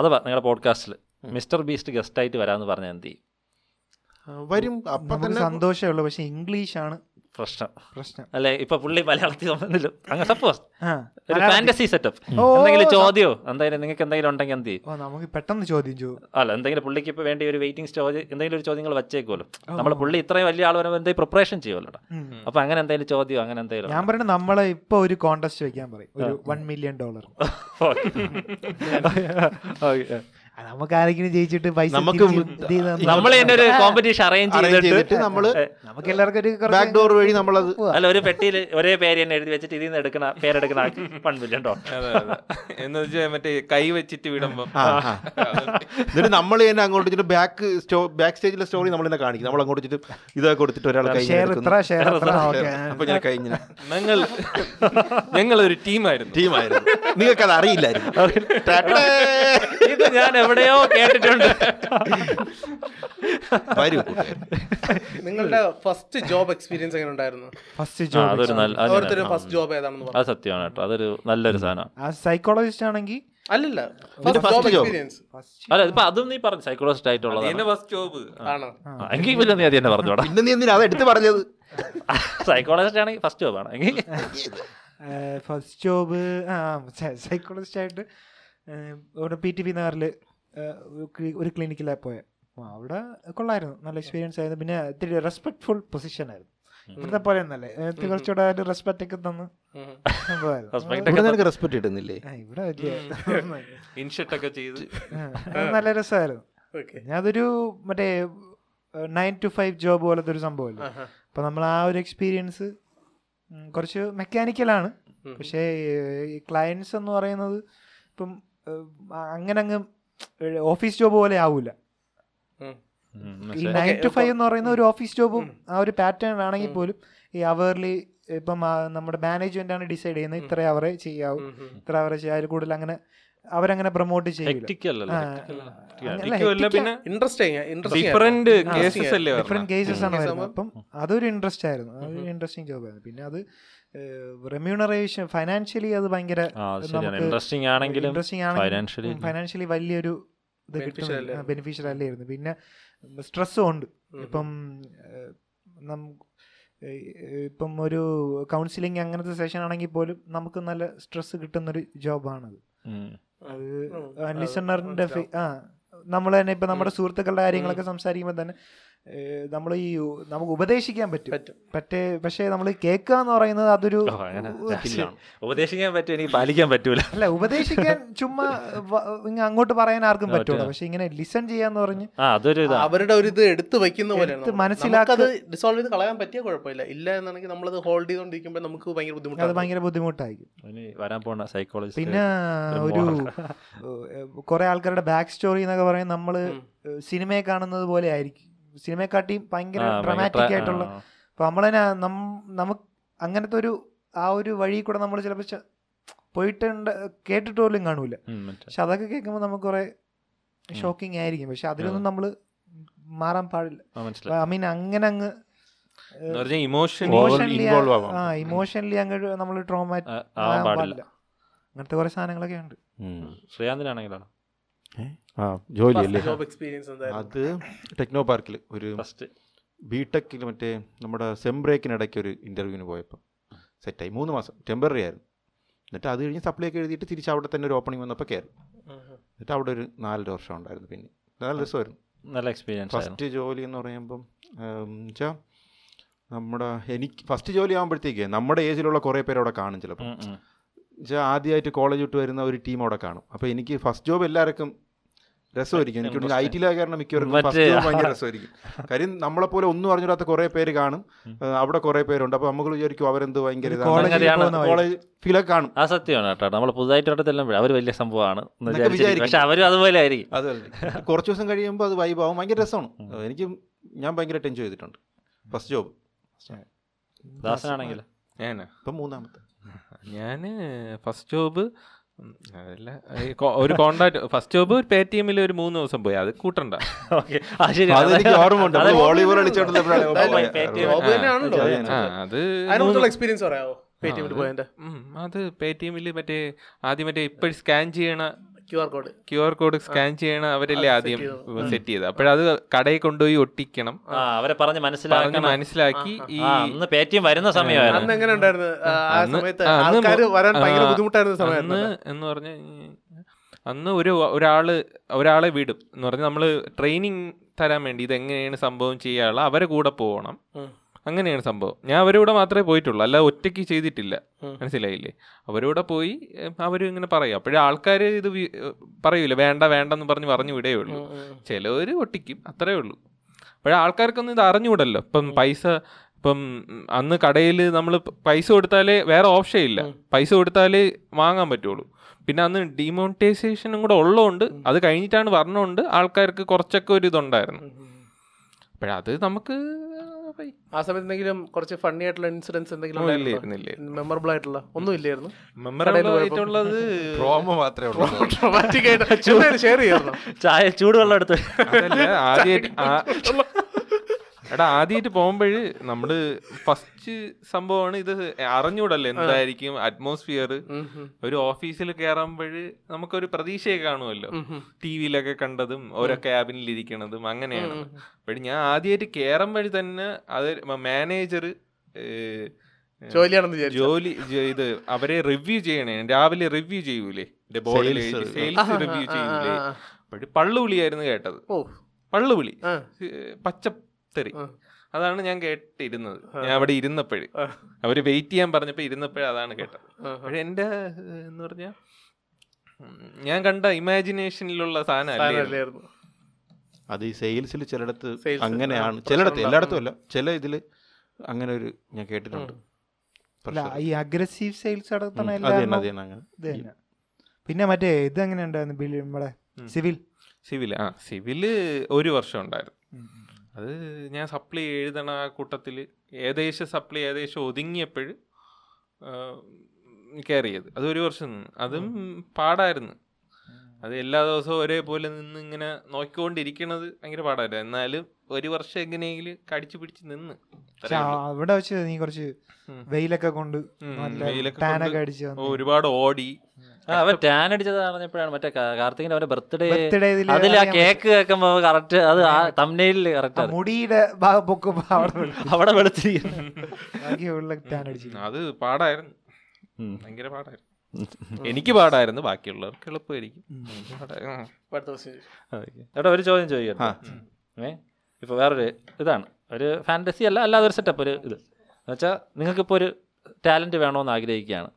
D: അത് നിങ്ങളുടെ പോഡ്കാസ്റ്റിൽ മിസ്റ്റർ ബീസ്റ്റ് ഗസ്റ്റ് ആയിട്ട് വരാമെന്ന് പറഞ്ഞാൽ എന്ത് ചെയ്യും
B: വരും അപ്പൊ
A: നമുക്ക്
B: തന്നെ
A: സന്തോഷമേ ഉള്ളൂ പക്ഷെ ഇംഗ്ലീഷാണ്
D: പ്രശ്നം
A: പ്രശ്നം
D: അല്ലെ ഇപ്പൊ പുള്ളി മലയാളത്തിൽ വന്നല്ലോ അങ്ങനെ സപ്പോസ്
A: ആ
D: ഒരു ഫാന്റസി സെറ്റപ്പ്
A: ഓ,
D: എന്തെങ്കിലും
A: സ-
D: ചോദ്യോ എന്തായാലും നിങ്ങൾക്ക് എന്തെങ്കിലും ഉണ്ടെങ്കിൽ എന്ത് ചെയ്യും
A: ഓ നമുക്ക് പെട്ടെന്ന് ചോദ്യം ചെയ്യും
D: അല്ല എന്തെങ്കിലും പുള്ളിക്ക് ഇപ്പൊ വേണ്ടി ഒരു വെയിറ്റിംഗ് സ്റ്റോജ് എന്തെങ്കിലും ഒരു ചോദ്യങ്ങൾ വെച്ചേക്കുമല്ലോ നമ്മൾ പുള്ളി ഇത്രയും വലിയ ആൾ വരുമ്പോൾ എന്തെങ്കിലും പ്രിപ്പറേഷൻ ചെയ്യുമല്ലോ
A: ഉം.
D: അപ്പൊ അങ്ങനെ എന്തെങ്കിലും ചോദ്യം അങ്ങനെ എന്തെങ്കിലും
A: ഞാൻ പറയണ നമ്മളെ ഇപ്പൊ ഒരു കോൺടെസ്റ്റ് വെക്കാൻ പറയും ഒരു വൺ മില്യൺ ഡോളർ
D: ഓക്കേ.
A: നമുക്ക് ആരെങ്കിലും ജയിച്ചിട്ട് പൈസ
B: നമുക്ക്
A: തിരിച്ച്
B: മു-
A: ഇത് ചെയ്ത് തന്നാ-
D: നമ്മൾ തന്നെ ഒരു കോമ്പറ്റീഷൻ അറേഞ്ച്
B: arrange
D: ചെയ്തിട്ട്
B: ചെയ്തിട്ട് നമ്മള്
A: നമുക്ക് എല്ലാവർക്കും ഒരു കുറച്ച്
B: ബാക്ക് ഡോർ വഴി നമ്മളത്
D: അല്ല ഒരു പെട്ടിയിൽ ഒരേ പേര് തന്നെ എഴുതി വെച്ചിട്ട് ഇതിൽ നിന്ന് എടുക്കണ പേരെടുക്കണ വൺ മില്യൺ ഡോളർ
C: അതെ അതെ എന്ന് വെച്ചാൽ മറ്റേ കൈ വെച്ചിട്ട് വിടുമ്പോ
B: ആ, ആ. എന്നിട്ട് നമ്മൾ തന്നെ അങ്ങോട്ട് വെച്ചിട്ട് ബാക്ക് സ്റ്റോ ബാക്ക് സ്റ്റേജിലെ സ്റ്റോറി നമ്മൾ തന്നെ കാണിക്കും നമ്മൾ അങ്ങോട്ട് വെച്ചിട്ട് ഇതൊക്കെ കൊടുത്തിട്ട് ഒരാൾ കൈ
A: ഷെയർ ഇത്ര ഷെയർ ഇത്ര ഓക്കെ
B: അപ്പൊ ഞാൻ കഴിഞ്ഞ
C: ഞങ്ങൾ ഞങ്ങൾ ഒരു ടീമായിരുന്നു
B: ടീമായിരുന്നു നിങ്ങൾക്കത് അറിയില്ലായിരുന്നു ടടേ.
D: ഇത് ഞാൻ എവിടെയോ കേട്ടിട്ടുണ്ട്
B: വരൂ കൂട്ടുകാരെ.
E: നിങ്ങളുടെ ഫസ്റ്റ് ജോബ് എക്സ്പീരിയൻസ് എങ്ങനെ ഉണ്ടായിരുന്നു
A: ഫസ്റ്റ്
D: ആ,
A: ജോബ്
D: അതൊരു നല്ല അത് ഞാൻ-
E: ഓരോരുത്തരും ഫസ്റ്റ് ജോബ് ഏതാണെന്ന് പറഞ്ഞു
D: അത് സത്യമാണ് കേട്ടോ അതൊരു നല്ലൊരു സാധനം
A: ആ സൈക്കോളജിസ്റ്റ് ആണെങ്കിൽ
E: അല്ലല്ല
B: നിന്റെ
E: first
B: first
E: job
B: job.
E: Experience
D: അല്ല ഇപ്പൊ അതും നീ പറഞ്ഞു സൈക്കോളജിസ്റ്റ് ആയിട്ടുള്ളത്
C: എന്റെ ഫസ്റ്റ് ജോബ്
E: ആണോ
D: എങ്കിൽ പിന്നെ നീ അത് തന്നെ പറഞ്ഞോടാ
B: പിന്നെ നീ എന്തിനാ അത് എടുത്ത് പറഞ്ഞത്
D: സൈക്കോളജിസ്റ്റ് ആണെങ്കിൽ ഫസ്റ്റ് ജോബാണ് എങ്കിൽ
A: ഫസ്റ്റ് ജോബ് ആ സൈക്കോളജിസ്റ്റ് ആയിട്ട് ഏ, ഇവിടെ പി ടി പി നഗറിൽ ഒരു ക്ലിനിക്കിലാണ് പോയത് അവിടെ കൊള്ളായിരുന്നു നല്ല എക്സ്പീരിയൻസ് ആയിരുന്നു പിന്നെ ഇത്തിരി റെസ്പെക്ട്ഫുൾ പൊസിഷൻ ആയിരുന്നു ഇവിടുത്തെ പോലെ ഒന്നല്ലേ കുറച്ചുകൂടെ ഒരു റെസ്പെക്റ്റ് ഒക്കെ തന്ന്
E: ഉം.
A: സംഭവമായിരുന്നു.
D: Respect
B: ഇവിടെ നിനക്ക് റെസ്പെക്ട് കിട്ടുന്നില്ലേ
A: ആ, ഇവിടെ വലിയ
C: ഇൻഷർട്ട് ഒക്കെ ചെയ്ത്
A: ആ, അത് നല്ല രസമായിരുന്നു
E: Okay.
A: ഞാൻ അതൊരു മറ്റേ നയൻ ടു ഫൈവ് ജോബ് പോലത്തെ ഒരു സംഭവമല്ലേ
E: ആഹാ.
A: അപ്പോൾ നമ്മൾ ആ ഒരു എക്സ്പീരിയൻസ് കുറച്ച് മെക്കാനിക്കലാണ് പക്ഷേ ക്ലയൻസ് എന്ന് പറയുന്നത് ഇപ്പം ഏഹ്, അങ്ങനെ അങ്ങ് ഓഫീസ് ജോബ് പോലെ ആവൂല
E: ഉം.
A: ഈ നയൻ ടു ഫൈവ് എന്ന് പറയുന്ന ഒരു ഓഫീസ് ജോബും ആ ഒരു പാറ്റേൺ ആണെങ്കിൽ പോലും ഈ അവേർലി ഇപ്പം ആ നമ്മുടെ മാനേജ്മെന്റ് ആണ് ഡിസൈഡ് ചെയ്യുന്നത് ഇത്ര അവരെ ചെയ്യാവൂ ഇത്ര അവരെ ചെയ്യാം അതിൽ കൂടുതൽ അങ്ങനെ അവരങ്ങനെ പ്രൊമോട്ട് ചെയ്യില്ല
D: ഹെക്ടിക്കല്ലോ
C: എനിക്കുമല്ല പിന്നെ
E: ഇൻട്രസ്റ്റിംഗ് ഇൻട്രസ്റ്റിംഗ്
C: ഡിഫറെന്റ് കേസസ് അല്ലേ
A: ഡിഫറെന്റ്
C: പറഞ്ഞത്?
A: കേസസ് ആണ് വരുന്നത് അപ്പം അതൊരു ഇൻട്രസ്റ്റ് ആയിരുന്നു അതൊരു ഇൻട്രസ്റ്റിംഗ് ജോബായിരുന്നു പിന്നെ അത് റെമ്യൂണറേഷൻ ഫൈനാൻഷ്യലി അത് ഭയങ്കര
D: ആ, അത് ശരിയാണ്. Interesting ആണെങ്കിലും financially-
A: ഫൈനാൻഷ്യലി വലിയൊരു ഇത് കിട്ടും ബെനിഫിഷ്യൽ അല്ലായിരുന്നു പിന്നെ സ്ട്രെസ്സും ഉണ്ട് ഇപ്പം ഏഹ്, നം- ഇപ്പം ഒരു കൗൺസിലിംഗ് അങ്ങനത്തെ സെഷൻ ആണെങ്കിൽ പോലും നമുക്ക് നല്ല സ്ട്രെസ് കിട്ടുന്നൊരു ജോബാണത് അത് ലിസണറിന്റെ ആ നമ്മൾ തന്നെ ഇപ്പം നമ്മുടെ സുഹൃത്തുക്കളുടെ കാര്യങ്ങളൊക്കെ സംസാരിക്കുമ്പോൾ തന്നെ നമ്മൾ ഈ നമുക്ക് ഉപദേശിക്കാൻ പറ്റും പറ്റേ പക്ഷേ നമ്മൾ കേൾക്കുക എന്ന് പറയുന്നത് അതൊരു
D: ഓ, അങ്ങനെ ചാക്കിലാണ്. ഉപദേശിക്കാൻ പറ്റും എനിക്ക് പാലിക്കാൻ പറ്റൂല
A: അല്ല ഉപദേശിക്കാൻ ചുമ്മാ വ- ഇങ്ങ് അങ്ങോട്ട് പറയാൻ ആർക്കും പറ്റുള്ളൂ പക്ഷെ ഇങ്ങനെ ലിസൺ ചെയ്യാന്ന് പറഞ്ഞ്
D: ആ അതൊരു ഇതാ
E: അവരുടെ ഒരു ഇത് എടുത്തു വെക്കുന്ന
A: എടുത്ത്
E: പോലെയാണ്
A: മനസ്സിലാക്ക-
E: അത് ഡിസോൾവ് ചെയ്ത് കളയാൻ പറ്റിയ കുഴപ്പമില്ല ഇല്ല എന്നാണെങ്കിൽ നമ്മളത് ഹോൾഡ് ചെയ്തുകൊണ്ടിരിക്കുമ്പോൾ നമുക്ക് ഭയങ്കര
A: അത്
E: ബുദ്ധിമുട്ടാണ്
A: ഭയങ്കര ബുദ്ധിമുട്ടായിരിക്കും
D: ഇനി വരാൻ പോണ സൈക്കോളജി
A: പിന്നെ ഒരു കുറെ ആൾക്കാരുടെ ബാക്ക് സ്റ്റോറി എന്നൊക്കെ പറയും നമ്മള് സിനിമയെ കാണുന്നത് പോലെ ആയിരിക്കും സിനിമയെക്കാട്ടിയും ഭയങ്കര ഡ്രമാറ്റിക് ആയിട്ടുള്ള അപ്പോൾ നമ്മൾ തന്നെ നമുക്ക് അങ്ങനത്തെ ഒരു ആ ഒരു വഴി കൂടെ നമ്മൾ ചിലപ്പോൾ ച- പോയിട്ടുണ്ട് കേട്ടിട്ട് പോലും കാണൂല പക്ഷെ അതൊക്കെ കേൾക്കുമ്പോൾ നമുക്ക് കുറേ ഷോക്കിംഗ് ആയിരിക്കും പക്ഷെ അതിലൊന്നും നമ്മൾ മാറാൻ പാടില്ല
D: മനസ്സിലായി
A: ഐ മീൻ അങ്ങനെ അങ്ങ്
C: ഇമോഷണി
B: Over involve ആവാം.
A: ആ ഇമോഷണലി അങ്ങ് നമ്മൾ ട്രോമ
D: ആ, ആവാൻ പാടില്ല
A: അങ്ങനത്തെ കുറേ സാധനങ്ങളൊക്കെ ഉണ്ട്
D: ശ്രീകാന്തിനാണെങ്കിലാണ്
B: ആ ജോലിയല്ലേ
E: ജോബ് എക്സ്പീരിയൻസ് എന്തായാലും
B: അത് ടെക്നോ പാർക്കിൽ ഒരു
D: ഫസ്റ്റ്
B: ബി ടെക്കിൽ മറ്റേ നമ്മുടെ സെം ബ്രേക്കിനിടയ്ക്ക് ഒരു ഇൻ്റർവ്യൂവിന് പോയപ്പോൾ സെറ്റായി മൂന്ന് മാസം ടെമ്പററി ആയിരുന്നു എന്നിട്ട് അത് കഴിഞ്ഞ് സപ്ലൈ ഒക്കെ എഴുതിയിട്ട് തിരിച്ച് അവിടെ തന്നെ ഒരു ഓപ്പണിംഗ് വന്നപ്പോൾ കയറി എന്നിട്ട് അവിടെ ഒരു നാലര വർഷം ഉണ്ടായിരുന്നു പിന്നെ നല്ല രസമായിരുന്നു
D: നല്ല എക്സ്പീരിയൻസ് ആയിരുന്നു
B: ഫസ്റ്റ് ജോലി എന്ന് പറയുമ്പം വെച്ചാൽ നമ്മുടെ എനിക്ക് ഫസ്റ്റ് ജോലി ആകുമ്പോഴത്തേക്ക് നമ്മുടെ ഏജിലുള്ള കുറേ പേര് അവിടെ കാണും ചിലപ്പോൾ
D: ഉം, ഉം.
B: വെച്ചാൽ ആദ്യമായിട്ട് കോളേജ് വിട്ട് വരുന്ന ഒരു ടീം അവിടെ കാണും അപ്പോൾ എനിക്ക് ഫസ്റ്റ് ജോബ് എല്ലാവർക്കും രസമായിരിക്കും എനിക്ക് ഐ ടി കാരണം മിക്കവാറും ഫസ്റ്റ്
D: മറ്റേ-
B: ജോബ് ഭയങ്കര രസമായിരിക്കും കാര്യം നമ്മളെ പോലെ ഒന്നും അറിഞ്ഞിടാത്ത കുറേ പേര് കാണും ആ, അവിടെ കുറേ പേരുണ്ട് അപ്പോൾ നമ്മൾ വിചാരിക്കും അവരെന്ത് ഭയങ്കര
A: college
B: ഇതാണ്.
D: അങ്ങനെയാണ്
A: പോകുന്ന വഴി.
B: കോളേജ് ഫീലൊക്കെ കാണും
D: ആ സത്യമാണ് കേട്ടോ നമ്മൾ പുതുതായിട്ട് അവിടെ ചെല്ലുമ്പോൾ അവർ വലിയ സംഭവമാണ് എന്ന്
B: എന്നൊക്കെ
D: വിചാരിച്ചിരിക്കും.
B: വിചാരിക്കും.
D: പക്ഷെ അവരും അതുപോലെ ആയിരിക്കും
B: അത് കുറച്ച് ദിവസം കഴിയുമ്പോൾ അത് വൈബാവും ഭയങ്കര രസമാണ് എനിക്ക് ഞാൻ ഭയങ്കരമായിട്ട് എൻജോയ് ചെയ്തിട്ടുണ്ട് ഫസ്റ്റ് ജോബ്
D: ദാസനാണെങ്കിൽ
C: ഞാനാ
B: ഇപ്പം മൂന്നാമത്തെ
C: ഞാൻ ഫസ്റ്റ് ജോബ് അതല്ല ഈ കോ- ഒരു കോണ്ടാക്ട് ഫസ്റ്റ് ജോബ് ഒരു പേ ടി എമ്മിൽ ഒരു മൂന്ന് ദിവസം പോയി അത് കൂട്ടണ്ട
D: ഓക്കെ ആ ശരി
B: അത് എനിക്ക് ഓർമ്മ ഉണ്ട്
D: അതെ.
B: വോളിബോൾ കളിച്ചോണ്ടിരുന്നപ്പോഴാണ്
D: എന്തായാലും
B: ഓർമ്മ
D: Paytm-
B: പോയത്.
E: ജോബ് തന്നെയാണല്ലോ
D: ആ,
C: ആ അത്
E: അതിനുള്ള എക്സ്പീരിയൻസ് പറയാമോ പേ ടി എമ്മിൽ പോയതിന്റെ
C: ഉം, അത് പേ ടി എമ്മിൽ മറ്റേ ആദ്യം മറ്റേ ഇപ്പോഴും സ്കാൻ ചെയ്യണ
E: Q R code
C: Q R code scan ചെയ്യണ അവരല്ലേ ആദ്യം സെറ്റ് ചെയ്തത് അപ്പോഴത് കടയിൽ കൊണ്ടുപോയി ഒട്ടിക്കണം
D: ആ അവരെ പറഞ്ഞ്
C: പറഞ്ഞ്
D: മനസ്സിലാക്കണം
C: മനസ്സിലാക്കി ഈ
D: ആ അന്ന് പേറ്റിഎം വരുന്ന സമയമായിരുന്നു
E: അന്ന് എങ്ങനെ ഉണ്ടായിരുന്നു ആ, ആ
C: അന്ന്
E: സമയത്ത്
C: ആ, അന്ന്
E: ആൾക്കാർ വരാൻ ഭയങ്കര
C: ആ,
E: ബുദ്ധിമുട്ടായിരുന്ന
C: അന്ന്
E: സമയമായിരുന്നു
C: എന്ന് പറഞ്ഞ് അന്ന് ഒരു ഒരാള് ഒരാളെ വിടും എന്ന് പറഞ്ഞാൽ നമ്മൾ ട്രെയിനിങ് തരാൻ വേണ്ടി ഇതെങ്ങനെയാണ് സംഭവം ചെയ്യാനുള്ള അവരെ കൂടെ പോകണം അങ്ങനെയാണ് സംഭവം ഞാൻ അവരുടെ കൂടെ മാത്രമേ പോയിട്ടുള്ളൂ അല്ല ഒറ്റയ്ക്ക് ചെയ്തിട്ടില്ല മനസ്സിലായില്ലേ അവരുടെ കൂടെ പോയി അവരും ഇങ്ങനെ പറയും അപ്പോഴേ ആൾക്കാർ ഇത് വി- ഏഹ് പറയൂല വേണ്ട വേണ്ടെന്ന് പറഞ്ഞ് പറഞ്ഞു വിടേ ഉള്ളൂ ചിലവർ ഒട്ടിക്കും അത്രേ ഉള്ളൂ അപ്പോഴേ ആൾക്കാർക്കൊന്നും ഇത് അറിഞ്ഞുകൂടല്ലോ ഇപ്പം പൈസ ഇപ്പം ഉം, അന്ന് കടയിൽ നമ്മൾ പൈസ കൊടുത്താലേ വേറെ ഓപ്ഷൻ ഇല്ല പൈസ കൊടുത്താലേ വാങ്ങാൻ പറ്റുള്ളൂ പിന്നെ അന്ന് ഡിമോണിറ്റൈസേഷനും കൂടെ ഉള്ളതുകൊണ്ട് അത് കഴിഞ്ഞിട്ടാണ് പറഞ്ഞുകൊണ്ട് ആൾക്കാർക്ക് കുറച്ചൊക്കെ ഒരു ഇതുണ്ടായിരുന്നു അപ്പോഴത് നമുക്ക് പോയി.
E: ആ സമയത്ത് എന്തെങ്കിലും കുറച്ച് ഫണ്ണി ആയിട്ടുള്ള ഇൻസിഡൻസ് എന്തെങ്കിലും
C: ഓ, ഇല്ല,
E: ഉണ്ടായിരുന്നോ?
C: ഇല്ല,
E: മെമ്മറബിൾ ആയിട്ടുള്ള ഒന്നും ഇല്ലായിരുന്നു
C: മെമ്മറബിൾ ആയിട്ടുള്ളത്
B: റോമ മാത്രമേ ഉള്ളൂ
E: Traumatic ആയിട്ട് എന്തായാലും ഷെയർ ചെയ്യായിരുന്നു
D: ചായ ചൂടുവെള്ളം എടുത്ത്
C: അതല്ല ആദ്യമായിട്ട് എടാ ആദ്യമായിട്ട് പോകുമ്പോൾ നമ്മള് ഫസ്റ്റ് സംഭവമാണ് ഇത് അറിഞ്ഞൂടല്ലോ എന്തായിരിക്കും അറ്റ്മോസ്ഫിയർ ഒരു ഓഫീസിൽ കയറുമ്പോൾ നമുക്കൊരു പ്രതീക്ഷയൊക്കെ കാണുമല്ലോ ടി വിയിലൊക്കെ കണ്ടതും ഓരോ ക്യാബിനിൽ ഇരിക്കണതും അങ്ങനെയാണ് അപ്പോൾ ഞാൻ ആദ്യമായിട്ട് കയറുമ്പോൾ തന്നെ അത് മാനേജർ
E: ജോലിയാണെന്ന് വിചാരിച്ചു
C: ജോലി ജ- ഇത് അവരെ റിവ്യൂ ചെയ്യണേ രാവിലെ റിവ്യൂ ചെയ്യൂലേ ബോർഡിൽ സെയിൽസ് റിവ്യൂ ചെയ്യൂലേ അപ്പോഴും പള്ളുവിളിയായിരുന്നു കേട്ടത്
E: ഓ
C: പള്ളുവിളി
E: ആ.
C: ഏഹ് പച്ചത്തെറി അതാണ് ഞാൻ കേട്ടിരുന്നത് ഞാൻ അവിടെ ഇരുന്നപ്പോഴ് അവര് വെയിറ്റ് ചെയ്യാൻ പറഞ്ഞപ്പോൾ ഇരുന്നപ്പോഴേ അതാണ് കേട്ടത് അപ്പോഴെ എൻ്റെ ഏഹ്, എന്ന് പറഞ്ഞാൽ ഞാൻ കണ്ട ഇമാജിനേഷനിലുള്ള സാധനം അല്ലേ
E: അല്ലായിരുന്നു
B: അത് ഈ സെയിൽസിൽ ചിലയിടത്ത്
E: Sales,
B: അങ്ങനെയാണ് ചിലയിടത്ത് എല്ലായിടത്തും അല്ല ചില ഇതിൽ അങ്ങനെ ഒരു ഞാൻ കേട്ടിട്ടുണ്ട്
A: അല്ല ഈ അഗ്രസീവ് സെയിൽസ് അടക്കം
B: അതെ തന്നെ
A: എല്ലാം
B: അതെ തന്നെ അങ്ങനെ
A: ഇത് തന്നെ പിന്നെ മറ്റേ ഇത് എങ്ങനെ ഉണ്ടായിരുന്നു ബില്ല് നമ്മുടെ സിവിൽ
C: സിവിൽ ആ സിവില് ഒരു വർഷം ഉണ്ടായിരുന്നു അത് ഞാൻ സപ്ലൈ എഴുതണ ആ കൂട്ടത്തിൽ ഏകദേശം സപ്ലൈ ഏകദേശം ഒതുങ്ങിയപ്പോൾ കയറിയത് അത് ഒരു വർഷം നിന്ന് അതും പാടായിരുന്നു അത് എല്ലാ ദിവസവും ഒരേപോലെ നിന്ന് ഇങ്ങനെ നോക്കിക്കൊണ്ടിരിക്കണത് ഭയങ്കര പാടായിരുന്നു എന്നാലും ഒരു വർഷം എങ്ങനെയെങ്കിലും കടിച്ചു പിടിച്ച് നിന്ന്
A: പക്ഷെ അവിടെ വെച്ച് നീ കുറച്ച് വെയിലൊക്കെ കൊണ്ട് നല്ല
C: വെയിലൊക്കെ
A: ടാനൊക്കെ
C: കൊണ്ട്
A: അടിച്ച് വന്നു
C: ഒരുപാട് ഓടി
D: ആ, അവൻ ടാൻ അടിച്ചത് അറിഞ്ഞപ്പോഴാണ് മറ്റേ കാ- കാർത്തികിന്റെ അവന്റെ ബർത്ത്ഡേ
A: Birthday ഇതില്
D: അതിൽ ആ
A: അറിയാൻ
D: കേക്ക് കേൾക്കുമ്പോ കറക്റ്റ് അത് ആ തമ്നയില്
A: ആ
D: കറക്റ്റ്
A: മുടിയുടെ ഭാഗം പൊക്കുമ്പോ അവിടെ വീണു.
D: അവിടെ വെളുത്തിരിക്കുന്നു
A: ബാക്കി ഉള്ള ടാൻ അടിച്ചില്ല
C: അത് പാടായിരുന്നു ഭയങ്കര പാടായിരുന്നു എനിക്ക് പാടായിരുന്നു ബാക്കിയുള്ളവർക്ക് എളുപ്പമായിരിക്കും പാടായിരുന്നു.
E: അടുത്ത question.
D: എടാ ഒരു ചോദ്യം ചോദിക്കട്ടെ ഏ ഇപ്പോൾ വേറൊരു ഇതാണ് ഒരു ഫാൻറ്റസി അല്ല അല്ലാതെ ഒരു സെറ്റപ്പ് ഒരു ഇത് എന്നുവെച്ചാൽ നിങ്ങൾക്കിപ്പോൾ ഒരു ടാലൻറ്റ് വേണമെന്ന് ആഗ്രഹിക്കുകയാണ്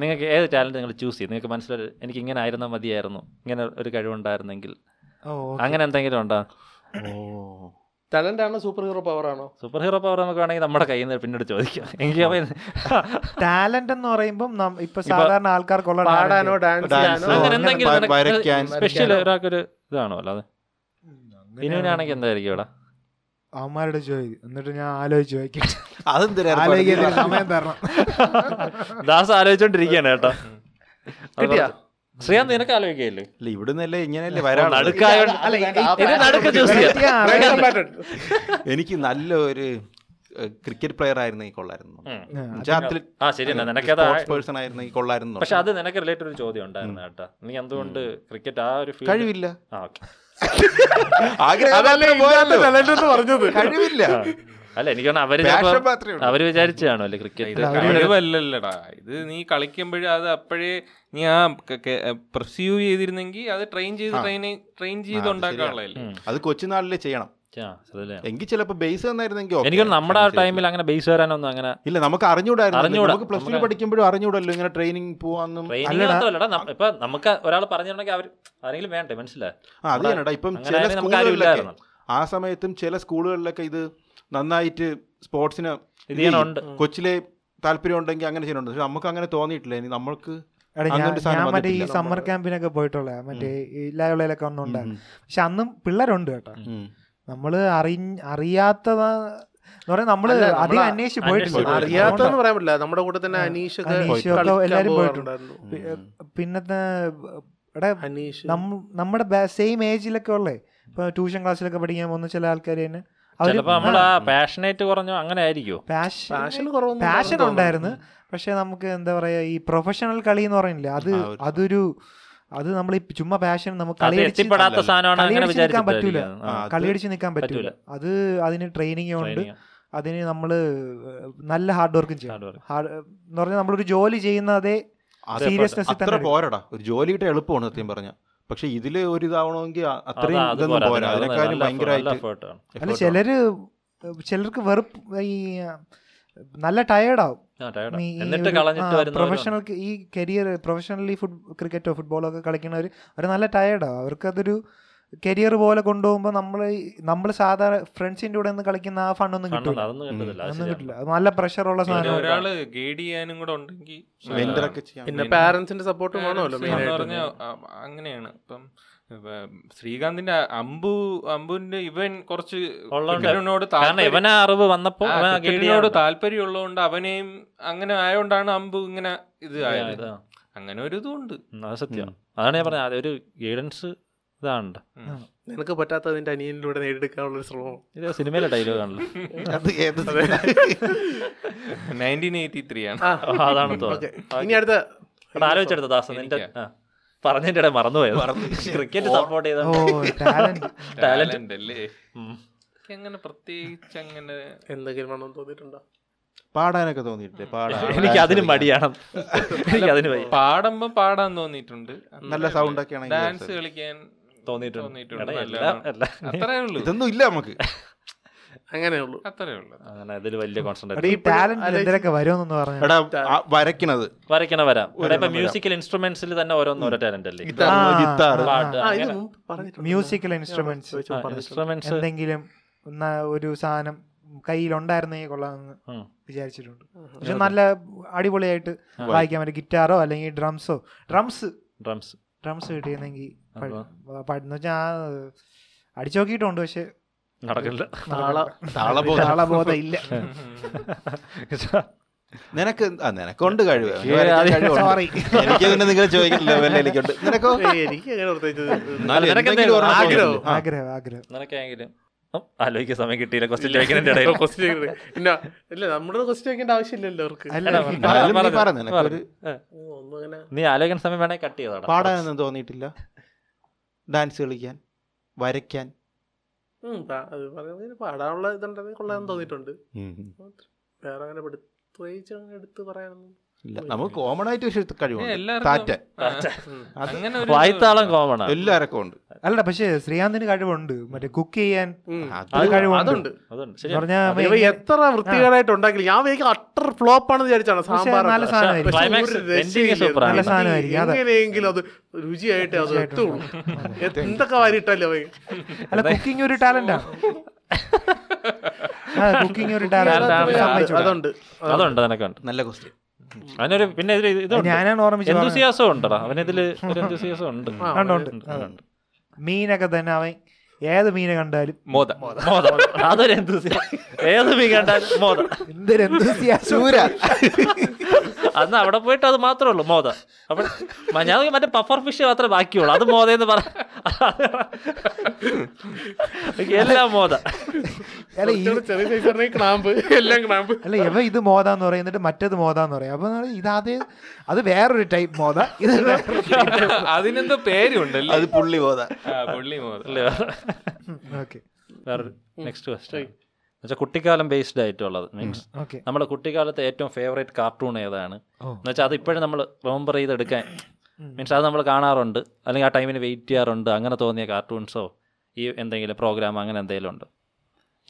D: നിങ്ങൾക്ക് ഏത് ടാലൻറ്റ് നിങ്ങൾ ചൂസ് ചെയ്യും നിങ്ങൾക്ക് മനസ്സിലൊരു എനിക്ക് ഇങ്ങനെ ആയിരുന്നാൽ മതിയായിരുന്നു ഇങ്ങനെ ഒരു കഴിവുണ്ടായിരുന്നെങ്കിൽ
A: ഓ
D: അങ്ങനെ എന്തെങ്കിലും ഉണ്ടോ
E: ടാലന്റ് ആണോ സൂപ്പർ ഹീറോ പവർ ആണോ
D: സൂപ്പർ ഹീറോ പവർ നമുക്ക് വേണമെങ്കിൽ നമ്മുടെ കയ്യിൽ നിന്ന് പിന്നീട് ചോദിക്കാം എനിക്ക് അവൻ
A: ടാലന്റ് എന്ന് പറയുമ്പോൾ നം- ഇപ്പൊ സാധാരണ ആൾക്കാർക്കുള്ള
E: പാടാനോ
A: talent.
E: ഡാൻസ്
B: Dance
E: ചെയ്യാനോ
B: ഓ.
D: അങ്ങനെ എന്തെങ്കിലും
B: വര- വരയ്ക്കാൻ.
D: സ്പെഷ്യൽ ഒരാൾക്കൊരു ഇതാണോ അല്ലാതെ ബിനുവിനാണെങ്കിൽ എന്തായിരിക്കും ഇവിടെ
A: അവന്മാരുടെ ചോദ്യം എന്നിട്ട് ഞാൻ ആലോചിച്ച് നോക്കിയിട്ട് ആലോചിക്കാൻ ഒരു
B: അതെന്തിനാ
A: സമയം തരണം
D: ദാസ് ആലോചിച്ചോണ്ടിരിക്കുകയാണ് കേട്ടോ അത്
E: കിട്ടിയാ?
D: കുറച്ച്. ശ്രീകാന്ത് നിനക്ക് ആലോചിക്കല്ലേ
B: ഇവിടുന്നല്ലേ ഇങ്ങനെയല്ലേ വരാനുള്ളത്
D: നടുക്കായോണ്ട്
E: അല്ല, ഈ-
D: ഇത് നടുക്ക് ചൂസ് ചെയ്യാം
A: ആ,
E: Random pattern.
B: എനിക്ക് നല്ല ഒരു ക്രിക്കറ്റ് പ്ലെയർ ആയിരുന്നെങ്കിൽ കൊള്ളായിരുന്നു
D: ആ ശരി നിനക്കത്
B: പേഴ്സൺ ആയിരുന്നെങ്കിൽ കൊള്ളായിരുന്നു
D: പക്ഷെ അത് നിനക്ക് റിലേറ്റഡ് ഒരു ചോദ്യം ഉണ്ടായിരുന്നു കേട്ടോ നീ എന്തുകൊണ്ട് ക്രിക്കറ്റ് ആ ഒരു field-
B: കഴിവില്ല
D: ആ, okay.
B: ആഗ്രഹം
E: അതല്ലേ
B: മാത്രം പോയാലോ?
E: ഇതിനകത്ത് talent എന്ന് പറഞ്ഞത്
B: കഴിവില്ല
D: ആ. അല്ല എനിക്ക് തോന്നുന്നു അവര്
B: Passion
D: ചിലപ്പം-
B: മാത്രമേ ഉള്ളൂ.
D: അവര് വിചാരിച്ചാണോ അല്ലേ ക്രിക്കറ്റ്
C: കഴിവല്ലല്ലടാ ഇത് നീ കളിക്കുമ്പോഴേ അത് അപ്പോഴേ നീ ആ പ്രസ്യൂ ചെയ്തിരുന്നെങ്കിൽ അത് ട്രെയിൻ ചെയ്ത് ട്രെയിൻ ട്രെയിൻ ചെയ്ത് ഉണ്ടാക്കാനുള്ളതല്ലേ
B: അത് കൊച്ചുനാളിലെ ചെയ്യണം എങ്കിൽ ചിലപ്പോൾ ബേസ് തന്നായിരുന്നെങ്കിൽ okay.
D: എനിക്ക് തോന്നുന്നു നമ്മുടെ ആ ടൈമിൽ അങ്ങനെ ബേസ് വരാനൊന്നും അങ്ങനെ
B: ഇല്ല നമുക്ക് അറിഞ്ഞുകൂടായിരുന്നു
D: അറിഞ്ഞൂടാ.
B: നമുക്ക് പ്ലസ് ടു പഠിക്കുമ്പോഴും അറിഞ്ഞൂടല്ലോ ഇങ്ങനെ ട്രെയിനിങ് പോവാന്നും
D: ട്രെയിനിങ് മാത്രമല്ലടാ നം- ഇപ്പൊ നമുക്ക് ഒരാൾ പറഞ്ഞിട്ടുണ്ടെങ്കിൽ അവർ ആരെങ്കിലും വേണ്ടേ മനസ്സിലായി
B: ആ, അത് ചെയ്യണടാ ഇപ്പം
D: അങ്ങനെ
B: ചില
D: ആണെങ്കിൽ നമുക്ക് ആരും
B: സ്കൂളുകളിലൊക്കെ
D: ഇല്ലായിരുന്നു.
B: ആ സമയത്തും ചില സ്കൂളുകളിലൊക്കെ ഇത് നന്നായിട്ട് സ്പോർട്സിന്
D: ചെയ്യണുണ്ട്.
B: കൊച്ചിലെ താല്പര്യം ഉണ്ടെങ്കിൽ അങ്ങനെ ചെയ്യണുണ്ട് പക്ഷെ നമുക്ക് അങ്ങനെ തോന്നിയിട്ടില്ല ഇനി നമുക്ക്
A: എടാ, ഞാൻ-
B: അങ്ങനൊരു
A: ഞാൻ
B: സാധനം
A: മറ്റേ ഈ
B: വന്നിട്ടില്ല.
A: സമ്മർ ക്യാമ്പിനൊക്കെ പോയിട്ടുള്ള മറ്റേ ഇല്ലായുള്ളതിലൊക്കെ ഒന്നും ഉണ്ടായിരുന്നു പക്ഷെ അന്നും പിള്ളേരുണ്ട് കേട്ടോ
B: ഉം.
A: നമ്മള് അറി അറിയാത്തതാ എന്ന് പറയാൻ നമ്മള്
E: അല്ല, നമ്മള്
A: അധികം അന്വേഷിച്ച് പോയിട്ടില്ല
B: അന്വേഷിച്ച്
E: അറിയാത്തെന്ന് പറയാൻ പറ്റില്ല നമ്മുടെ കൂടെ തന്നെ
A: ആ,
E: അനീഷ്
A: അനീഷ് ഒക്കെ എല്ലാരും പി- പിന്നത്തെ എടാ
E: അനീഷ്
A: നമ്മ- നമ്മുടെ സെയിം ഏജിലൊക്കെ ഉള്ളേ ഇപ്പൊ ട്യൂഷൻ ക്ലാസ്സിലൊക്കെ പഠിക്കാൻ പോകുന്ന ചില ആൾക്കാർ തന്നെ
D: ചിലപ്പോ നമ്മൾ ആ പാഷനേറ്റ് കുറഞ്ഞോ അങ്ങനെ ആയിരിക്കുമോ
A: പാഷൻ
E: പാഷൻ കുറവൊന്നും
A: പാഷൻ
E: തോന്നുന്നു.
A: ഉണ്ടായിരുന്നു പക്ഷെ നമുക്ക് എന്താ പറയാ ഈ പ്രൊഫഷണൽ കളി എന്ന് പറയുന്നില്ല അത്
B: ആ, ഒരു-
A: അതൊരു അത് നമ്മൾ ചുമ്മാ പാഷൻ നമുക്ക്
D: അത്
A: കളി അടിച്ച്
D: എത്തിപ്പെടാത്ത
B: അല്ല.
D: സാധനമാണ് അങ്ങനെ
A: കളിയടിച്ച് നിൽക്കാൻ
D: വിചാരിച്ചിട്ടില്ല
B: ആ, അത്
A: കളി അടിച്ച് നിൽക്കാൻ പറ്റൂല
D: പറ്റൂല.
A: അത് അതിന് ട്രെയിനിങ് ഉണ്ട് അതിന് നമ്മൾ നല്ല ഹാർഡ് വർക്കും ചെയ്യണം Hard- എന്ന് പറഞ്ഞാൽ നമ്മളൊരു ജോലി ചെയ്യുന്ന അതേ
B: അത്
A: സീരിയസ്നെസ്
B: അത്ര പോരടാ ഒരു ജോലി കിട്ടാൻ എളുപ്പമാണ് സത്യം പറഞ്ഞ പക്ഷെ ഇതില് ഒരു ഇതാവണമെങ്കിൽ അ- അത്രയും ഇതൊന്നും പോരാ അതിനേക്കാളും ഭയങ്കരമായിട്ട്
A: അല്ല
B: effort
A: ചിലര് ചിലർക്ക് വെറുപ്പ് ഈ ആ, നല്ല ടയേർഡാവും
D: എന്നിട്ട് കളഞ്ഞിട്ട് വരുന്ന
A: പ്രൊഫഷണൽ ഈ കരിയർ പ്രൊഫഷണലി ഫുട് ക്രിക്കറ്റോ ഫുട്ബോളോ ഒക്കെ കളിക്കുന്നവർ അവർ നല്ല ടയേർഡാവും അവർക്കതൊരു കരിയർ പോലെ കൊണ്ടുപോകുമ്പോൾ നമ്മൾ നമ്മൾ സാധാരണ ഫ്രണ്ട്സിൻ്റെ കൂടെ ഒന്ന് കളിക്കുന്ന ആ ഫണ്ടൊന്നും കിട്ടില്ല
D: അതൊന്നും കിട്ടത്തില്ല അത്
A: ഒന്നും
D: ശരിയാണ്.
A: കിട്ടില്ല അത് നല്ല പ്രഷറുള്ള
C: പിന്നെ
A: സാധനമാണ്
C: ഒരാള് ഗൈഡ് ചെയ്യാനും കൂടെ ഉണ്ടെങ്കിൽ
B: ആണ്. Mentor ഒക്കെ ചെയ്യാൻ
E: പിന്നെ പാരന്റ്സിന്റെ സപ്പോർട്ട് വേണമല്ലോ
C: Parents എന്ന് പറഞ്ഞാ, അ- അങ്ങനെയാണ് ഇപ്പം ഇപ്പൊ ശ്രീകാന്തിന്റെ അമ്പു അമ്പുവിന്റെ ഇവൻ കുറച്ച്
D: ഉള്ളോണ്ട്.
C: ക്രിക്കറ്റിനോട്
D: കാരണം
C: താല്പര്യം-
D: ഇവനെ അറിവ് വന്നപ്പോ
C: ആ,
D: ഇവൻ ആ guide
C: ക്രിക്കറ്റിനോട്
D: ചെയ്യാൻ-
C: താല്പര്യം ഉള്ളതുകൊണ്ട് അവനെയും അങ്ങനെ ആയോണ്ടാണ് അമ്പു ഇങ്ങനെ ഇത് ആയത്
D: ഇതാ.
C: അങ്ങനെ ഒരു ഇതുണ്ട്
D: ഉം, അത് സത്യമാണ് അതാണ് ഞാൻ പറഞ്ഞത് ഒരു ഗൈഡൻസ് ഇതാണ്ട്
E: നിനക്ക് പറ്റാത്തതിന്റെ അനിയനിലൂടെ നേടിയെടുക്കാനുള്ള ഒരു ശ്രമം
D: ഇത് സിനിമയിലെ ഡയലോഗ് ആണല്ലോ
B: അത് ഏത്
C: നയൻറ്റീൻ എയ്റ്റി ത്രീ ആണ്
E: ആ,
D: അതാണ്
E: ഓക്കെ ഇനി അടുത്ത
D: തോന്നുന്നത് ആലോചിച്ചെടുത്ത ദാസൻ നിന്റെ
C: എനിക്കാ?
D: പറഞ്ഞതിന്റെ ഇടയിൽ മറന്നുപോയത് ക്രിക്കറ്റ് സപ്പോർട്ട് ചെയ്ത
A: ഓ ടാലന്റ്
C: ടാലന്റ് അല്ലേ എനിക്ക് അങ്ങനെ പ്രത്യേകിച്ച് അങ്ങനെ
E: എന്തെങ്കിലും വേണമെന്ന് തോന്നിയിട്ടുണ്ടോ
B: പാടാനൊക്കെ തോന്നിയിട്ടില്ലേ പാടാൻ
D: എനിക്ക് അതിന് മടിയാണ് എനിക്ക് അതിന് വയ്യ
C: പാടുമ്പോ പാടാൻ തോന്നിയിട്ടുണ്ട്
B: നല്ല സൗണ്ട് ഒക്കെ ആണെങ്കിൽ
C: ഡാൻസ് കളിക്കാൻ
D: തോന്നിയിട്ടുണ്ട്
C: തോന്നിയിട്ടുണ്ട്.
D: എടാ,
C: നല്ല-
D: എല്ലാം- എല്ലാം.
C: അത്രേ ഉള്ളൂ
B: ഇതൊന്നും ഇല്ല നമുക്ക്
E: അങ്ങനെ ഉള്ളൂ
C: അത്രേ ഉള്ളൂ
D: അങ്ങനെ ഇതിൽ വലിയ കോൺസെൻട്രേറ്റ്
A: എടാ, ഈ ടാലന്റ് എന്തിനൊക്കെ വരുമെന്നൊന്ന് പറഞ്ഞു
B: എടാ ആ വരയ്ക്കണത്
D: വരയ്ക്കണ വരാം ഇവിടെ ഇപ്പൊ മ്യൂസിക്കൽ ഇൻസ്ട്രുമെന്റ്സിൽ തന്നെ ഓരോന്ന് ഓരോ ടാലന്റ് അല്ലേ
E: ഗിറ്റാർ
B: ഗിത്താർ
D: പാട്ട്
E: ആ ഇത്
D: അങ്ങനെ
E: മുമ്പ് പറഞ്ഞിട്ടുണ്ട്
A: മ്യൂസിക്കൽ ഇൻസ്ട്രുമെന്റ്സ്
D: ഇൻസ്ട്രുമെന്റ്സ്
A: എന്തെങ്കിലും ഒന്ന- ഒരു സാധനം കയ്യിലുണ്ടായിരുന്നെങ്കിൽ കൊള്ളാമെന്ന്
D: ഉം.
A: വിചാരിച്ചിട്ടുണ്ട് പക്ഷെ നല്ല അടിപൊളിയായിട്ട് വായിക്കാൻ പറ്റും ഗിറ്റാറോ അല്ലെങ്കിൽ ഡ്രംസോ ഡ്രംസ്
D: ഡ്രംസ്
A: ഡ്രംസ് കിട്ടിയിരുന്നെങ്കിൽ
D: അതാ.
A: പഠിന്ന് വെച്ചാൽ ആ അടിച്ചു നോക്കിയിട്ടുണ്ട് പക്ഷെ
D: നടക്കില്ല
B: താളബോധം.
A: താളബോധം ഇല്ല
B: നിനക്ക് ആ നിനക്കുണ്ട് കഴിവ്
D: ഏ, അത്
A: സോറി
B: എനിക്ക് പിന്നെ നിങ്ങൾ ചോദിക്കില്ല എനിക്കുണ്ട് നിനക്കോ
E: ഏയ്, എനിക്ക് അങ്ങനെ പ്രത്യേകിച്ച് ഇത്
B: എന്നാലും
D: നിനക്ക്
B: എന്തെങ്കിലും
D: എന്തെങ്കിലും
B: ഒരെണ്ണം
E: ആഗ്രഹം?
B: തോന്നിയിട്ടില്ലേ? ആ.
A: ആഗ്രഹം ആഗ്രഹം
D: നിനക്കാണെങ്കിലും ഉം, ആലോചിക്കാൻ സമയം കിട്ടിയില്ല ക്വസ്റ്റ്യൻ ചോദിക്കുന്നതിന്റെ ഇടയിൽ
E: ക്വസ്റ്റ്യൻ ഇല്ല ഇല്ല നമ്മുടെ ക്വസ്റ്റ്യൻ ചോദിക്കേണ്ട ആവശ്യമില്ലല്ലോ അവർക്ക്
A: അല്ല
D: എടാ,
A: ഈ-
D: പറ,
B: എന്നാലും
D: പറ,
B: നീ പറ,
D: പറ.
B: നിനക്കൊരു
D: ഏ,
E: ഒന്നും അങ്ങനെ
D: നീ ആലോചിക്കുന്ന സമയം വേണേ കട്ട് ചെയ്തോടാ
B: പാടാനൊന്നും തോന്നിയിട്ടില്ല ഡാൻസ് കളിക്കാൻ വരയ്ക്കാൻ
E: ഉം, പാ- അത് പറയുന്നത് പാടാനുള്ള ഇതുണ്ടെന്ന് കൊള്ളാൻ തോന്നിയിട്ടുണ്ട് വേറെ അങ്ങനെ പ്രത്യേകിച്ച് അങ്ങനെ എടുത്ത് പറയാനൊന്നും
B: ഇല്ല നമുക്ക് കോമൺ ആയിട്ട് പക്ഷേ കഴിവുണ്ട്
C: ഏ, എല്ലാവർക്കും-
B: താറ്റ അത്
C: അങ്ങനെ
D: വായ്ത്താളം കോമൺ ആണ്
B: എല്ലാവർക്കും ഉണ്ട്
A: അല്ല പക്ഷേ ശ്രീകാന്തിന് കഴിവുണ്ട് മറ്റേ കുക്ക് ചെയ്യാൻ
E: ഉം.
B: അത്
A: ഒരു കഴിവുണ്ട്
E: അതുണ്ട്
D: അതുകൊണ്ട്
A: എന്ന്
D: ശരി
A: പറഞ്ഞാ
E: അത് ഇവ എത്ര വൃത്തികേടായിട്ട് ഉണ്ടാക്കി ഞാൻ വേഗം അട്ടർ ഫ്ലോപ്പ് ആണെന്ന് വിചാരിച്ചാണ് സാമ്പാർ
A: നല്ല സാധനമായിരിക്കും.
D: Climax ending super ആണ്.
A: നല്ല സാധനമായിരിക്കും. അതെ.
E: എങ്ങനെയെങ്കിലും അത് രുചിയായിട്ട് അത് എത്തുള്ളൂ എ- എന്തൊക്കെ വാരിയിട്ടല്ലേ വേഗം
A: അല്ല കുക്കിംഗ് ഒരു ടാലന്റ് ആണ് കുക്കിംഗ് ഒരു
D: Talent ആണ്.
A: ടാലന്റ്
E: അതുണ്ട്
D: അതുണ്ട് നിനക്കുണ്ട്
B: നല്ല ക്വസ്റ്റ്യൻ
D: അവനൊരു പിന്നെ ഇതിൽ ഇതുണ്ട്
A: ഞാനാണ് ഓർമ്മിച്ചത്
D: എന്തുസിയാസം ഉണ്ടടാ അവനിതില് ഒരു എന്തുസിയാസം ഉണ്ട്
E: ആ,
A: ഉണ്ട്, ഉണ്ട്. മീനൊക്കെ തന്നെ അവൻ ഏത് മീനെ കണ്ടാലും
C: മോദ
D: മോദം അതൊരു എന്തുസിയാസം ഏത് മീൻ കണ്ടാലും മോദം
A: എന്തൊരു enthusiasm.
D: അന്ന് അവിടെ പോയിട്ട് അത് മാത്രമേ ഉള്ളൂ മോദം അപ്പോൾ മ- ഞാൻ നോക്കി മറ്റേ പഫർ ഫിഷ് മാത്രമേ ബാക്കിയുള്ളൂ അത് മോദയെന്ന് പറ എനിക്ക് എല്ലാം മോദ
A: അല്ല ഈ
E: കുറച്ചുകൂടി ചെറിയ സൈസറിനെ ക്ലാമ്പ് എല്ലാം ക്ലാമ്പ്
A: അല്ല ഇവ ഇത് മോതാന്ന് പറയും എന്നിട്ട് മറ്റേത് മോതാന്ന് പറയും അപ്പൊ നമ്മള് ഇത് അതേ അത് വേറൊരു ടൈപ്പ് മോത ഇത് വേറൊരു type.
C: അതിനെന്തോ പേരുണ്ടല്ലേ
B: അത് പുള്ളി പോതാ
C: ആ, പുള്ളി മോദ
A: Okay,
D: വേറൊരു നെക്സ്റ്റ് ക്വസ്റ്റ്യൻ എന്നുവെച്ചാൽ കുട്ടിക്കാലം ബേസ്ഡ് ആയിട്ടുള്ളത് മീൻസ്
A: okay.
D: നമ്മുടെ കുട്ടിക്കാലത്തെ ഏറ്റവും ഫേവറേറ്റ് കാർട്ടൂൺ ഏതാണ്
A: ഓ.
D: എന്നുവെച്ചാൽ അത് ഇപ്പോഴും നമ്മൾ റിമെമ്പർ ചെയ്തെടുക്കാൻ മീൻസ് അത് നമ്മൾ കാണാറുണ്ട് അല്ലെങ്കിൽ ആ ടൈമിന് വെയിറ്റ് ചെയ്യാറുണ്ട് അങ്ങനെ തോന്നിയ കാർട്ടൂൺസോ ഈ എന്തെങ്കിലും പ്രോഗ്രാം അങ്ങനെ എന്തെങ്കിലും ഉണ്ട്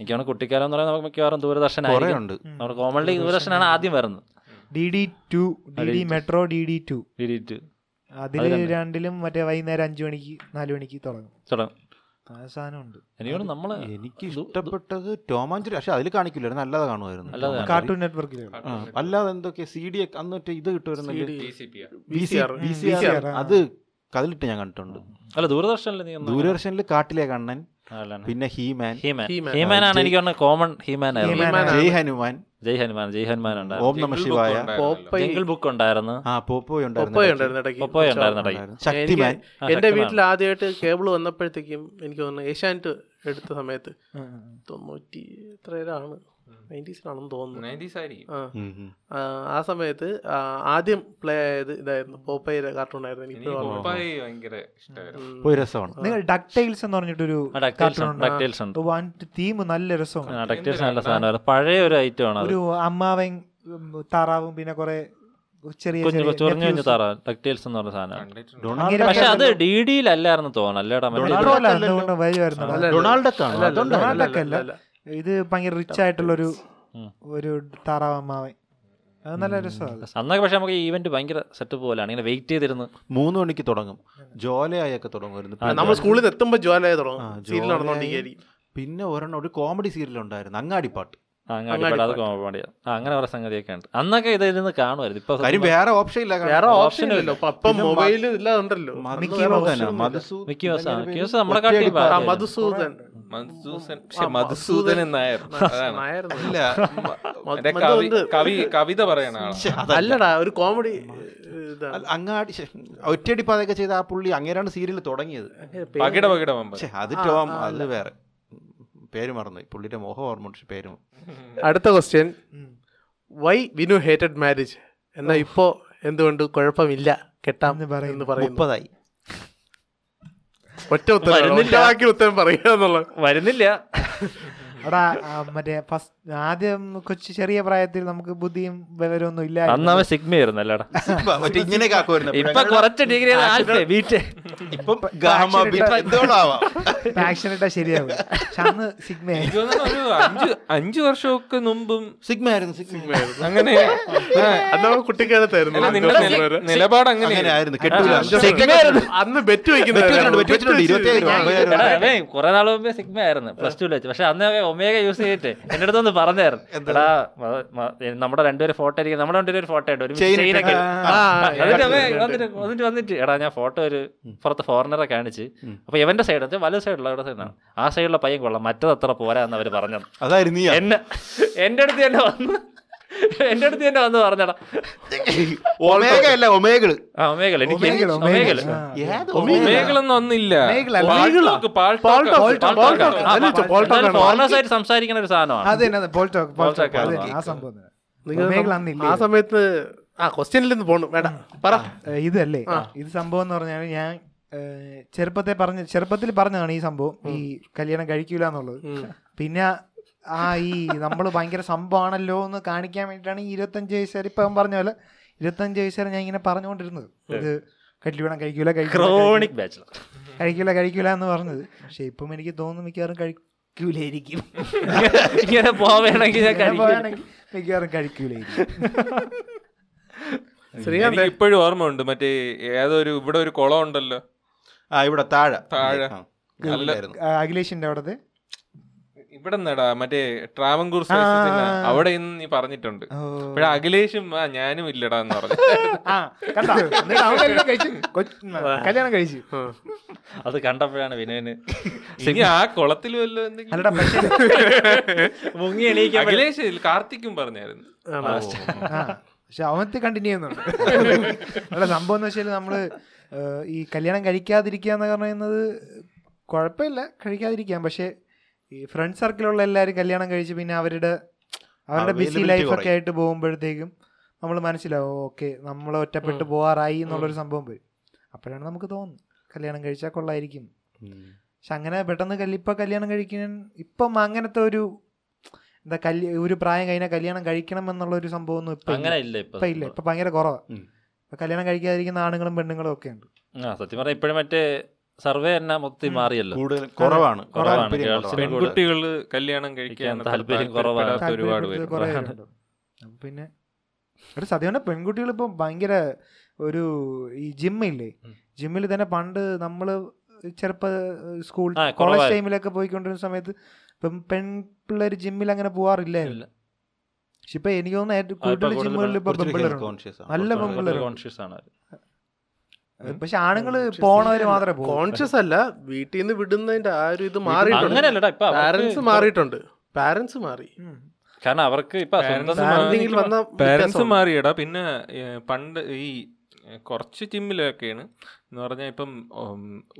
D: എനിക്കാണ് കുട്ടിക്കാലം എന്ന് പറയുന്നത് നമുക്ക് മിക്കവാറും ദൂരദർശൻ
B: കുറെ
D: ആയിരിക്കും.
B: ഉണ്ട്
D: നമ്മുടെ കോമൺലി ദൂരദർശനാണ് ആദ്യം വരുന്നത്
A: D D two D D metro D D two
D: ഡിഡിറ്റ്
A: അതില് രണ്ടിലും മറ്റേ വൈകുന്നേരം അഞ്ചു മണിക്ക് നാലു മണിക്ക് തുടങ്ങും
D: തുടങ്ങും
A: ആ സാധനമുണ്ട്
D: എനിക്കോട് നമ്മൾ
B: എനിക്ക് ഇഷ്ടപ്പെട്ടത് ടോമാഞ്ചുരി പക്ഷെ അതിൽ കാണിക്കില്ലായിരുന്നു അല്ലാതെ കാണുമായിരുന്നു
D: അല്ലാതെ
B: ടോം ആൻഡ്
A: കാർട്ടൂൺ നെറ്റ്വർക്കിൽ
B: ജെറി. ആ, അല്ലാതെ എന്തൊക്കെ സി ഡി ഒക്കെ അന്നിട്ട് ഇത് കിട്ടുമായിരുന്നില്ല
E: VCR. VCR.
B: അത് അതിലിട്ട് ഞാൻ കണ്ടിട്ടുണ്ട്
D: അല്ല ദൂരദർശനിൽ നീ ഒന്ന്
B: ദൂരദർശനിൽ കാട്ടിലെ കണ്ണൻ
D: ആളാണ്.
B: പിന്നെ ഹീമാൻ
D: ഹീമാൻ
E: ഹീമാൻ.
D: ഹീമാൻ ആണ് എനിക്ക് തോന്നുന്നത് കോമൺ ഹീമാൻ ആയിരുന്നു
A: ഹീമാൻ.
B: ജയ് ഹനുമാൻ
D: ജയ് ഹനുമാൻ ജയ് ഹനുമാൻ ഉണ്ടായിരുന്നു
B: ഓം നമ ശിവായ
E: പോപ്പൈ
D: ജംഗിൾ ബുക്ക് ഉണ്ടായിരുന്നു
B: ആ പോപ്പോയി
E: പോപ്പൈ
B: ഉണ്ടായിരുന്നു
E: ഉണ്ടായിരുന്നു ഇടയ്ക്ക്
D: പോപ്പോയ ഉണ്ടായിരുന്നു ഇടയ്ക്ക്.
B: ഉണ്ടായിരുന്നു. ശക്തിമാൻ
D: ആ,
E: എന്റെ
D: ശക്തിമാൻ.
E: വീട്ടിൽ ആദ്യമായിട്ട് കേബിൾ വന്നപ്പോഴത്തേക്കും എനിക്ക് തോന്നുന്നു ഏഷ്യാനെറ്റ് എടുത്ത സമയത്ത് തൊണ്ണൂറ്റി എത്രയാണ് നയൻറ്റീസിലാണെന്ന് തോന്നുന്നു ആ.
B: ഉം, ഉം.
E: ആ, ആ സമയത്ത് ആ, ആദ്യം പ്ലേ ആയത് ഇതായിരുന്നു പോപ്പയുടെ കാർട്ടൂൺ ആയിരുന്നു എനിക്ക് ഓർമ്മ.
C: ഭയങ്കര ഇഷ്ടമായിരുന്നു
E: ഉം.
B: ഒരു രസമാണ്
A: നിങ്ങൾ ഡക് ടൈൽസ് എന്ന് പറഞ്ഞിട്ടൊരു
D: ആ, DuckTales
A: കാർട്ടൂൺ
D: ഉണ്ട്, DuckTales ഉണ്ട്.
A: തീം നല്ല രസമാണ്
D: ആ, DuckTales നല്ല സാധനമായിരുന്നു പഴയ ഒരു ഐറ്റം ആണ് അത്
A: ഒരു അമ്മാവൻ ഉം, താറാവും പിന്നെ കുറെ ചെറിയ
D: കുഞ്ഞു
A: ചെറിയ
D: ചൊറിഞ്ഞു
A: nephews.
D: കുഞ്ഞു താറ DuckTales എന്ന് പറഞ്ഞ സാധനമാണ്
C: കണ്ടിട്ടുണ്ട്.
A: അങ്ങനെ
D: പക്ഷെ അത്
A: ഒക്കെ
D: ഡി ഡിയിലല്ലായിരുന്നു തോന്നുന്നു അല്ലേടാ മറ്റേ
A: ഡൊണാൾഡോ അല്ല, എന്തുകൊണ്ട് വരുമായിരുന്നു?
E: അല്ല, അല്ല.
B: ഡൊണാൾഡ് ഒക്കെ
E: അല്ല, അല്ല,
A: ഡൊണാൾഡ്
E: അല്ല,
A: ഒക്കെ
E: അല്ല,
A: അല്ല.
E: അല്ല.
A: ഇത് ഭയങ്കര റിച്ച് ആയിട്ടുള്ള ഒരു
D: ഉം.
A: ഒരു താറാവമ്മാവൻ അത് നല്ല രസമാണ്
D: അന്നൊക്കെ പക്ഷെ നമുക്ക് ഈ ഇവന്റ് ഭയങ്കര സെറ്റപ്പ് പോലാണ് ഇങ്ങനെ വെയിറ്റ് ചെയ്തിരുന്നു
B: മൂന്ന് മണിക്ക് തുടങ്ങും ജോലയായൊക്കെ തുടങ്ങുമായിരുന്നു
D: ആ,
E: നമ്മൾ
B: പിന്നെ-
E: സ്കൂളിൽ നിന്ന് എത്തുമ്പോൾ ജ്വാലയെ
B: ആ,
E: തുടങ്ങും സീരിയൽ
B: ജോലയായി.
E: നടന്നുകൊണ്ടിരിക്കുകയായിരിക്കും
B: പിന്നെ ഒരെണ്ണം ഒരു കോമഡി സീരിയൽ ഉണ്ടായിരുന്നു അങ്ങാടിപ്പാട്ട്
D: അങ്ങനെ അത് കോമഡിയാ അങ്ങനെ കുറെ സംഗതിയൊക്കെ ഉണ്ട് അന്നൊക്കെ ഇതിരുന്ന് കാണുമായിരുന്നു ഇപ്പൊ
B: കാര്യം വേറെ ഓപ്ഷൻ ഇല്ല
E: വേറെ
B: കാരണം.
E: ഓപ്ഷൻ ഇല്ലല്ലോ പപ്പം മൊബൈൽ ഇല്ലാതെ ഉണ്ടല്ലോ
B: മധു
A: മിക്കി
B: വേറെ
A: മൗസ്
B: option
A: ഒന്നും
B: ഇല്ല. മധുസൂ-
D: മിക്കി മൗസ് ആണ്.
B: ഇതിന്റെ
D: മിക്കി മൗസ്
B: പേര്
D: നമ്മളെ
B: ഒറ്റയടി
D: കാട്ടിയും
E: ആ
B: പാ-
E: മധുസൂദൻ
C: മധുസൂദൻ ശ്ശെ, മധുസൂദൻ നായർ അതാണ്.
E: ആയിരുന്നു
B: ഇല്ല
E: മ-
C: മറ്റേ
E: മധു
C: കവി
E: ഉണ്ട്.
C: കവി കവിത പറയണ ആളാണ്
B: ശ്ശെ, അതല്ല.
E: അല്ലടാ ഒരു കോമഡി ഇതാ
B: അല്ല, അങ്ങാടി ശ്ശെ, ഒറ്റയടി പാതയൊക്കെ ചെയ്ത ആ പുള്ളി അങ്ങേരാണ് സീരിയൽ തുടങ്ങിയത്
C: പകിട പകിട മമ്പൻ
B: പക്ഷെ അത് ടോം അത് വേറെ പേര് മറന്നു പുള്ളിയുടെ മോഹം ഓർമ്മ ഉണ്ട്, പക്ഷെ പേര് മറന്നു.
E: അടുത്ത question why Vinu hated marriage എന്നാ ഇപ്പോ എന്തുകൊണ്ട് കുഴപ്പമില്ല കെട്ടാം
A: എന്ന് പറയുന്നു.
E: എന്ന് പറയുന്നു
B: മുപ്പതായി
E: ഒറ്റ ഉത്തരം
D: വരുന്നില്ല.
E: ഒറ്റ വാക്കിൽ ഉത്തരം പറയുക എന്നുള്ളത്
D: വരുന്നില്ല
A: അവിടെ ആ, മറ്റേ ഫസ്റ്റ് ആദ്യം കൊച്ചു ചെറിയ പ്രായത്തിൽ നമുക്ക് ബുദ്ധിയും വിവരമൊന്നും ഇല്ല
D: അന്ന് അവൻ സിഗ്മ ആയിരുന്നു അല്ലേടാ
B: ഇപ്പൊ മറ്റേ ഇങ്ങനെ കാക്കുമായിരുന്നു
D: ഇപ്പൊ കുറച്ച് ഡിഗ്രി വീട്ടേ
B: ഇപ്പം ഗാമ ബീറ്റ എന്തോളം ആവാം.
A: ആക്ഷൻ ഇട്ടാ ശരിയാവും പക്ഷെ അന്ന് സിഗ്മ
C: എനിക്ക് തോന്നുന്നു ഒരു അഞ്ച് അഞ്ച് വർഷമൊക്കെ മുമ്പും
B: സിഗ്മ ആയിരുന്നു സിഗ്മ
C: അങ്ങനെ ആ,
E: അന്ന് നമ്മൾ
C: അല്ല, നിങ്ങളുടെ നില-
E: കുട്ടിക്കാലത്തായിരുന്നു
C: നിലപാട് അങ്ങനെ
B: അങ്ങനെ ആയിരുന്നു കെട്ടൂല
E: സിഗ്മയായിരുന്നു. അന്ന് ബെറ്റ്
D: എടാ, അവൻ കുറെ നാൾ മുമ്പേ സിഗ്മ ആയിരുന്നു പ്ലസ് ടു വെച്ച് പക്ഷെ അന്ന് അവൻ ഒമേഗ യൂസ് ചെയ്തിട്ട് എന്റെ അടുത്ത് ഒന്ന് പറഞ്ഞായിരുന്നു എടാ മ- മ- നമ്മുടെ രണ്ടുപേരും ഫോട്ടോ ഇരിക്കും നമ്മുടെ രണ്ടുപേരും ഫോട്ടോ ഉണ്ട് ഒരു
B: Chain ഇട്ട്.
D: ചെയിനൊക്കെ
B: ആ,
D: എന്നിട്ട് അവൻ വന്നിട്ട് വന്നിട്ട് വന്നിട്ട് എടാ ഞാൻ ഫോട്ടോ ഒരു പുറത്ത് ഫോറിനറെ കാണിച്ച് അപ്പൊ ഇവന്റെ സൈഡ് വെച്ചാൽ വലത് സൈഡുള്ള അവരുടെ സൈഡാണ് ആ സൈഡിലുള്ള പയ്യൻ കൊള്ളാം മറ്റത് അത്ര പോരാ എന്ന് അവര് പറഞ്ഞത്
B: അതായിരുന്നു നീ
D: എന്നെ എന്റെ അടുത്ത് തന്നെ വന്ന് എന്റെ അടുത്ത് തന്നെ വന്ന് പറഞ്ഞടാ
B: ഒമേഗ അല്ല ഒമേഗള്
D: ആ ഒമേഗൽ എനിക്ക്
A: ഒമേഗള്,
D: ഒമേഗൽ
A: ഒമേഗള്. ആ.
B: ഏത്
C: ഒമേഗളൊന്നും അന്നില്ല
A: ഒമേഗളല്ല.
C: പാൾട്ടോക്ക്, പാൾട്ടോക്ക്,
A: പാൾട്ടോക്ക്,
C: പാൾട്ടോക്ക്.
A: പാൾട്ടോക്ക്.
C: ആ,
A: അല്ല,
C: പാൾട്ടോക്ക്.
A: പാൾട്ടോക്ക്.
D: ഫോറിനേഴ്സായിട്ട് സംസാരിക്കുന്ന ഒരു സാധനമാണ്
A: അത് തന്നെ അത് പോൾ ടോക്ക് പോൾ ടോക്ക് അത് തന്നെ, ആ സംഭവം തന്നെ. ഒമേഗള് അന്നില്ലേ?
E: ആ സമയത്ത് ആ ക്വസ്റ്റ്യനിൽ നിന്ന് പോണം വേണ്ട പറ
A: ഏ, ഇതല്ലേ ഇത് സംഭവം എന്ന് പറഞ്ഞാൽ ഞാൻ ഏ, ചെറുപ്പത്തെ പറഞ്ഞ ചെറുപ്പത്തിൽ പറഞ്ഞതാണ് ഈ സംഭവം ഈ കല്യാണം കഴിക്കൂല എന്നുള്ളത് പിന്നെ ആ ഈ നമ്മൾ ഭയങ്കര സംഭവമാണല്ലോ എന്ന് കാണിക്കാൻ വേണ്ടിയിട്ടാണ് ഈ ഇരുപത്തഞ്ച് വയസ്സുകാർ ഇപ്പം അവൻ പറഞ്ഞ പോലെ ഇരുപത്തഞ്ച് വയസ്സുകാർ ഞാൻ ഇങ്ങനെ പറഞ്ഞുകൊണ്ടിരുന്നത് ഇത് കല്യാണം കഴിക്കൂല കഴിക്കൂല, കഴിക്കൂല
D: ക്രോണിക് ബാച്ചിലർ
A: കഴിക്കൂല കഴിക്കൂല എന്ന് പറഞ്ഞത് പക്ഷെ ഇപ്പം എനിക്ക് തോന്നുന്നു മിക്കവാറും കഴിക്കൂലായിരിക്കും
D: ഇങ്ങനെ പോവേണമെങ്കിൽ ഞാൻ
A: ഇങ്ങനെ
D: കഴിക്കും
A: പോവാണെങ്കിൽ മിക്കവാറും കഴിക്കൂലായിരിക്കും
E: ശ്രീകാന്ത്
C: എനിക്ക് ഇപ്പോഴും ഓർമ്മയുണ്ട് മറ്റേ ഏതൊരു ഇവിടെ ഒരു കുളം ഉണ്ടല്ലോ
B: ആ ഇവിടെ താഴെ
C: താഴെ.
B: ആ.
C: നല്ല-
B: ഉണ്ടായിരുന്നു.
A: ആ, അഖിലേഷിന്റെ അവിടത്തെ
C: ഇവിടെ നിന്നടാ മറ്റേ ട്രാവൻകൂർ
A: ആ, ആ, ആ.
C: സ്പൈസസിന് അവിടെ ഇന്ന് നീ പറഞ്ഞിട്ടുണ്ട് അപ്പോഴാ അഖിലേഷും ആ ഞാനും ഇല്ലടാ എന്ന് പറഞ്ഞു
A: ആ, കണ്ടോ? എന്നിട്ട് അവൻ കല്യാണം കഴിച്ചു. കൊച്ച്- കല്യാണം കഴിച്ചു
D: അത് കണ്ടപ്പോഴാണ് വിനുവിന്
C: ഇനി ആ കുളത്തിൽ വല്ലോ എന്തെങ്കിലും
A: അല്ലടാ പക്ഷേ
D: മുങ്ങി എണീക്കാൻ
C: അഖിലേഷ് കാർത്തിക്കും പറഞ്ഞായിരുന്നു
A: ആ, പക്ഷെ അവനത്തെ കണ്ടിന്യൂ ചെയ്യുന്നുണ്ട് അല്ല സംഭവം എന്ന് വെച്ചാൽ നമ്മള് ഏഹ്, ഈ കല്യാണം കഴിക്കാതിരിക്കുക എന്ന് പറയുന്നത് കുഴപ്പമില്ല കഴിക്കാതിരിക്കാം പക്ഷെ ഈ ഫ്രണ്ട് സർക്കിളുള്ള എല്ലാവരും കല്യാണം കഴിച്ച് പിന്നെ അവരുടെ അവരുടെ ബിസി
B: Availability
A: ലൈഫൊക്കെ
B: കുറയും.
A: ആയിട്ട് പോകുമ്പോഴത്തേക്കും നമ്മൾ മനസ്സിലാവും ഓക്കെ നമ്മൾ ഒറ്റപ്പെട്ട് പോകാറായി എന്നുള്ളൊരു സംഭവം വരും അപ്പോഴാണ് നമുക്ക് തോന്നുന്നത് കല്യാണം കഴിച്ചാൽ കൊള്ളായിരിക്കും പക്ഷെ അങ്ങനെ പെട്ടെന്ന് കല്യ- ഇപ്പൊ കല്യാണം കഴിക്കാൻ ഇപ്പം അങ്ങനത്തെ ഒരു എന്താ കല്യ ഒരു പ്രായം കഴിഞ്ഞാൽ കല്യാണം കഴിക്കണം എന്നുള്ള ഒരു സംഭവം ഒന്നും ഇപ്പൊ ഇല്ല.
D: അങ്ങനെ ഇല്ല ഇപ്പൊ
A: ഇപ്പൊ ഇല്ല ഇപ്പൊ ഭയങ്കര കുറവാ
B: ഉം.
A: ഇപ്പൊ കല്യാണം കഴിക്കാതിരിക്കുന്ന ആണുങ്ങളും പെണ്ണുങ്ങളും ഒക്കെ ഉണ്ട്
D: ആ സത്യം പറഞ്ഞാൽ ഇപ്പോഴും മറ്റേ സർവേ തന്നെ മൊത്തത്തിൽ മാറിയല്ലോ
B: കൂടുതൽ കുറവാണ്
D: കുറവാണ്.
B: താല്പര്യം
D: girls ന്
B: കുറവാണ്.
D: കൂടുതൽ.
C: പെൺകുട്ടികൾ കല്യാണം കഴിക്കാൻ
D: കഴിക്കാൻ താല്പര്യം കുറവാണ്.
C: താല്പര്യപ്പെടാത്ത ഒരുപാട്
A: താല്പര്യപ്പെടുന്നത്
C: പേര്
A: കുറേ പേരുണ്ട്. അപ്പൊ പിന്നെ ഒരു സത്യം പെൺകുട്ടികൾ ഇപ്പൊ ഭയങ്കര ഒരു ഈ ജിമ്മില്ലേ
D: ഉം.
A: ജിമ്മിൽ തന്നെ പണ്ട് നമ്മള് ചെറുപ്പ സ്കൂൾ
D: ആ,
A: കോളേജ്
D: കുറവായിരുന്നു.
A: ടൈമിലൊക്കെ പോയിക്കൊണ്ടിരുന്ന സമയത്ത് ഇപ്പം പെൺപിള്ളേർ ജിമ്മിൽ അങ്ങനെ പോവാറില്ലായിരുന്നു
D: ഇല്ല.
A: പക്ഷെ ഇപ്പൊ എനിക്ക് തോന്നുന്നു ഏറ്റവും കൂടുതൽ
D: കൂടുതൽ
A: ജിമ്മുകളിൽ ഇപ്പൊ
B: കുറച്ചുകൂടി health
A: പെൺപിള്ളേരുണ്ട്
B: conscious ആണ്.
A: നല്ല
B: കുറച്ചുകൂടി.
A: പെൺപിള്ളേർ
D: കോൺഷ്യസ് ആണ് അവര്.
A: പക്ഷെ ആണുങ്ങൾ പോണവര് മാത്രമേ പോകും
E: കോൺഷ്യസ് അല്ല വീട്ടിൽ നിന്ന് വിടുന്നതിന്റെ ആ ഒരു ഇത് മാറിയിട്ടുണ്ട്
D: അങ്ങനെയല്ലടാ ഇപ്പൊ അവർക്ക്
E: പാരന്റ്സ് മാറിയിട്ടുണ്ട് പാരന്റ്സ് മാറി
D: കാരണം അവർക്ക് ഇപ്പൊ സ്വന്തം
C: Parents മാറി.
E: Parenting ൽ വന്ന
C: പാരന്റ്സ്
E: വ്യത്യാസം.
C: മാറിയടാ പിന്നെ ഏ, പണ്ട് ഈ ഏ, കുറച്ച് ജിമ്മിലൊക്കെയാണ് എന്ന് പറഞ്ഞാൽ ഇപ്പം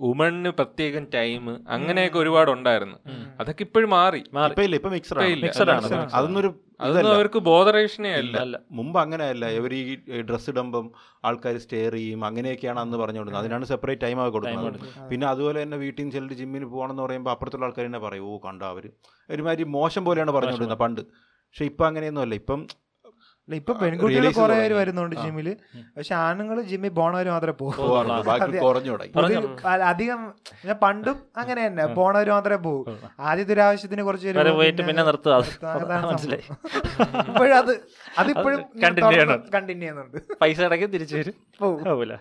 C: ഉമണിന് പ്രത്യേകം ടൈം അങ്ങനെയൊക്കെ ഒരുപാട് ഉണ്ടായിരുന്നു അതൊക്കെ ഇപ്പോഴും മാറി
D: മാറി
B: ഇപ്പൊ ഇല്ല ഇപ്പൊ മിക്സഡ്
C: ഇപ്പൊ ഇല്ല.
D: Mixed ആണ്.
B: അതൊന്നൊരു
C: അതൊന്നും അവർക്ക് ബോധറേഷനേ അല്ല
D: അല്ല
B: മുമ്പ് അങ്ങനെയല്ല ഇവർ ഈ ഡ്രസ്സ് ഇടുമ്പം ആൾക്കാർ സ്റ്റെയർ ചെയ്യും അങ്ങനെയൊക്കെയാണ് അന്ന് പറഞ്ഞുകൊടുക്കുന്നത് അതിനാണ് സെപ്പറേറ്റ് ടൈം ആയി കൊടുക്കുന്നത് പിന്നെ അതുപോലെ തന്നെ വീട്ടിൽ നിന്ന് ചിലർ ജിമ്മിന് പോകണമെന്ന് പറയുമ്പോൾ അപ്പുറത്തുള്ള ആൾക്കാർ തന്നെ പറയും ഓ കണ്ട അവർ ഒരുമാതിരി മോശം പോലെയാണ് പറഞ്ഞുകൊണ്ടിരുന്നത് പണ്ട് പക്ഷെ ഇപ്പം അങ്ങനെയൊന്നുമല്ല ഇപ്പം
A: അല്ല, ഇപ്പൊ പെൺകുട്ടികൾ
B: Release
A: കുറെ പേര്
B: തുടങ്ങി.
A: വരുന്നുണ്ട്
B: ആ.
A: ജിമ്മില് പക്ഷെ ആണുങ്ങൾ ജിമ്മിൽ പോണവര് മാത്രമേ പോകും
B: പോകാറുണ്ട് ബാക്കി കുറഞ്ഞു തുടങ്ങി
A: പൊതു- അ- അധികം ഞാൻ പണ്ടും അങ്ങനെ തന്നെ പോണവര് മാത്രമേ പോകും ആദ്യത്തെ ഒരു ആവശ്യത്തിന് കുറച്ച് പേര്
D: വരെ
A: പോകും,
D: പോയിട്ട് പിന്നെ നിർത്തുക അത്
A: നിർത്തുക. അതാണ്
D: മനസ്സിലായി
A: സംഭവം. ഇപ്പോഴും അത് അതിപ്പോഴും
D: അത് continue ചെയ്യണം.
A: കണ്ടിന്യൂ ചെയ്യുന്നുണ്ട്
D: പൈസ അടക്കി തിരിച്ചു വരും
A: പോവും.
D: പോവില്ല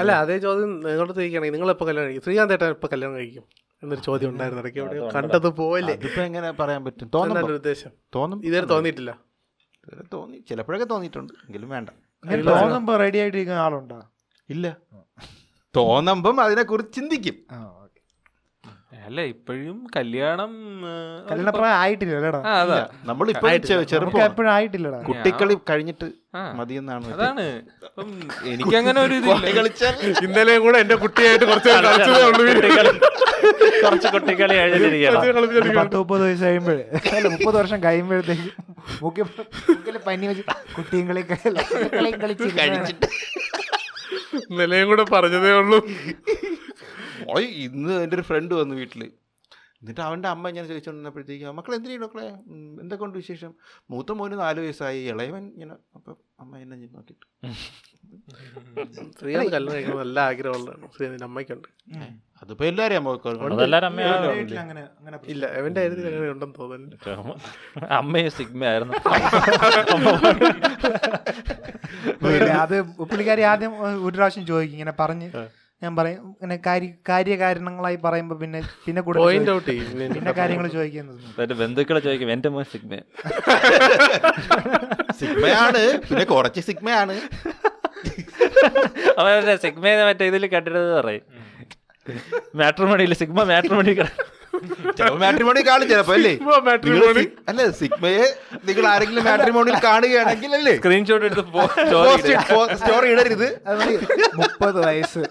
E: അല്ല അതേ ചോദ്യം നിങ്ങളുടെ ചോദിക്കുകയാണെങ്കിൽ നിങ്ങൾ എപ്പോൾ കല്യാണം കഴിക്കും ശ്രീകാന്ത് ഏട്ടൻ എപ്പോൾ കല്യാണം കഴിക്കും എന്നൊരു ചോദ്യം ഉണ്ടായിരുന്നു ഇടയ്ക്ക് എവിടെയോ
D: അതുകൊണ്ടാ.
E: കണ്ടത് പോലെ
B: അതിപ്പോ എങ്ങനെ പറയാൻ പറ്റും
E: എന്നാണ്
B: തോന്നുന്നു
E: ഉദ്ദേശം
B: തോന്നും
E: ഇതുവരെ തോന്നിയിട്ടില്ല
B: ഇതുവരെ തോന്നി ചിലപ്പോഴൊക്കെ തോന്നിയിട്ടുണ്ട് എങ്കിലും വേണ്ട
A: ഇങ്ങനെ തോന്നുമ്പോ റെഡി ആയിട്ടിരിക്കുന്ന ആളുണ്ടോ
B: ഇല്ല തോന്നുമ്പം അതിനെക്കുറിച്ച് ചിന്തിക്കും
A: ആ, okay.
C: അല്ല ഇപ്പോഴും കല്യാണം ഏ,
A: കല്യാണ പ്രായം ആയിട്ടില്ല അല്ലേടാ
C: ആ, അതാ
B: നമ്മൾ ഇപ്പൊ
A: നമുക്ക്
B: ചെറുപ്പം
A: എപ്പോഴും ആയിട്ടില്ലടാ
B: കുട്ടിക്കളി കഴിഞ്ഞിട്ട്
C: ആ.
B: മതിയെന്നാണ്
C: അതാണ് ഇപ്പം എനിക്കങ്ങനെ ഒരു ഇതില്ല
E: ഇന്നലെയും കൂടെ എന്റെ കുട്ടിയായിട്ട് കുറച്ച് നേരം കളിച്ചതേ ഉള്ളൂ
D: കുറച്ച് കുട്ടികളെ എഴുതിയിരിക്കണം
A: ഒരു പത്ത് മുപ്പത് വയസ്സ് കഴിയുമ്പോഴേ അല്ല മുപ്പത് വർഷം കഴിയുമ്പോഴത്തേക്കും മുക്കി മുക്കില് പനി വെച്ച് കുട്ടിയും കളി കളിച്ച് കഴിച്ചിട്ട്
E: ഇന്നലെയും കൂടെ പറഞ്ഞതേ ഉള്ളൂ
B: ഓയ് ഇന്ന് എൻ്റെ ഒരു ഫ്രണ്ട് വന്നു വീട്ടിൽ എന്നിട്ട് അവൻ്റെ അമ്മ ഞാൻ ചോദിച്ചുകൊണ്ടിരുന്നപ്പോഴത്തേക്ക് മക്കൾ എന്തിനാണ് മക്കളെ ഉം, എന്തൊക്കെ ഉണ്ട് വിശേഷം മൂത്ത മോന് നാല് വയസ്സായി ഇളയവൻ ഇങ്ങനെ അപ്പം അമ്മ എന്നെ ഇങ്ങനെ നോക്കിയിട്ട്
E: ശ്രീകാന്ത് കല്യാണം കഴിക്കണം നല്ല ആഗ്രഹമുള്ളതാണ് ശ്രീകാന്തിന്റെ അമ്മയ്ക്കുണ്ട്
B: അതിപ്പോൾ എല്ലാവരും അമ്മ
D: അതെല്ലാരും അമ്മയാണോ
A: അങ്ങനെ അങ്ങനെ
E: ഇല്ല എവന്റെ കാര്യത്തിൽ അങ്ങനെ ഉണ്ടെന്ന് തോന്നുന്നു
D: അമ്മയും സിഗ്മ ആയിരുന്നു
A: ഇല്ല, അത് പുള്ളിക്കാരി ആദ്യം ഒരു പ്രാവശ്യം ചോദിക്കും ഇങ്ങനെ പറഞ്ഞ് ഞാൻ പറയും ഇങ്ങനെ കാര്യ കാര്യകാരണങ്ങളായി പറയുമ്പോൾ പിന്നെ പിന്നെ കൂടുതൽ
E: പോയിന്റ്
A: ചോദിക്കും.
E: ഔട്ട് ചെയ്യും
A: പിന്നെ കാര്യങ്ങൾ ചോദിക്കുന്നത്
D: എന്നിട്ട് ബന്ധുക്കളെ ചോദിക്കും എന്റെ മോൻ സിഗ്മ
B: സിഗ്മയാണ് പിന്നെ കുറച്ച് സിഗ്മയാണ്
D: അവരെ സിഗ്മയെ മറ്റേ ഇതിൽ കണ്ടിട്ട് പറയും മാട്രിമണിയിൽ സിഗ്മ മാട്രിമണി
B: ചിലപ്പോൾ മാട്രിമോണി കാണും ചിലപ്പോ അല്ലേ നിങ്ങൾ സി- അല്ല സിഗ്മയെ നിങ്ങൾ ആരെങ്കിലും മാട്രിമോണിയിൽ കാണുകയാണെങ്കിൽ അല്ലേ
C: സ്ക്രീൻഷോട്ട് എടുത്ത് പോ- story
B: പോസ്റ്റ്
C: ഇടുക.
B: ഇട്- പോ- സ്റ്റോറി ഇടരുത്
A: അത് മതി. മുപ്പത് വയസ്സ്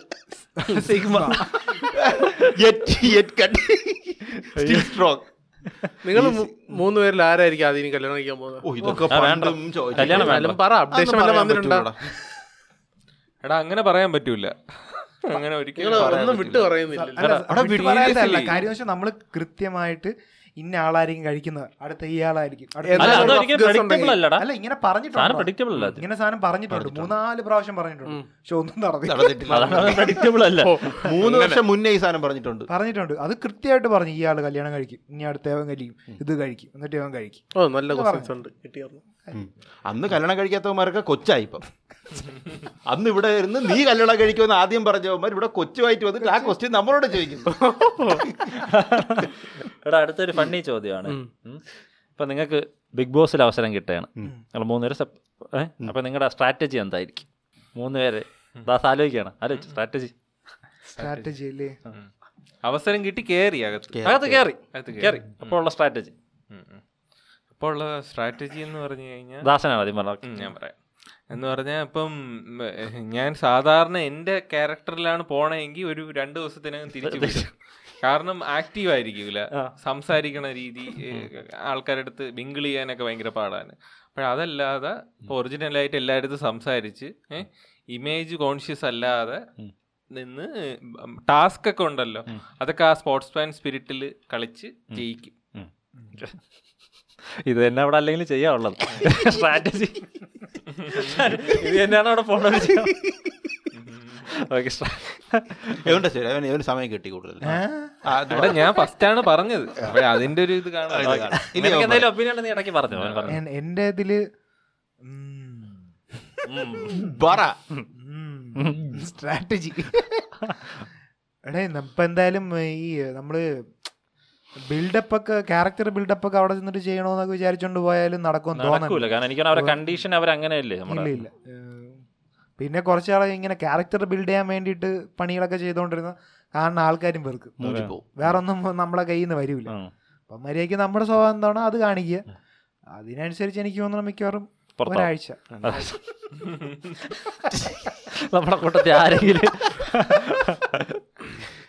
A: sigma
B: Yet- yet cut. Still strong.
E: നിങ്ങൾ മൂന്ന് പേരിൽ ആരായിരിക്കും ആദ്യം ഇനി കല്യാണം കഴിക്കാൻ പോകുന്നത്
B: ഓ, ഇതൊക്കെ
D: ആ, വേണ്ട.
B: പണ്ടും ചോദിച്ചു.
D: കല്യാണം വേണ്ട.
E: എന്നാലും പറ അപ്ഡേഷൻ
B: അതൊന്നും
E: വല്ല
B: പറയാൻ
E: വന്നിട്ടുണ്ടോ
B: പറ്റൂലടാ.
C: എടാ അങ്ങനെ പറയാൻ പറ്റൂല അങ്ങനെ
E: നിങ്ങൾ
C: ഒരിക്കലും പറയാൻ
E: ഒന്നും വിട്ട്
C: പറ്റൂല.
E: പറയുന്നില്ല
A: അല്ല,
B: അവിടെ
A: വിട്ടു പറയാനല്ല.
B: വീട്ടില്
A: കാര്യം വെച്ചാൽ നമ്മള് കൃത്യമായിട്ട് ഇന്ന ആളായിരിക്കും കഴിക്കുന്നത് അടുത്ത ഇയാളായിരിക്കും അടുത്ത
E: അല്ല,
D: അല്ല
A: ഇയാളായിരിക്കും.
D: അതൊരിക്കലും
E: Doctors
D: പ്രഡിക്റ്റബിൾ അല്ലടാ
A: അല്ല ഇങ്ങനെ
D: സാധനം
A: പറഞ്ഞിട്ടുണ്ട്
D: പ്രഡിക്റ്റബിൾ അല്ല അത്.
A: ഇങ്ങനെ സാധനം പറഞ്ഞിട്ടുണ്ട് മൂന്നാല് പ്രാവശ്യം പറഞ്ഞിട്ടുണ്ട് പക്ഷെ ഒന്നും നടന്നില്ല
B: നടന്നിട്ടില്ല.
D: അതാണ് പ്രഡിക്റ്റബിൾ അല്ല
B: മൂന്ന് വർഷം മുന്നേ ഈ സാധനം പറഞ്ഞിട്ടുണ്ട്
A: പറഞ്ഞിട്ടുണ്ട് അത് കൃത്യമായിട്ട് പറഞ്ഞു ഇയാൾ കല്യാണം കഴിക്കും ഇനി അടുത്ത അവൻ കഴിക്കും ഇത് കഴിക്കും എന്നിട്ട് അവൻ കഴിക്കും
E: ഓ നല്ല ക്വസ്റ്റ്യൻസ് ഉണ്ട് കിട്ടിയായിരുന്നു
B: ഉം. അന്ന് കല്യാണം കഴിക്കാത്തവന്മാരൊക്കെ കൊച്ചായി ഇപ്പം അന്ന് ഇവിടെ ഇരുന്ന് നീ കല്യാണം കഴിക്കുമെന്ന് ആദ്യം പറഞ്ഞവന്മാർ ഇവിടെ കൊച്ചുമായിട്ട് വന്നിട്ട് ആ ക്വസ്റ്റ്യൻ നമ്മളോട് ചോദിക്കുന്നു
D: എടാ അടുത്തൊരു ഫണ്ണി ചോദ്യമാണ് ഉം. ഇപ്പൊ നിങ്ങൾക്ക് ബിഗ് ബോസിൽ അവസരം കിട്ടുകയാണ് നിങ്ങൾ മൂന്നുപേര് സപ്- ഏ? അപ്പൊ നിങ്ങളുടെ സ്ട്രാറ്റജി എന്തായിരിക്കും മൂന്നുപേര് ദാസ് ആലോചിക്കുകയാണ് ആലോചിച്ചു സ്ട്രാറ്റജി
A: സ്ട്രാറ്റജി അല്ലേ
C: അവസരം കിട്ടി കേറി അകത്ത്
D: അകത്ത് കയറി
C: അകത്ത്
D: കയറി അപ്പോൾ ഉള്ള സ്ട്രാറ്റജി
C: ഉം, ഉം. അപ്പോൾ ഉള്ള സ്ട്രാറ്റജി എന്ന് പറഞ്ഞു കഴിഞ്ഞാൽ
D: ദാസനാണ് ആദ്യം
C: ഉം,
D: പറഞ്ഞത്
C: ഞാൻ പറയാം എന്ന് പറഞ്ഞാൽ ഇപ്പം ഉം, ഏഹ്, ഞാൻ സാധാരണ എൻ്റെ ക്യാരക്ടറിലാണ് പോണെമെങ്കിൽ ഒരു രണ്ട് ദിവസത്തിനകം തിരിച്ചു വരും കാരണം ആക്റ്റീവ് ആയിരിക്കില്ല സംസാരിക്കണ രീതി ഏഹ്, ആൾക്കാരുടെ അടുത്ത് മിങ്കിൾ ചെയ്യാനൊക്കെ ഭയങ്കര പാടാണ് അപ്പോൾ അതല്ലാതെ ഇപ്പോൾ ഒറിജിനലായിട്ട് എല്ലായിടത്തും സംസാരിച്ച് ഇമേജ് കോൺഷ്യസ് അല്ലാതെ നിന്ന് ടാസ്ക് ഒക്കെ ഉണ്ടല്ലോ അതൊക്കെ ആ സ്പോർട്സ് മാൻ സ്പിരിറ്റിൽ കളിച്ച് ജയിക്കും
D: ഇത് തന്നെ അവിടെ അല്ലെങ്കിൽ ചെയ്യാനുള്ളത് സ്ട്രാറ്റജി ഇത് തന്നെയാണ് അവിടെ ഫോണോ ഓക്കെ
B: എവിടെ ശരി അവന് ഇവന് സമയം കിട്ടി കൂടുതൽ ആ, അത്
C: അവിടെ ഞാൻ ഫസ്റ്റാണ് പറഞ്ഞത് അപ്പോൾ അതിൻ്റെ ഒരു ഇത് കാണാം
B: ഇനി അവൻ
D: എന്തെങ്കിലും ഒപ്പീനിയൻ ഉണ്ടെങ്കിൽ ഇടയ്ക്ക് പറഞ്ഞു അവൻ പറഞ്ഞു
A: എൻ- എൻ്റെ ഇതില്
B: പറ
A: സ്ട്രാറ്റജി എടേ ഇപ്പൊ എന്തായാലും ഈ നമ്മള് ബിൽഡപ്പ് ഒക്കെ ക്യാരക്ടർ ബിൽഡപ്പ് ഒക്കെ അവിടെ ചെന്നിട്ട് ചെയ്യണോന്നൊക്കെ വിചാരിച്ചോണ്ട് പോയാലും നടക്കുമെന്ന്
D: നടക്കൂല
A: തോന്നുന്നില്ല
D: കാരണം എനിക്ക് അവരുടെ കണ്ടീഷൻ അവരങ്ങനെയല്ലേ
A: ഇല്ല
D: നമ്മുടെ
A: ഇല്ല ഏഹ്, പിന്നെ കുറച്ചാൾ ഇങ്ങനെ ക്യാരക്ടർ ബിൽഡ് ചെയ്യാൻ വേണ്ടിയിട്ട് പണികളൊക്കെ ചെയ്തുകൊണ്ടിരുന്ന കാണുന്ന ആൾക്കാരും പേർക്ക്
B: മൂടിപ്പോവും
A: വേറൊന്നും നമ്മളെ കയ്യിൽ നിന്ന് വരില്ല
D: ഉം.
A: അപ്പം മര്യാദയ്ക്ക് നമ്മുടെ സ്വഭാവം എന്താണോ അത് കാണിക്കുക അതിനനുസരിച്ച് എനിക്ക് തോന്നുന്നു മിക്കവാറും
D: പുറത്താവും.
A: ഒരാഴ്ച
D: നമ്മുടെ കൂട്ടത്തിൽ ആരെങ്കിലും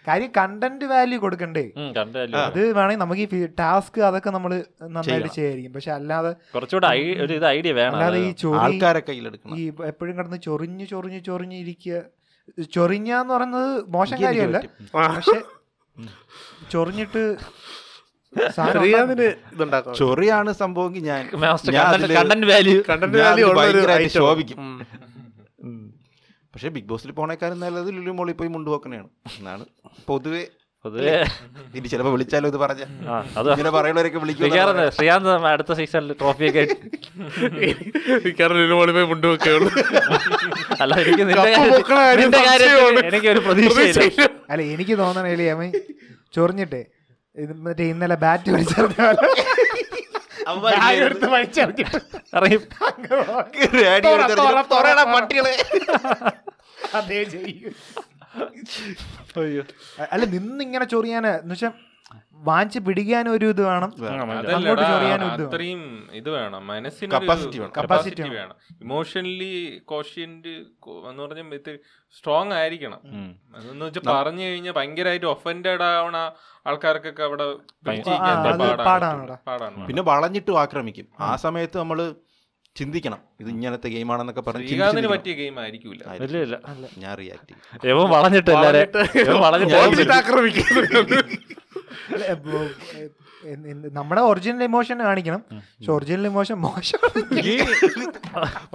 A: കാര്യം കണ്ടന്റ് വാല്യൂ കൊടുക്കണ്ടേ
D: ഉം, കണ്ടല്ലോ
A: അത് വേണമെങ്കിൽ നമുക്ക് ഈ ടാസ്ക് അതൊക്കെ നമ്മൾ നന്നായിട്ട്
B: ചെയ്യണം.
A: ചെയ്യായിരിക്കും പക്ഷെ അല്ലാതെ
D: കുറച്ചുകൂടെ ഐ- ഒരു ഇത് ഐഡിയ വേണം
A: അല്ലാതെ ഈ ചൊറി
B: ആൾക്കാരെ കയ്യിലെടുക്കണം
A: ഈ എപ്പോഴും കിടന്ന് ചൊറിഞ്ഞ് ചൊറിഞ്ഞ് ചൊറിഞ്ഞ് ഇരിക്കുക ചൊറിഞ്ഞ എന്ന് പറയുന്നത് മോശം
B: എനിക്ക്
A: കാര്യമല്ല
B: പറ്റും.
A: പക്ഷെ ചൊറിഞ്ഞിട്ട് സാധനം
E: ശ്രീകാന്തിന് ഇതുണ്ടാക്കാം
B: ചൊറിയാണ് സംഭവം ഞാൻ ഞാൻ അതില്
D: കണ്ടന്റ് വാല്യൂ
E: കണ്ടന്റ്
B: ഞാൻ
E: വാല്യൂ
B: അത്
E: ഉള്ള ഒരു
B: ഭയങ്കരമായിട്ട്
E: item.
B: ശോഭിക്കും.
E: ഉം.
B: പക്ഷേ ബിഗ് ബോസിൽ പോണേക്കാരും നല്ലത് ലുലു മോളിൽ പോയി മുണ്ട് പോക്കണയാണ് എന്നാണ് പൊതുവേ
D: പൊതുവെ
B: ഇനി ചിലപ്പോൾ വിളിച്ചാലോ ഇത് പറഞ്ഞ
D: ആ, അത്
B: ഇങ്ങനെ പറയണവരൊക്കെ
D: വിചാരം
B: വിളിക്കും
D: ശ്രീകാന്ത് അടുത്ത സീസണിൽ ട്രോഫിയൊക്കെ ആയിട്ട്
E: മിക്കവാറും ലുലു മോളിൽ പോയി മുണ്ട് വെക്കുകയുള്ളൂ.
D: അല്ല എനിക്ക് നിന്റെ
E: കപ്പ് പൊക്കണ
D: കാര്യത്തിൽ-
E: കാര്യം
D: നിന്റെ കാര്യത്തിൽ
E: സംശയമാണ്.
D: എനിക്കൊരു പ്രതീക്ഷയില്ല
E: പ്രതീക്ഷയില്ല.
A: അല്ല എനിക്ക് തോന്നണേ അവൻ ചൊറിഞ്ഞിട്ടേ ഇത് മറ്റേ ഇന്നലെ ബാറ്റ് വലിച്ചെറിഞ്ഞ വലിച്ചെറിഞ്ഞിട്ട്
D: അറിയും
B: പട്ടികളെ
A: അതേ ചെയ്യൂ അ- അല്ല നിന്നിങ്ങനെ ചൊറിയാന് എന്നുവെച്ചാൽ വാങ്ങിച്ച് പിടിക്കാനും ഒരു ഇത് വേണം അങ്ങോട്ട്
C: അതല്ലടാ,
A: ചൊറിയാനും ഇത് വേണം.
C: അത്രയും ഇത് വേണം മനസ്സിന്
B: Capacity വേണം.
A: Capacity
C: കപ്പാസിറ്റി വേണം ഇമോഷണലി കോഷ്യന്റ് എന്ന് പറഞ്ഞാൽ ഇത് സ്ട്രോങ് ആയിരിക്കണം അതെന്ന് വെച്ചാൽ പറഞ്ഞു കഴിഞ്ഞാൽ ഭയങ്കരമായിട്ട് ഒഫൻഡഡ് ആവണ ആൾക്കാർക്കൊക്കെ അവിടെ പിടിച്ച്
A: ആ,
C: നിൽക്കാൻ
A: അത്
C: പാടാണ്.
A: പാടാണടാ.
C: പാടാണ്
B: പിന്നെ വളഞ്ഞിട്ടും ആക്രമിക്കും ആ സമയത്ത് നമ്മൾ ചിന്തിക്കണം ഇത് ഇങ്ങനത്തെ ഗെയിമാണെന്നൊക്കെ പറഞ്ഞ് ചിന്തിച്ച്
C: ശ്രീകാന്തിന്
B: ചിന്തിക്കണം.
C: പറ്റിയ ഗെയിം ആയിരിക്കൂല
D: ഇല്ല ഇല്ല
B: ഞാൻ റിയാക്ട് ചെയ്യും
D: എവൻ വളഞ്ഞിട്ട് എല്ലാരും എവൻ വളഞ്ഞിട്ട്
E: ഓപ്പോസിറ്റ് ആക്രമിക്കുന്നത്
A: അല്ല, ഇപ്പൊ, ഏ, എന്ത്- എന്ത് നമ്മുടെ ഒറിജിനൽ ഇമോഷൻ കാണിക്കണം പക്ഷെ ഒറിജിനൽ ഇമോഷൻ മോശം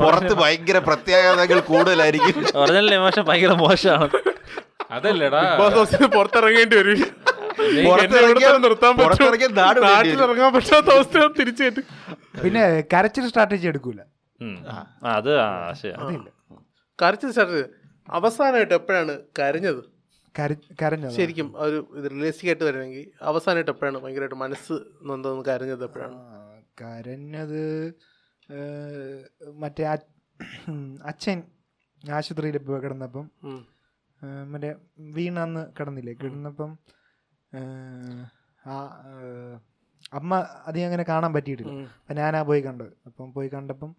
B: പുറത്ത് ഭയങ്കര പ്രത്യേകതകൾ കൂടുതലായിരിക്കും
D: ഒറിജിനൽ ഇമോഷൻ ഭയങ്കര മോശമാണ്
C: അതല്ലടാ
E: ബോസ് ഹൗസിന് പുറത്തിറങ്ങേണ്ടി വരും
B: പുറത്തിറങ്ങിയാൽ
E: എന്നെ നിർത്താൻ
B: പുറത്തിറങ്ങിയ
E: പറ്റുമോ?
B: നാട് വേണ്ടി
E: നാട്ടിൽ
B: വരും.
E: ഇറങ്ങാൻ പറ്റാത്ത അവസ്ഥ തിരിച്ചു കയറ്റും.
A: പിന്നെ കരച്ചിൽ സ്ട്രാറ്റജി എടുക്കൂല
D: ഉം. ആ, അത് ആ ശരി
A: അതില്ല
E: കരച്ചിൽ സാറ് അവസാനമായിട്ട് എപ്പോഴാണ് കരഞ്ഞത്
A: കരഞ്ഞത്
E: ശരിക്കും ആ ഒരു ഇത് റിയലിസ്റ്റിക് ആയിട്ട് വരണമെങ്കിൽ അവസാനമായിട്ട് എപ്പോഴാണ് ഭയങ്കരമായിട്ട് മനസ്സ് നൊന്തോന്ന് കരഞ്ഞത് എപ്പോഴാണ്
A: കരഞ്ഞത് ഏ, മറ്റേ അ- അച്ഛൻ ആശുപത്രിയിൽ ഇപ്പൊ കിടന്നപ്പം
E: ഉം.
A: ഏ, മറ്റേ വീണന്ന് കിടന്നില്ലേ കിടന്നപ്പം ഏ, ആ, ഏഹ്, അമ്മ അധികം അങ്ങനെ കാണാൻ പറ്റിയിട്ടില്ല അപ്പം ഞാനാ പോയി കണ്ടത് അപ്പം പോയി കണ്ടപ്പം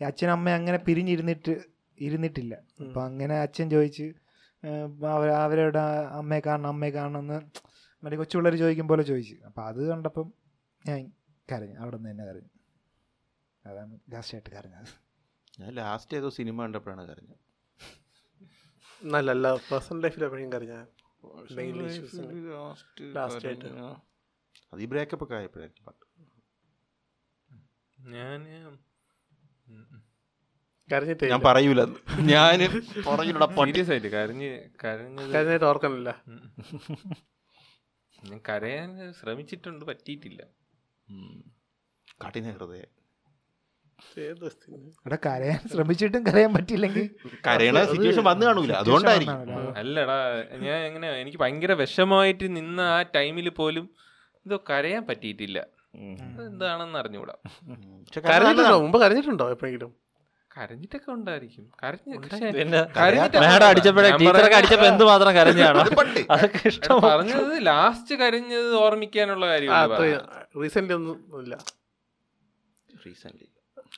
A: ഈ അച്ഛനും അമ്മ അങ്ങനെ പിരിഞ്ഞിരുന്നിട്ട് ഇരുന്നിട്ടില്ല അപ്പം അങ്ങനെ അച്ഛൻ ചോദിച്ച് ഏഹ്, അവ- അവരുടെ ആ അമ്മയെ കാണണം അമ്മയെ കാണണം എന്ന് മറ്റേ കൊച്ചു പിള്ളേർ ചോദിക്കും പോലെ ചോദിച്ചു അപ്പം അത് കണ്ടപ്പം ഞാൻ കരഞ്ഞു അവിടെ നിന്ന് തന്നെ കരഞ്ഞു അതാണ് ലാസ്റ്റ് ആയിട്ട് കരഞ്ഞത്
B: ഞാൻ ലാസ്റ്റ് ഏതോ സിനിമ കണ്ടപ്പോഴാണ് കരഞ്ഞത്
E: നല്ലല്ല പേഴ്സണൽ ലൈഫിൽ എപ്പോഴും കറിഞ്ഞാൽ Mainly issues ആണ്. Last ആയിട്ട്.
B: അത് ഈ ബ്രേക്കപ്പ് ഒക്കെ ആയപ്പോഴായിരിക്കും പാട്ട്
C: ഞാൻ
E: കരഞ്ഞിട്ടേ
B: ഞാൻ പറയൂല ഞാൻ പറയൂലടാ പണ്ടി
C: സീരിയസ് ആയിട്ട് കരഞ്ഞ് കരഞ്ഞത്
E: കരഞ്ഞിട്ട് ഓർക്കണില്ല
C: ഞാൻ കരയാൻ ശ്രമിച്ചിട്ടുണ്ട് പറ്റിയിട്ടില്ല
B: കഠിന ഹൃദയം
E: ഏത് ദിവസത്തിന്
A: അവിടെ കരയാൻ ശ്രമിച്ചിട്ടും കരയാൻ പറ്റിയില്ലെങ്കിൽ
B: കരയണ സിറ്റുവേഷൻ വന്നു കാണൂല അതുകൊണ്ടായിരിക്കും
C: അല്ലടാ ഞാൻ എങ്ങനെ എനിക്ക് ഭയങ്കര വിഷമമായിട്ട് നിന്ന ആ ടൈമിൽ പോലും ഇതോ കരയാൻ പറ്റിയിട്ടില്ല അത് എന്താണെന്ന് അറിഞ്ഞുകൂടാ
B: പക്ഷെ കരഞ്ഞ
E: കരഞ്ഞിട്ടുണ്ടോ
B: നല്ലതാണ്.
E: മുമ്പ് കരഞ്ഞിട്ടുണ്ടോ എപ്പോഴെങ്കിലും
C: കരഞ്ഞിട്ടൊക്കെ ഉണ്ടായിരിക്കും കരഞ്ഞ് പക്ഷേ
D: പിന്നെ
C: കരഞ്ഞിട്ട്
D: മേഡം അടിച്ചപ്പോഴേ
C: ഞാൻ
D: ടീച്ചറൊക്കെ
C: പറഞ്ഞത്
D: അടിച്ചപ്പോ എന്ത് മാത്രം കരഞ്ഞാണ്
B: അത് പണ്ട്
D: അതൊക്കെ
C: എടാ,
D: ഇഷ്ടം
C: പറഞ്ഞത് ലാസ്റ്റ് കരഞ്ഞത് ഓർമ്മിക്കാനുള്ള കാര്യം
E: റീസെന്റ് ഒന്നും ഇല്ല
B: റീസെന്റ്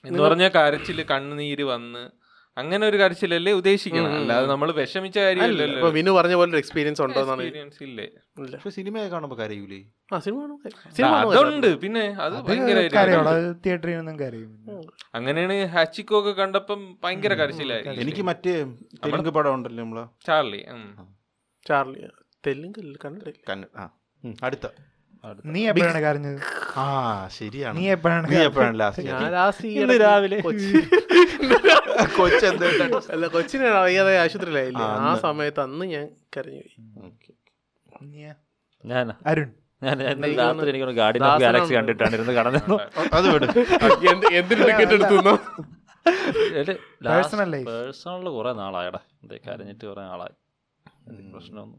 C: എന്ന് പറഞ്ഞാൽ കരച്ചില് കണ്ണുനീര് വന്ന് അങ്ങനെ ഒരു കരച്ചിലല്ലേ ഉദ്ദേശിക്കണം അല്ലാതെ നമ്മൾ വിഷമിച്ച
E: ഇപ്പൊ
C: കാര്യമല്ലല്ലോ
E: വിനു പറഞ്ഞ പോലെ ഒരു എക്സ്പീരിയൻസ് ഉണ്ടോ എന്നാണ്
C: എക്സ്പീരിയൻസ് ഇല്ലേ
E: ഇല്ല
B: പക്ഷെ സിനിമയൊക്കെ കാണുമ്പോൾ കരയൂലേ
E: ആ സിനിമ കാണും.
C: ആ,
E: സിനിമ കാണും.
C: അതുണ്ട് പിന്നെ അത് ഭയങ്കര
A: കരയോളൂ തിയേറ്ററിൽ നിന്നും കരയും
C: അങ്ങനെയാണ് ഹച്ചിക്കോ ഒക്കെ കണ്ടപ്പം ഭയങ്കര കരച്ചിലായിരുന്നു
B: എനിക്ക് മറ്റേ തെലുങ്ക് പടം ഉണ്ടല്ലോ നമ്മളെ
C: ചാർലി ഉം.
E: ചാർലി തെലുങ്ക് കണ്ടില്ല
B: കന്ന ആ ഉം, അടുത്ത
A: നീ എപ്പോഴാണ് കരഞ്ഞത്
B: ആ ശരിയാണ്
A: നീ എപ്പോഴാണ്
B: നീ എപ്പോഴാണ് ലാസ്റ്റ്
E: ഞാൻ last ഈ
D: ഇന്ന്
E: ഇടയ്ക്ക്
D: രാവിലെ.
E: കൊച്ചി
B: കൊച്ചു എന്തായിട്ടാണ്
E: അല്ല കൊച്ചിനെ വയ്യാതെ ആശുപത്രിയിലായില്ലേ ആ സമയത്ത് അന്ന് ഞാൻ കരഞ്ഞു പോയി
A: നീയാ?
D: ഞാൻ
A: അരുൺ
D: ഞാൻ ഇന്ന്
E: എനിക്ക്
D: രാത്രി എനിക്കൊന്ന് ഗാർഡിയൻ ഓഫ്
E: ദാസനാണ്
D: ഗാലക്സി കണ്ടിട്ടാണ് ഇരുന്ന് കടന്നു
B: അത് വിട്
E: എന്ത് എന്തിന് ടിക്കറ്റ് എടുത്തു
A: Personal life.
D: പേഴ്സണൽ കുറെ നാളായടാ ഇത് കരഞ്ഞിട്ട് കുറെ നാളായി അത് പ്രശ്നമൊന്നും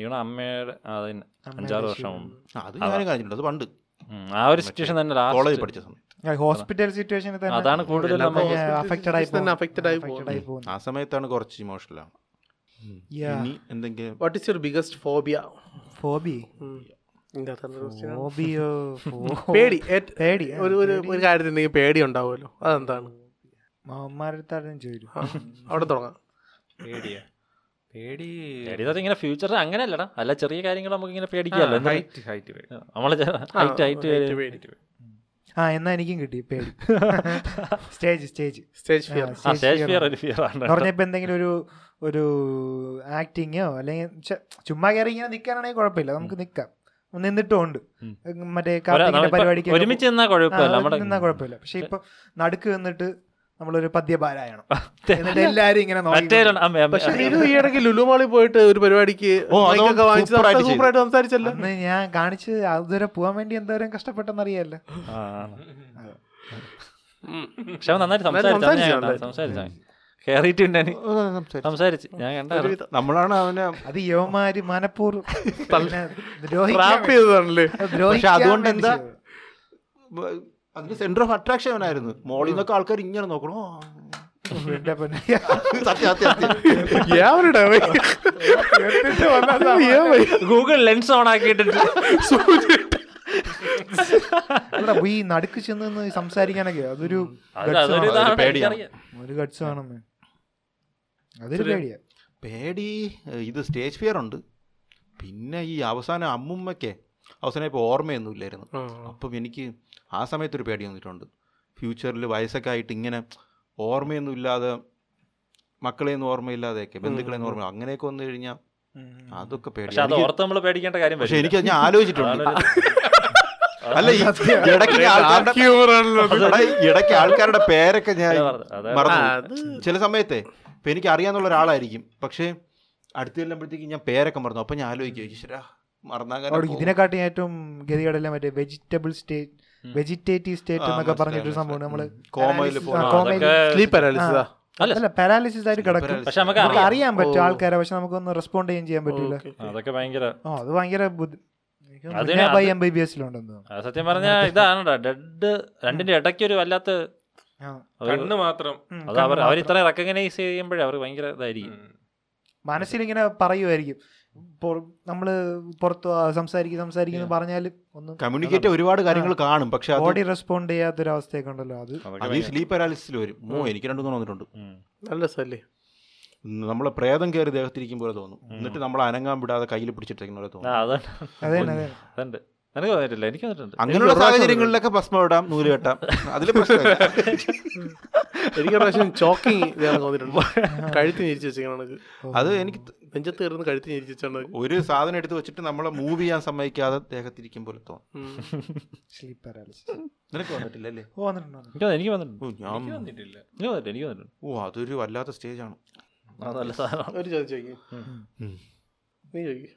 D: ഇവണ അമ്മയുടെ ആ, അത് തന്നെ. അഞ്ചാറ് വർഷം മുമ്പ്
B: ആ, അത് ഞാനും കാണിച്ചിട്ടുണ്ട് അത് പണ്ട്
D: ഉം, ആ ഒരു സിറ്റുവേഷൻ തന്നെ ലാസ്റ്റ്
B: കോളേജിൽ പഠിച്ച സമയത്ത്
A: ഹോസ്പിറ്റൽ സിറ്റുവേഷനിൽ തന്നെ
D: അതാണ് കൂടുതൽ നമ്മൾ
A: affected ആയി
E: തന്നെ
A: പോകും.
E: affected ആയി പോകും.
A: affected ആയി പോകുന്നു.
B: ആ സമയത്താണ് കുറച്ച് ഇമോഷണലാണ്
A: Yeah.
B: ഇനി എന്തെങ്കിലും
E: what is your biggest phobia
A: Phobia. Phobia. Pho-
E: പേടി ഏറ്റ്-
A: പേടി ആ,
E: ഒരു ഒരു ഒരു കാര്യത്തിൽ എന്തെങ്കിലും പേടി ഉണ്ടാവുമല്ലോ അതെന്താണ്
A: മാമന്മാരുടെ അടുത്ത് ആരും ചോദിക്കും
E: ആ, അവിടെ തുടങ്ങാം
C: പേടിയാ പേടി
D: എഴുതാതെ ഇങ്ങനെ ഫ്യൂച്ചർ അങ്ങനെയല്ലടാ അല്ല ചെറിയ കാര്യങ്ങൾ നമുക്ക് ഇങ്ങനെ പേടിക്കാമല്ലോ
C: ഹൈറ്റ് ഹൈറ്റ് പേടി
D: നമ്മളെ ഹൈറ്റ് ഹൈറ്റ്
A: ആ എന്നാ എനിക്കും കിട്ടി പേടി stage stage
E: stage fear
D: stage fear ഒരു ഫിയർ ആണ്
A: പറഞ്ഞപ്പോ എന്തെങ്കിലും ഒരു ഒരു ആക്ടിങ്ങോ അല്ലെങ്കിൽ ചെ- ചുമ്മാ കയറി ഇങ്ങനെ നിൽക്കാനാണെങ്കിൽ കുഴപ്പമില്ല നമുക്ക് നിൽക്കാം നിന്നിട്ടും ഉണ്ട് മറ്റേ
D: ഒരാ-
A: കാർത്തികിന്റെ
D: നമ്മളിപ്പോ
A: പരിപാടിക്ക്
D: ഒരുമിച്ച് നിന്നാ കുഴപ്പമില്ല നമ്മുടെ
A: നിന്നാ കുഴപ്പമില്ല പക്ഷെ ഇപ്പൊ നടുക്ക് നിന്നിട്ട് നമ്മളൊരു പദ്യപാരായണം എന്നിട്ട് എല്ലാരും ഇങ്ങനെ
D: മറ്റേ
A: നോക്കി
D: അമ്മ- അമ്മ-
E: പക്ഷെ നീനു ഈ ഇടയ്ക്ക് ലുലുമാളി പോയിട്ട് ഒരു പരിപാടിക്ക്
B: ഓ, അത്
E: mic ഒക്കെ വാങ്ങിച്ച്
B: super ആയിട്ട്
E: സൂപ്പറായിട്ട് സംസാരിച്ചല്ലോ
A: അന്ന് ഞാൻ കാണിച്ച് അതുവരെ പോവാൻ വേണ്ടി എന്തോരം കഷ്ടപ്പെട്ടെന്ന് അറിയാലോ
D: ആ, ആണ്. പക്ഷെ അവൻ നന്നായിട്ട് സംസാരിച്ചു
E: സംസാരിച്ചു,
D: ഞാൻ കണ്ടു, സംസാരിച്ചു കയറിയിട്ടുണ്ട് അവന്. സംസാരിച്ച് ഞാൻ കണ്ടായിരുന്നു
B: നമ്മളാണ് അവനെ
A: അത് യവമാര് മനപ്പൂർവ്വം പിന്നെ ദ്രോഹിക്കാൻ
E: ട്രാപ്പ് ചെയ്തതാണല്ലേ
A: വേണ്ടി- ദ്രോഹിക്കാൻ
B: പക്ഷെ അതുകൊണ്ട്
A: വേണ്ടി
B: എന്താ?
A: ചെയ്തത്.
B: അതിന്റെ സെന്റർ ഓഫ് അട്രാക്ഷൻ അവനായിരുന്നു മോളിൽ നിന്നൊക്കെ ആൾക്കാർ ഇങ്ങനെ നോക്കണം ഓ.
A: എന്റെ പൊന്നെ.
B: സത്യം, സത്യം, സത്യം.
E: ഏവരുടെ
A: എന്നിട്ട് വന്ന സാ-
D: ഗൂഗിൾ ലെൻസ് ഓൺ ആക്കിയിട്ടുണ്ട്
A: അല്ലടാ, ഈ നടുക്ക് ചെന്ന് നിന്ന് സംസാരിക്കാനൊക്കെ അതൊരു
D: അത്
A: guts
D: അതൊരു
A: വേണം.
D: ഇതാണ്
B: പേടിയാണ്.
D: എനിക്കറിയാം.
A: ഒരു ഗഡ്സ് വേണം അതൊരു പേടിയാ
B: പേടി ഏഹ്, ഇത് സ്റ്റേജ് ഫിയർ ഉണ്ട് പിന്നെ ഈ അവസാനം അമ്മുമ്മയ്ക്ക് അവസാനം ഇപ്പോൾ ഓർമ്മയൊന്നും ഇല്ലായിരുന്നു അപ്പം എനിക്ക് ആ സമയത്തൊരു പേടി വന്നിട്ടുണ്ട് ഫ്യൂച്ചറിൽ വയസ്സൊക്കെ ആയിട്ട് ഇങ്ങനെ ഓർമ്മയൊന്നും ഇല്ലാതെ മക്കളെയൊന്നും ഓർമ്മയില്ലാതെയൊക്കെ ബന്ധുക്കളെയൊന്നും ഓർമ്മ അങ്ങനെയൊക്കെ വന്നു കഴിഞ്ഞാൽ അതൊക്കെ പേടി
D: പക്ഷെ അത്
B: എനിക്ക്
D: ഓർത്ത് നമ്മൾ പേടിക്കേണ്ട കാര്യം
B: പക്ഷെ
D: വരില്ല.
B: എനിക്ക് ഞാൻ ആലോചിച്ചിട്ടുണ്ട് അല്ല ഈ ഇടയ്ക്ക് ഞാൻ ആളുടെ- എടാ, ഈ ഇടയ്ക്ക് ആൾക്കാരുടെ പേരൊക്കെ ഞാൻ
D: അതാ പറഞ്ഞത്, അതാ
B: മറന്നു
E: ആ, അത്
B: ചില സമയത്തെ ഇപ്പം എനിക്ക് അറിയാന്നുള്ള ഒരാളായിരിക്കും പക്ഷേ അടുത്ത് ചെല്ലുമ്പോഴത്തേക്ക് ഞാൻ പേരൊക്കെ മറന്നു അപ്പം ഞാൻ ആലോചിക്കും ഈശ്വരാ
A: അവിടെ
B: മറന്നാകാൻ
A: ഇതിനെക്കാട്ടി ഏറ്റവും ഗതികടല്ല മറ്റേ വെജിറ്റബിൾ സ്റ്റേറ്റ് വെജിറ്റേറ്റീവ് സ്റ്റേറ്റ്
B: ആ,
A: എന്നൊക്കെ
B: മനസ്സിലായി,
A: പറഞ്ഞിട്ടൊരു സംഭവം നമ്മള്
B: മനസ്സിലായി. കോമയിൽ
A: paralysis-
B: പോകുന്ന
A: ആ, കോമയിൽ
D: അതൊക്കെ
E: സ്ലീപ്പ് പാരാലിസിസാ
D: അല്ല.
A: അല്ല പാരാലിസിസ് ആയിട്ട് കിടക്കും
B: paralysis.
D: പക്ഷെ നമുക്ക്
A: നമുക്ക്
D: അറിയാം
A: അറിയാൻ പറ്റും ആൾക്കാരെ പക്ഷെ നമുക്കൊന്ന് റെസ്പോണ്ട് ചെയ്യാൻ ചെയ്യാൻ പറ്റൂല
D: അതൊക്കെ ഭയങ്കര
A: ആ അത് ഭയങ്കര ബുദ്ധി
D: അതിന്
A: ബൈ
D: അത്
A: എം ബി ബി എസിലുണ്ടെന്ന്
D: ആ, സത്യം പറഞ്ഞാൽ ഇതാണോടാ ഡെഡ് രണ്ടിന്റെ ഇടയ്ക്ക് ഒരു വല്ലാത്ത
A: ആ,
D: ഒരു-
C: കണ്ണ് മാത്രം
A: ഉം,
D: അത്
A: കണ്ണ്
D: അവർ അവർ
A: മാത്രം.
D: ഇത്ര റെക്കഗ്നൈസ് ചെയ്യുമ്പോഴേ അവർ ഭയങ്കര ഇതായിരിക്കും
A: മനസ്സിലിങ്ങനെ പറയുമായിരിക്കും പൊ- നമ്മള് പുറത്ത് സംസാരിക്കും സംസാരിക്കുന്നു പറഞ്ഞാൽ ഒന്നും
B: കമ്മ്യൂണിക്കേറ്റ് ഒരുപാട് കാര്യങ്ങൾ കാണും പക്ഷെ അത്
A: ബോഡി റെസ്പോണ്ട് ചെയ്യാത്തൊരവസ്ഥയൊക്കെ ഉണ്ടല്ലോ അത്
B: അത് ഈ സ്ലീപ്പ് പാരാലിസിൽ വരും മോ എനിക്ക് രണ്ടു മൂന്ന് വന്നിട്ടുണ്ട്
E: നല്ല സ്ഥലേ
B: നമ്മളെ പ്രേതം കയറി ദേഹത്തിരിക്കും പോലെ തോന്നും എന്നിട്ട് നമ്മൾ അനങ്ങാൻ വിടാതെ കയ്യിൽ പിടിച്ചിട്ടിരിക്കുന്ന പോലെ തോന്നും
D: ആ, അതാണ്
A: അതെ അതെ
D: അതുണ്ട് നിനക്ക് വന്നിട്ടില്ല എനിക്ക് വന്നിട്ടുണ്ട്
B: അങ്ങനെയുള്ള സാഹചര്യങ്ങളിലൊക്കെ ഭസ്മ ഇടാം നൂല് കെട്ടാം അതിൽ പ്രശ്നമില്ല
E: എനിക്ക് ഒരു പ്രാവശ്യം ചോക്കിങ് ഇതാണ് തോന്നിയിട്ടുണ്ട് കഴുത്തി ഞെരിച്ച് വെച്ചേക്കണം എനിക്ക്
B: അത് എനിക്ക് ത-
E: നെഞ്ചത്ത് കയറുന്ന കഴുത്തി ഞെരിച്ച് വെച്ചാണ്
B: ഒരു സാധനം എടുത്ത് വെച്ചിട്ട് നമ്മളെ മൂവ് ചെയ്യാൻ സമ്മതിക്കാതെ ദേഹത്തിരിക്കും പോലെ തോന്നും
A: സ്ലീപ്പ് പാരാലിസിസ്
B: നിനക്ക് വന്നിട്ടില്ലല്ലേ
A: ഓ വന്നിട്ടുണ്ടോ
D: എനിക്ക് വന്ന്- എനിക്ക് വന്നിട്ടുണ്ട്
B: ഓ ഞാൻ
D: എനിക്ക് വന്നിട്ടുണ്ട് എനിക്ക് വന്നിട്ടുണ്ട്
B: ഓ അതൊരു വല്ലാത്ത സ്റ്റേജാണ്
D: അത് നല്ല സാധനമാണ്
E: ഒരു ചോദ്യം ചോദിക്കും നീ ചോദിക്കും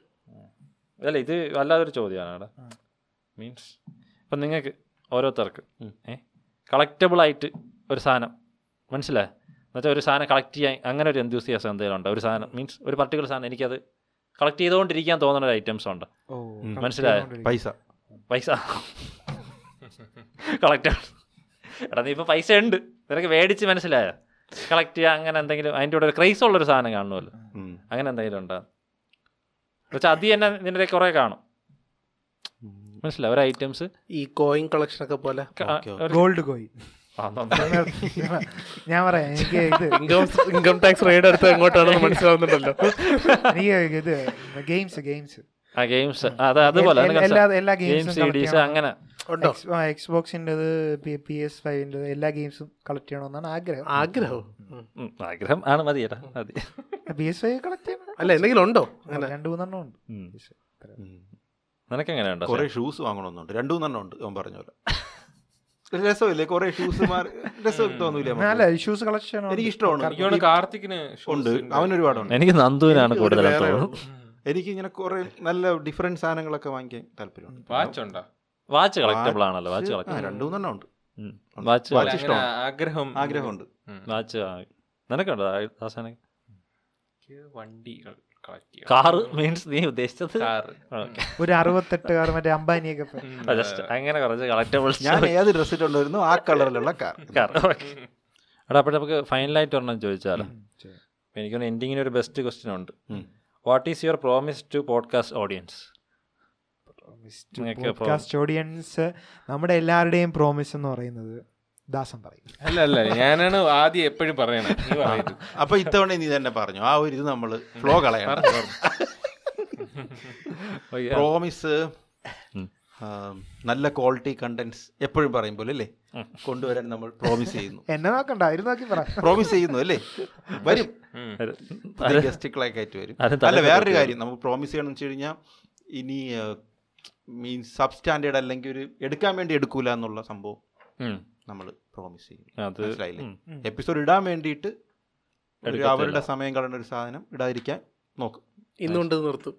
D: അല്ല ഇത് വല്ലാതൊരു ചോദ്യമാണ് അവിടെ മീൻസ് ഇപ്പം നിങ്ങൾക്ക് ഓരോരുത്തർക്ക് ഏ കളക്റ്റബിൾ ആയിട്ട് ഒരു സാധനം മനസ്സിലായോ എന്നുവെച്ചാൽ ഒരു സാധനം കളക്ട് ചെയ്യാൻ അങ്ങനെ ഒരു എന്തുസിയാസം എന്തെങ്കിലും ഉണ്ട് ഒരു സാധനം മീൻസ് ഒരു പർട്ടിക്കുലർ സാധനം എനിക്കത് കളക്ട് ചെയ്തുകൊണ്ടിരിക്കാൻ തോന്നുന്ന ഒരു ഐറ്റംസ് ഉണ്ട്
A: ഓ
B: ഉം.
D: മനസ്സിലായോ?
B: പൈസ
D: പൈസ കളക്ട് എടാ നീ ഇപ്പോൾ പൈസ ഉണ്ട് നിനക്ക് മേടിച്ച് മനസ്സിലായോ കളക്ട് ചെയ്യുക അങ്ങനെ എന്തെങ്കിലും അതിൻ്റെ കൂടെ ഒരു ക്രൈസ് ഉള്ളൊരു സാധനം കാണുമല്ലോ
B: ഉം.
D: അങ്ങനെ എന്തെങ്കിലും ഉണ്ടോ പക്ഷെ അത് തന്നെ നിന്റെ കുറേ കാണും മനസ്സിലായി ഒരു ഐറ്റംസ്
E: ഈ കോയിൻ കളക്ഷൻ ഒക്കെ പോലെ
A: ഗോൾഡ് കോയി ഞാൻ പറയാം എനിക്ക് ഇത്
E: ഇൻകം ഇൻകം ടാക്സ് റെയ്ഡ് അടുത്ത് എങ്ങോട്ടാണെന്ന് മനസ്സിലാവുന്നുണ്ടല്ലോ
A: എനിക്ക് ഇത് ഗെയിംസ് ഗെയിംസ്
D: ആ ഗെയിംസ് അത് അതുപോലെ
A: എൽ-
D: അതിനൊക്കെ
A: എല്ലാ- എല്ലാ
D: games,
A: games ഉം collect
D: CDs
A: ചെയ്യണം.
D: അങ്ങനെ
E: ഉണ്ടോ
A: എക്സ് ബോക്സിൻ്റെത് പി എസ് ഫൈവിൻ്റെത് എല്ലാ ഗെയിംസും കളക്ട് ചെയ്യണമെന്നാണ് ആഗ്രഹം
E: ആഗ്രഹം ഉം.
D: ഉം, ആഗ്രഹം ആണ് മതി ഏട്ടാ മതി
A: പി എസ് ഫൈവ് കളക്ട് ചെയ്യണം
E: അല്ല എന്തെങ്കിലും ഉണ്ടോ അങ്ങനെ
A: രണ്ട് മൂന്നെണ്ണം ഉണ്ട്
D: ഉം. നിനക്ക് എങ്ങനെ ഉണ്ടോ
B: കുറെ ഷൂസ് വാങ്ങണമെന്നുണ്ട് രണ്ടു മൂന്നെണ്ണം ഉണ്ട് അവൻ പറഞ്ഞ പോലെ ഒരു രസമില്ലേ കുറെ ഷൂസ് മാറി രസം തോന്നൂലേ നമുക്ക്?
A: അല്ല ഷൂസ് കളക്ട് ചെയ്യണം
B: എനിക്ക് ഇഷ്ടമാണ്
C: എനിക്കോട് കാർത്തിക്കിന്
B: ഉണ്ട്
C: shoes
B: അവൻ ഒരുപാടുണ്ട്
D: എനിക്ക് നന്ദുവിനാണ്
E: എനിക്ക്
D: കൂടുതലും
E: ഒരു വേറെ
D: തോന്നുന്നത്
B: എനിക്ക് ഇങ്ങനെ കുറെ നല്ല ഡിഫറെന്റ് സാധനങ്ങളൊക്കെ വാങ്ങിക്കാൻ താല്പര്യമുണ്ട്
C: വാച്ച് ഉണ്ടോ
D: വാച്ച് കളക്റ്റബിൾ ആണല്ലോ വാച്ച് കളക്ട്
B: രണ്ടു മൂന്നെണ്ണം ഉണ്ട്
D: വാച്ച്
B: Watch
C: അങ്ങനെ
B: ഇഷ്ടമാണ്.
C: ആഗ്രഹം
B: ആഗ്രഹമുണ്ട്
D: വാച്ച് നിനക്കുണ്ടോ ദാസാനെ
C: എനിക്ക് വണ്ടികൾ കളക്ട്
D: കാറ് മീൻസ് നീ ഉദ്ദേശിച്ചത്
C: കാറ്
D: Okay.
A: ഒരു അറുപത്തെട്ടുകാർ മറ്റേ അംബാനിയൊക്കെ പ-
C: ഉം.
D: ആ, just അങ്ങനെ കുറച്ച് കളക്റ്റബിൾ
B: ഞാൻ ഏത് ഡ്രസ് ഇട്ടുണ്ടായിരുന്നു ആ കളറിലുള്ള കാർ
D: കാർ എടാ അപ്പോൾ നമുക്ക് ഫൈനലായിട്ട് ഒരെണ്ണം ചോദിച്ചാലോ എനിക്കൊന്ന് എൻഡിങ്ങിന് ഒരു ബെസ്റ്റ് ക്വസ്റ്റ്യൻ ഉണ്ട്
B: ഉം.
D: What is your promise to podcast audience നിങ്ങൾക്ക്
A: പോഡ്കാസ്റ്റ് ഓഡിയൻസ് നമ്മുടെ എല്ലാവരുടെയും പ്രോമിസ് എന്ന് പറയുന്നത് ദാസം പറയും
C: അല്ല അല്ല ഞാനാണ് ആദ്യം എപ്പോഴും പറയണത് നീ പറയരുത്
B: അപ്പൊ ഇത്തവണ നീ തന്നെ പറഞ്ഞു ആ ഒരു ഇത് നമ്മള് ഫ്ലോ കളയണം പ്രോമിസ്
D: ഉം.
B: നല്ല ക്വാളിറ്റി കണ്ടന്റ്സ് എപ്പോഴും പറയും പോലെ അല്ലേ കൊണ്ടുവരാൻ നമ്മൾ പ്രോമിസ് ചെയ്യുന്നു
A: എന്നെ നോക്കണ്ട അവര് നോക്കി പറ
B: പ്രോമിസ് ചെയ്യുന്നു അല്ലേ വരും ഗസ്റ്റുകളൊക്കെ ആയിട്ട് വരും അല്ല വേറൊരു കാര്യം നമുക്ക് പ്രോമിസ് ചെയ്യണം വെച്ച് കഴിഞ്ഞാൽ ഇനി മീൻസ് സബ്സ്റ്റാൻഡേർഡ് അല്ലെങ്കിൽ ഒരു എടുക്കാൻ വേണ്ടി എടുക്കൂല എന്നുള്ള സംഭവം
D: ഉം.
B: നമ്മൾ പ്രോമിസ് ചെയ്യും
D: അത്
B: മനസ്സിലായില്ലേ
D: ഉം.
B: എപ്പിസോഡ് ഇടാൻ വേണ്ടിയിട്ട് ഒരു
D: എടുക്കത്തില്ല.
B: അവരുടെ സമയം കളയുന്ന ഒരു സാധനം ഇടാതിരിക്കാൻ നോക്കും
E: ഇന്നുകൊണ്ട് നിർത്തും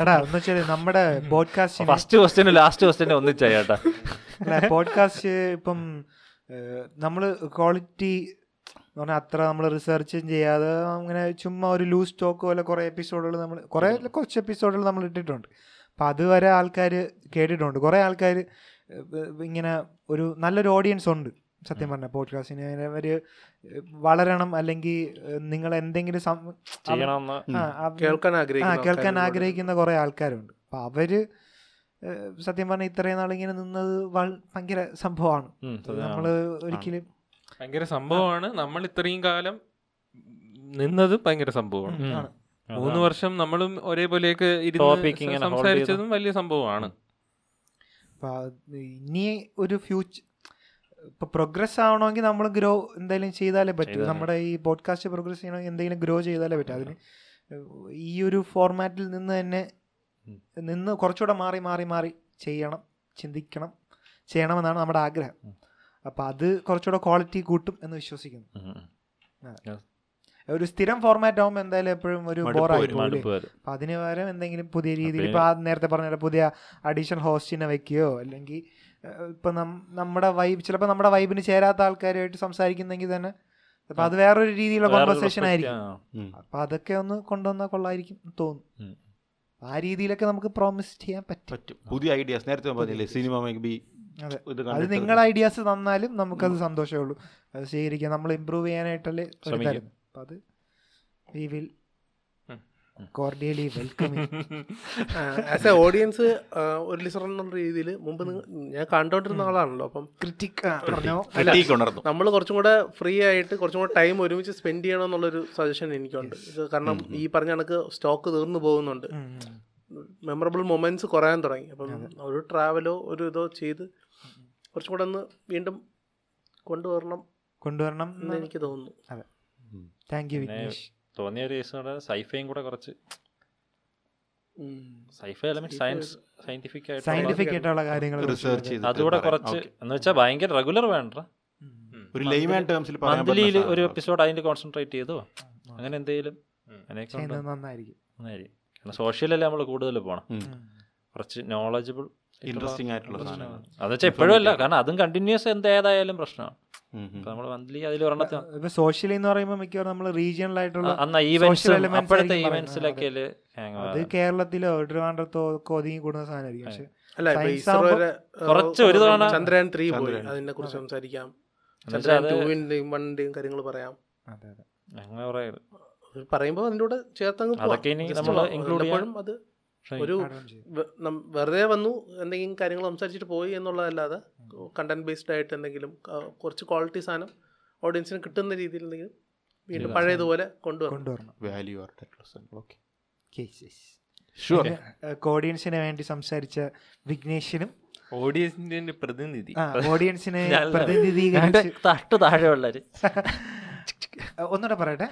A: എടാ എന്ന് വെച്ചാൽ നമ്മുടെ പോഡ്കാസ്റ്റ്
D: ഫസ്റ്റ് ക്വസ്റ്റ്യനും ലാസ്റ്റ് ക്വസ്റ്റ്യനും ഒന്നിച്ചായി ചേട്ടാ
A: പോഡ്കാസ്റ്റ് ഇപ്പം നമ്മൾ ക്വാളിറ്റി എന്ന് പറഞ്ഞാൽ അത്ര നമ്മൾ റിസർച്ചും ചെയ്യാതെ അങ്ങനെ ചുമ്മാ ഒരു ലൂസ് ടോക്ക് പോലെ കുറേ എപ്പിസോഡുകൾ നമ്മൾ കുറേ അല്ല കുറച്ച് എപ്പിസോഡുകൾ നമ്മൾ ഇട്ടിട്ടുണ്ട് അപ്പം അതുവരെ ആൾക്കാർ കേട്ടിട്ടുണ്ട് കുറേ ആൾക്കാർ ഇങ്ങനെ ഒരു നല്ലൊരു ഓഡിയൻസ് ഉണ്ട് സത്യം പറഞ്ഞാൽ പോഡ്കാസ്റ്റിന് അവർ വളരണം അല്ലെങ്കിൽ നിങ്ങൾ എന്തെങ്കിലും സം-
D: ചെയ്യണമെന്ന്
A: ആ, അവ-
E: കേൾക്കാൻ
A: ആ
E: ആഗ്രഹിക്കുന്നു
A: കേൾക്കാൻ ആഗ്രഹിക്കുന്ന കുറേ ആൾക്കാരുണ്ട് അപ്പം അവർ സത്യം പറഞ്ഞാൽ ഇത്രയും നാളിങ്ങനെ നിന്നത് വൾ- ഭയങ്കര സംഭവമാണ്
D: ഉം, സത്യം.
A: നമ്മൾ ഒരിക്കലും
C: ഭയങ്കര സംഭവമാണ് നമ്മൾ ഇത്രയും കാലം നിന്നത് ഭയങ്കര സംഭവമാണ്
D: ഉം.
A: ആണ്.
C: മൂന്ന്
D: അതാണ്.
C: വർഷം നമ്മളും ഒരേപോലെയൊക്കെ
D: Topic
C: ഇരുന്ന്
D: ഇങ്ങനെ hold
C: സംസാരിച്ചതും വലിയ സംഭവമാണ്
A: അപ്പൊ അത് ഇനി ഒരു ഫ്യൂച്ചർ ഇപ്പൊ പ്രോഗ്രസ് ആവണമെങ്കിൽ നമ്മൾ ഗ്രോ എന്തെങ്കിലും ചെയ്താലേ പറ്റൂ നമ്മുടെ ഈ പോഡ്കാസ്റ്റ് പ്രോഗ്രസ് ചെയ്യണമെങ്കിൽ എന്തെങ്കിലും ഗ്രോ ചെയ്താലേ പറ്റൂ അതിന് ഈ ഒരു ഫോർമാറ്റിൽ നിന്ന് തന്നെ നിന്ന് കുറച്ചുകൂടെ മാറി മാറി മാറി ചെയ്യണം ചിന്തിക്കണം ചെയ്യണമെന്നാണ് നമ്മുടെ ആഗ്രഹം അപ്പം അത് കുറച്ചുകൂടെ ക്വാളിറ്റി കൂട്ടും എന്ന് വിശ്വസിക്കുന്നു
D: ഉം, ഉം.
A: ഒരു സ്ഥിരം ഫോർമാറ്റ് ആകുമ്പോൾ എന്തായാലും എപ്പോഴും ഒരു
B: മടുപ്പ്
A: ബോറായി
B: വരും,
A: പോകും
D: മടുപ്പ് വരും.
A: അപ്പം അതിന് പകരം എന്തെങ്കിലും പുതിയ രീതിയിൽ
D: അതെ.
A: ഇപ്പോൾ ആ നേരത്തെ പറഞ്ഞ പോലെ പുതിയ അഡീഷണൽ ഹോസ്റ്റിനെ വെക്കുകയോ അല്ലെങ്കിൽ ഇപ്പം നമ്മുടെ വൈബ് ചിലപ്പോൾ നമ്മുടെ വൈബിന് ചേരാത്ത ആൾക്കാരുമായിട്ട് സംസാരിക്കുന്നെങ്കിൽ തന്നെ അപ്പം അത് വേറൊരു രീതിയിലുള്ള
D: വേറൊരു
A: കോൺവെർസേഷൻ
D: perspective
A: ആയിരിക്കും
D: ആണ്.
A: അപ്പം അതൊക്കെ ഒന്ന് കൊണ്ടുവന്നാൽ കൊള്ളായിരിക്കും എന്ന്
D: ഉം.
A: തോന്നുന്നു ആ രീതിയിലൊക്കെ നമുക്ക് പ്രോമിസ് ചെയ്യാൻ പറ്റും
B: പറ്റും പുതിയ ഐഡിയാസ് നേരത്തെ ഞാൻ പറഞ്ഞില്ലേ സിനിമ മേ ബി
A: അതെ.
B: ഇത്
A: അത്
B: കണ്ടിട്ട്
A: നിങ്ങളുടെ ഐഡിയാസ് തന്നാലും നമുക്കത് സന്തോഷമേ ഉള്ളൂ അത് ശരിക്കും നമ്മൾ ഇമ്പ്രൂവ് ചെയ്യാനായിട്ടല്ലേ അവർ
D: ശ്രമിക്കും.
A: തരുന്നത്. അപ്പം അത് we will cordially welcome
E: as a audience ഒരു ലിസണർ എന്നുള്ള രീതിയിൽ മുമ്പ് നിങ്ങ- ഞാൻ കണ്ടോണ്ടിരുന്ന ആളാണല്ലോ അപ്പം
A: ക്രിറ്റിക് പറഞ്ഞോ
F: ക്രിട്ടിക്ക് ഉണർന്നു
E: നമ്മൾ കുറച്ചും കൂടെ ഫ്രീ ആയിട്ട് കുറച്ചും കൂടെ ടൈം ഒരുമിച്ച് സ്പെൻഡ് ചെയ്യണം എന്നുള്ളൊരു സജഷൻ എനിക്കുണ്ട് ഇത് കാരണം ഈ പറഞ്ഞ കണക്ക് സ്റ്റോക്ക് തീർന്നു പോകുന്നുണ്ട് മെമ്മറബിൾ മൊമെന്റ്സ് കുറയാൻ തുടങ്ങി അപ്പം ഒരു ട്രാവലോ ഒരു ഇതോ ചെയ്ത് കുറച്ചും കൂടെ ഒന്ന് വീണ്ടും കൊണ്ടുവരണം
A: കൊണ്ടുവരണം
E: എന്ന് എനിക്ക് തോന്നുന്നു
A: താങ്ക് യു
D: പിന്നെ
A: വിഘ്നേഷ്
D: തോന്നിയ ഒരു കേസ് പറഞ്ഞാൽ സൈഫയും കൂടെ കുറച്ച് സൈഫ എലമെന്റ് സയൻസ് സയന്റിഫിക് ആയിട്ട്
A: സയന്റിഫിക് ആയിട്ടുള്ള കാര്യങ്ങൾ
B: റിസർച്ച് ചെയ്ത്
D: അതുകൂടെ കുറച്ച് എന്ന് വെച്ചാൽ ഭയങ്കര റെഗുലർ വേണ്ട
B: ഒരു ലെയ്മാൻ ടേംസിൽ പറയാൻ
D: മന്ത്ലിയിൽ
B: പറ്റുന്ന
D: ഒരു
B: സാധനം.
D: എപ്പിസോഡ് അതിന്റെ കോൺസെൻട്രേറ്റ് ചെയ്തോ അങ്ങനെ എന്തെങ്കിലും അങ്ങനെയൊക്കെ
A: ചെയ്യുന്നത് നന്നായിരിക്കും
D: കാരണം സോഷ്യലല്ലേ നമ്മൾ കൂടുതൽ പോണം
B: ഉം.
D: കുറച്ച് നോളജബിൾ
B: ഇൻട്രസ്റ്റിംഗ് ആയിട്ടുള്ള സാധനങ്ങൾ
D: അതെന്നുവെച്ചാൽ എപ്പോഴും അല്ല കാരണം അതും കണ്ടിന്യൂസ് എന്ത് ഏതായാലും പ്രശ്നമാണ്
B: ഉം, ഉം.
D: അപ്പൊ നമ്മൾ മന്ത്ലി അതിൽ ഒരെണ്ണത്തിന്
A: ഇപ്പൊ സോഷ്യലി എന്ന് പറയുമ്പോൾ മിക്കവാറും നമ്മൾ റീജിയണൽ ആയിട്ടുള്ള
D: അന്ന്
A: social
D: ഈവെന്റ്സ്
A: elements
D: അപ്പോഴത്തെ
A: ആയിരിക്കും
D: ഈവെന്റ്സിലൊക്കെ
A: പറയുന്നത്. അത് കേരളത്തിലോ ട്രിവാൻഡ്രത്തോ ഒക്കെ ഒതുങ്ങി കൂടുന്ന സാധനമായിരിക്കും പക്ഷെ
E: അല്ല ഇപ്പൊ
A: Science
E: ഇസ്രോ
A: ആവുമ്പോ
D: കുറച്ച് ഒരു തവണ
E: ചന്ദ്രയാൻ ത്രീ പോയി അതിനെ കുറിച്ച് സംസാരിക്കാം
D: എന്നുവെച്ചാ
E: ചന്ദ്രയാൻ
D: അത്
E: ടൂവിന്റെയും വണ്ണിന്റെയും കാര്യങ്ങൾ പറയാം
A: അതെ അതെ
D: അങ്ങനെ കുറേ ഉണ്ട്.
E: അത് പറയുമ്പോ അതിന്റെ കൂടെ ചേർത്തങ്ങ് പോവാം.
D: അതൊക്കെ ഇനി
E: Just
D: നമ്മള്
E: പോവാം.
D: include ചെയ്യാൻ-
E: വല്ലപ്പോഴും അത് ഒരു
A: ആഡ് ഓൺ ചെയ്യും.
E: വെ- നം- വെറുതെ വന്നു എന്തെങ്കിലും കാര്യങ്ങൾ സംസാരിച്ചിട്ട് പോയി എന്നുള്ളതല്ലാതെ കണ്ടന്റ് ബേസ്ഡ് ആയിട്ട് എന്തെങ്കിലും ആ, കുറച്ച് ക്വാളിറ്റി സാധനം ഓഡിയൻസിന് കിട്ടുന്ന രീതിയിൽ എന്തെങ്കിലും വീണ്ടും പഴയതുപോലെ കൊണ്ടുവരണം
A: കൊണ്ടുവരണം
B: വാല്യൂ ആയിട്ടുള്ള സാധനങ്ങൾ ഓക്കെ
A: കേസസ്
B: ഷുവർ
A: ഓഡിയൻസിന് വേണ്ടി സംസാരിച്ച വിഘ്നേഷിനും
C: ഓഡിയൻസിന്റെ പ്രതിനിധി
A: ആ, ഓഡിയൻസിനെ
D: ഞാനല്ല.
A: പ്രതിനിധീകരിച്ച്
D: തട്ട് താഴെയുള്ളവര്
A: ആ, ഒന്നുകൂടെ പറയട്ടെ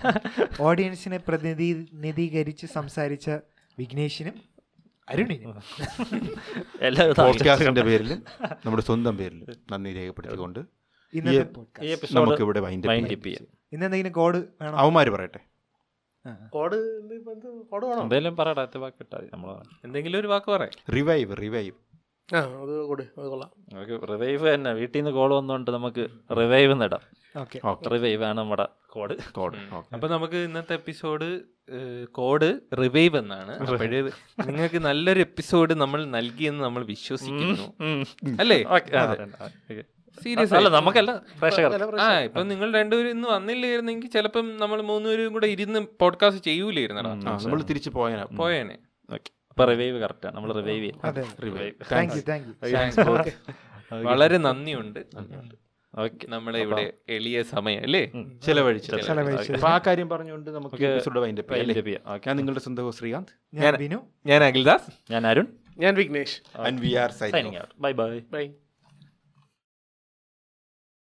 A: ഓഡിയൻസിനെ പ്രതിനിധീകരിച്ച് സംസാരിച്ച വിഘ്നേഷിനും അരുണിനും
D: എല്ലാവരും താഴെ.
B: പോഡ്കാസ്റ്റിന്റെ പേരിലും നമ്മുടെ സ്വന്തം പേരിലും നന്ദി രേഖപ്പെടുത്തിക്കൊണ്ട്
A: ഇന്നത്തെ
B: ഈ-
A: podcast.
D: ഈ എപ്പിസോഡ്
B: നമുക്ക് ഇവിടെ വൈൻഡ്
D: മൈൻഡ് ടിപ്പ് ചെയ്യാം
A: ഇന്ന് എന്തെങ്കിലും കോഡ് വേണം
B: അവന്മാര് പറയട്ടെ
E: കോഡ് ഇത് ഇപ്പൊ എന്ത് കോഡ് വേണോ
D: എന്തെങ്കിലും പറയടാ അടുത്ത വാക്ക് ഇട്ടാൽ നമ്മൾ
C: എന്തെങ്കിലും ഒരു വാക്ക് പറയാം
B: റിവൈവ് റിവൈവ്
E: ആ അത് കൂടെ അത് കൊള്ളാം
D: നമുക്ക് റിവൈവ് തന്നെ വീട്ടിൽ നിന്ന് കോൾ വന്നുകൊണ്ട് നമുക്ക് റിവൈവ് എന്നിടാം
A: ഓക്കെ
D: റിവൈവ് ആണ് നമ്മുടെ കോഡ്
B: കോഡ് ഓക്കെ
C: അപ്പൊ നമുക്ക് ഇന്നത്തെ എപ്പിസോഡ് കോഡ് റിവൈവ് എന്നാണ് അപ്പോഴ് നിങ്ങൾക്ക് നല്ലൊരു എപ്പിസോഡ് നമ്മൾ നൽകിയെന്ന് നമ്മൾ വിശ്വസിക്കുന്നു അല്ലേ സീരിയസ്
D: അല്ല നമുക്കല്ല പ്രേക്ഷകർ
C: ആ ഇപ്പൊ നിങ്ങൾ രണ്ടുപേരും ഇന്ന് വന്നില്ലായിരുന്നെങ്കിൽ ചിലപ്പം നമ്മൾ മൂന്നുപേരും കൂടെ ഇരുന്ന് പോഡ്കാസ്റ്റ് ചെയ്യൂലായിരുന്നടാ
B: നമ്മൾ തിരിച്ചു പോയാ
C: പോയേനെ
D: അപ്പൊ റിവൈവ് കറക്റ്റാണ് നമ്മൾ റിവൈവ് ചെയ്യും
A: അതെ
B: revive
A: thank you thank you
C: വളരെ നന്ദിയുണ്ട്
D: ഓക്കെ
C: നമ്മളെ ഇവിടെ എളിയ സമയം അല്ലേ
B: ചെലവഴിച്ചു
A: ചെലവഴിച്ചത്.
B: അപ്പൊ ആ കാര്യം പറഞ്ഞുകൊണ്ട് നമുക്ക്
D: Okay.
B: Episode wind up
D: Wind
B: ചെയ്യാം
D: up ചെയ്യാം.
B: അല്ലേ? ഞാൻ നിങ്ങളുടെ സ്വന്തം ശ്രീകാന്ത്
A: ഞാൻ ബിനു
C: ഞാൻ അഖിൽദാസ്
D: ഞാൻ അരുൺ
E: ഞാൻ Vignesh
B: and we are signing
D: signing bye bye
E: by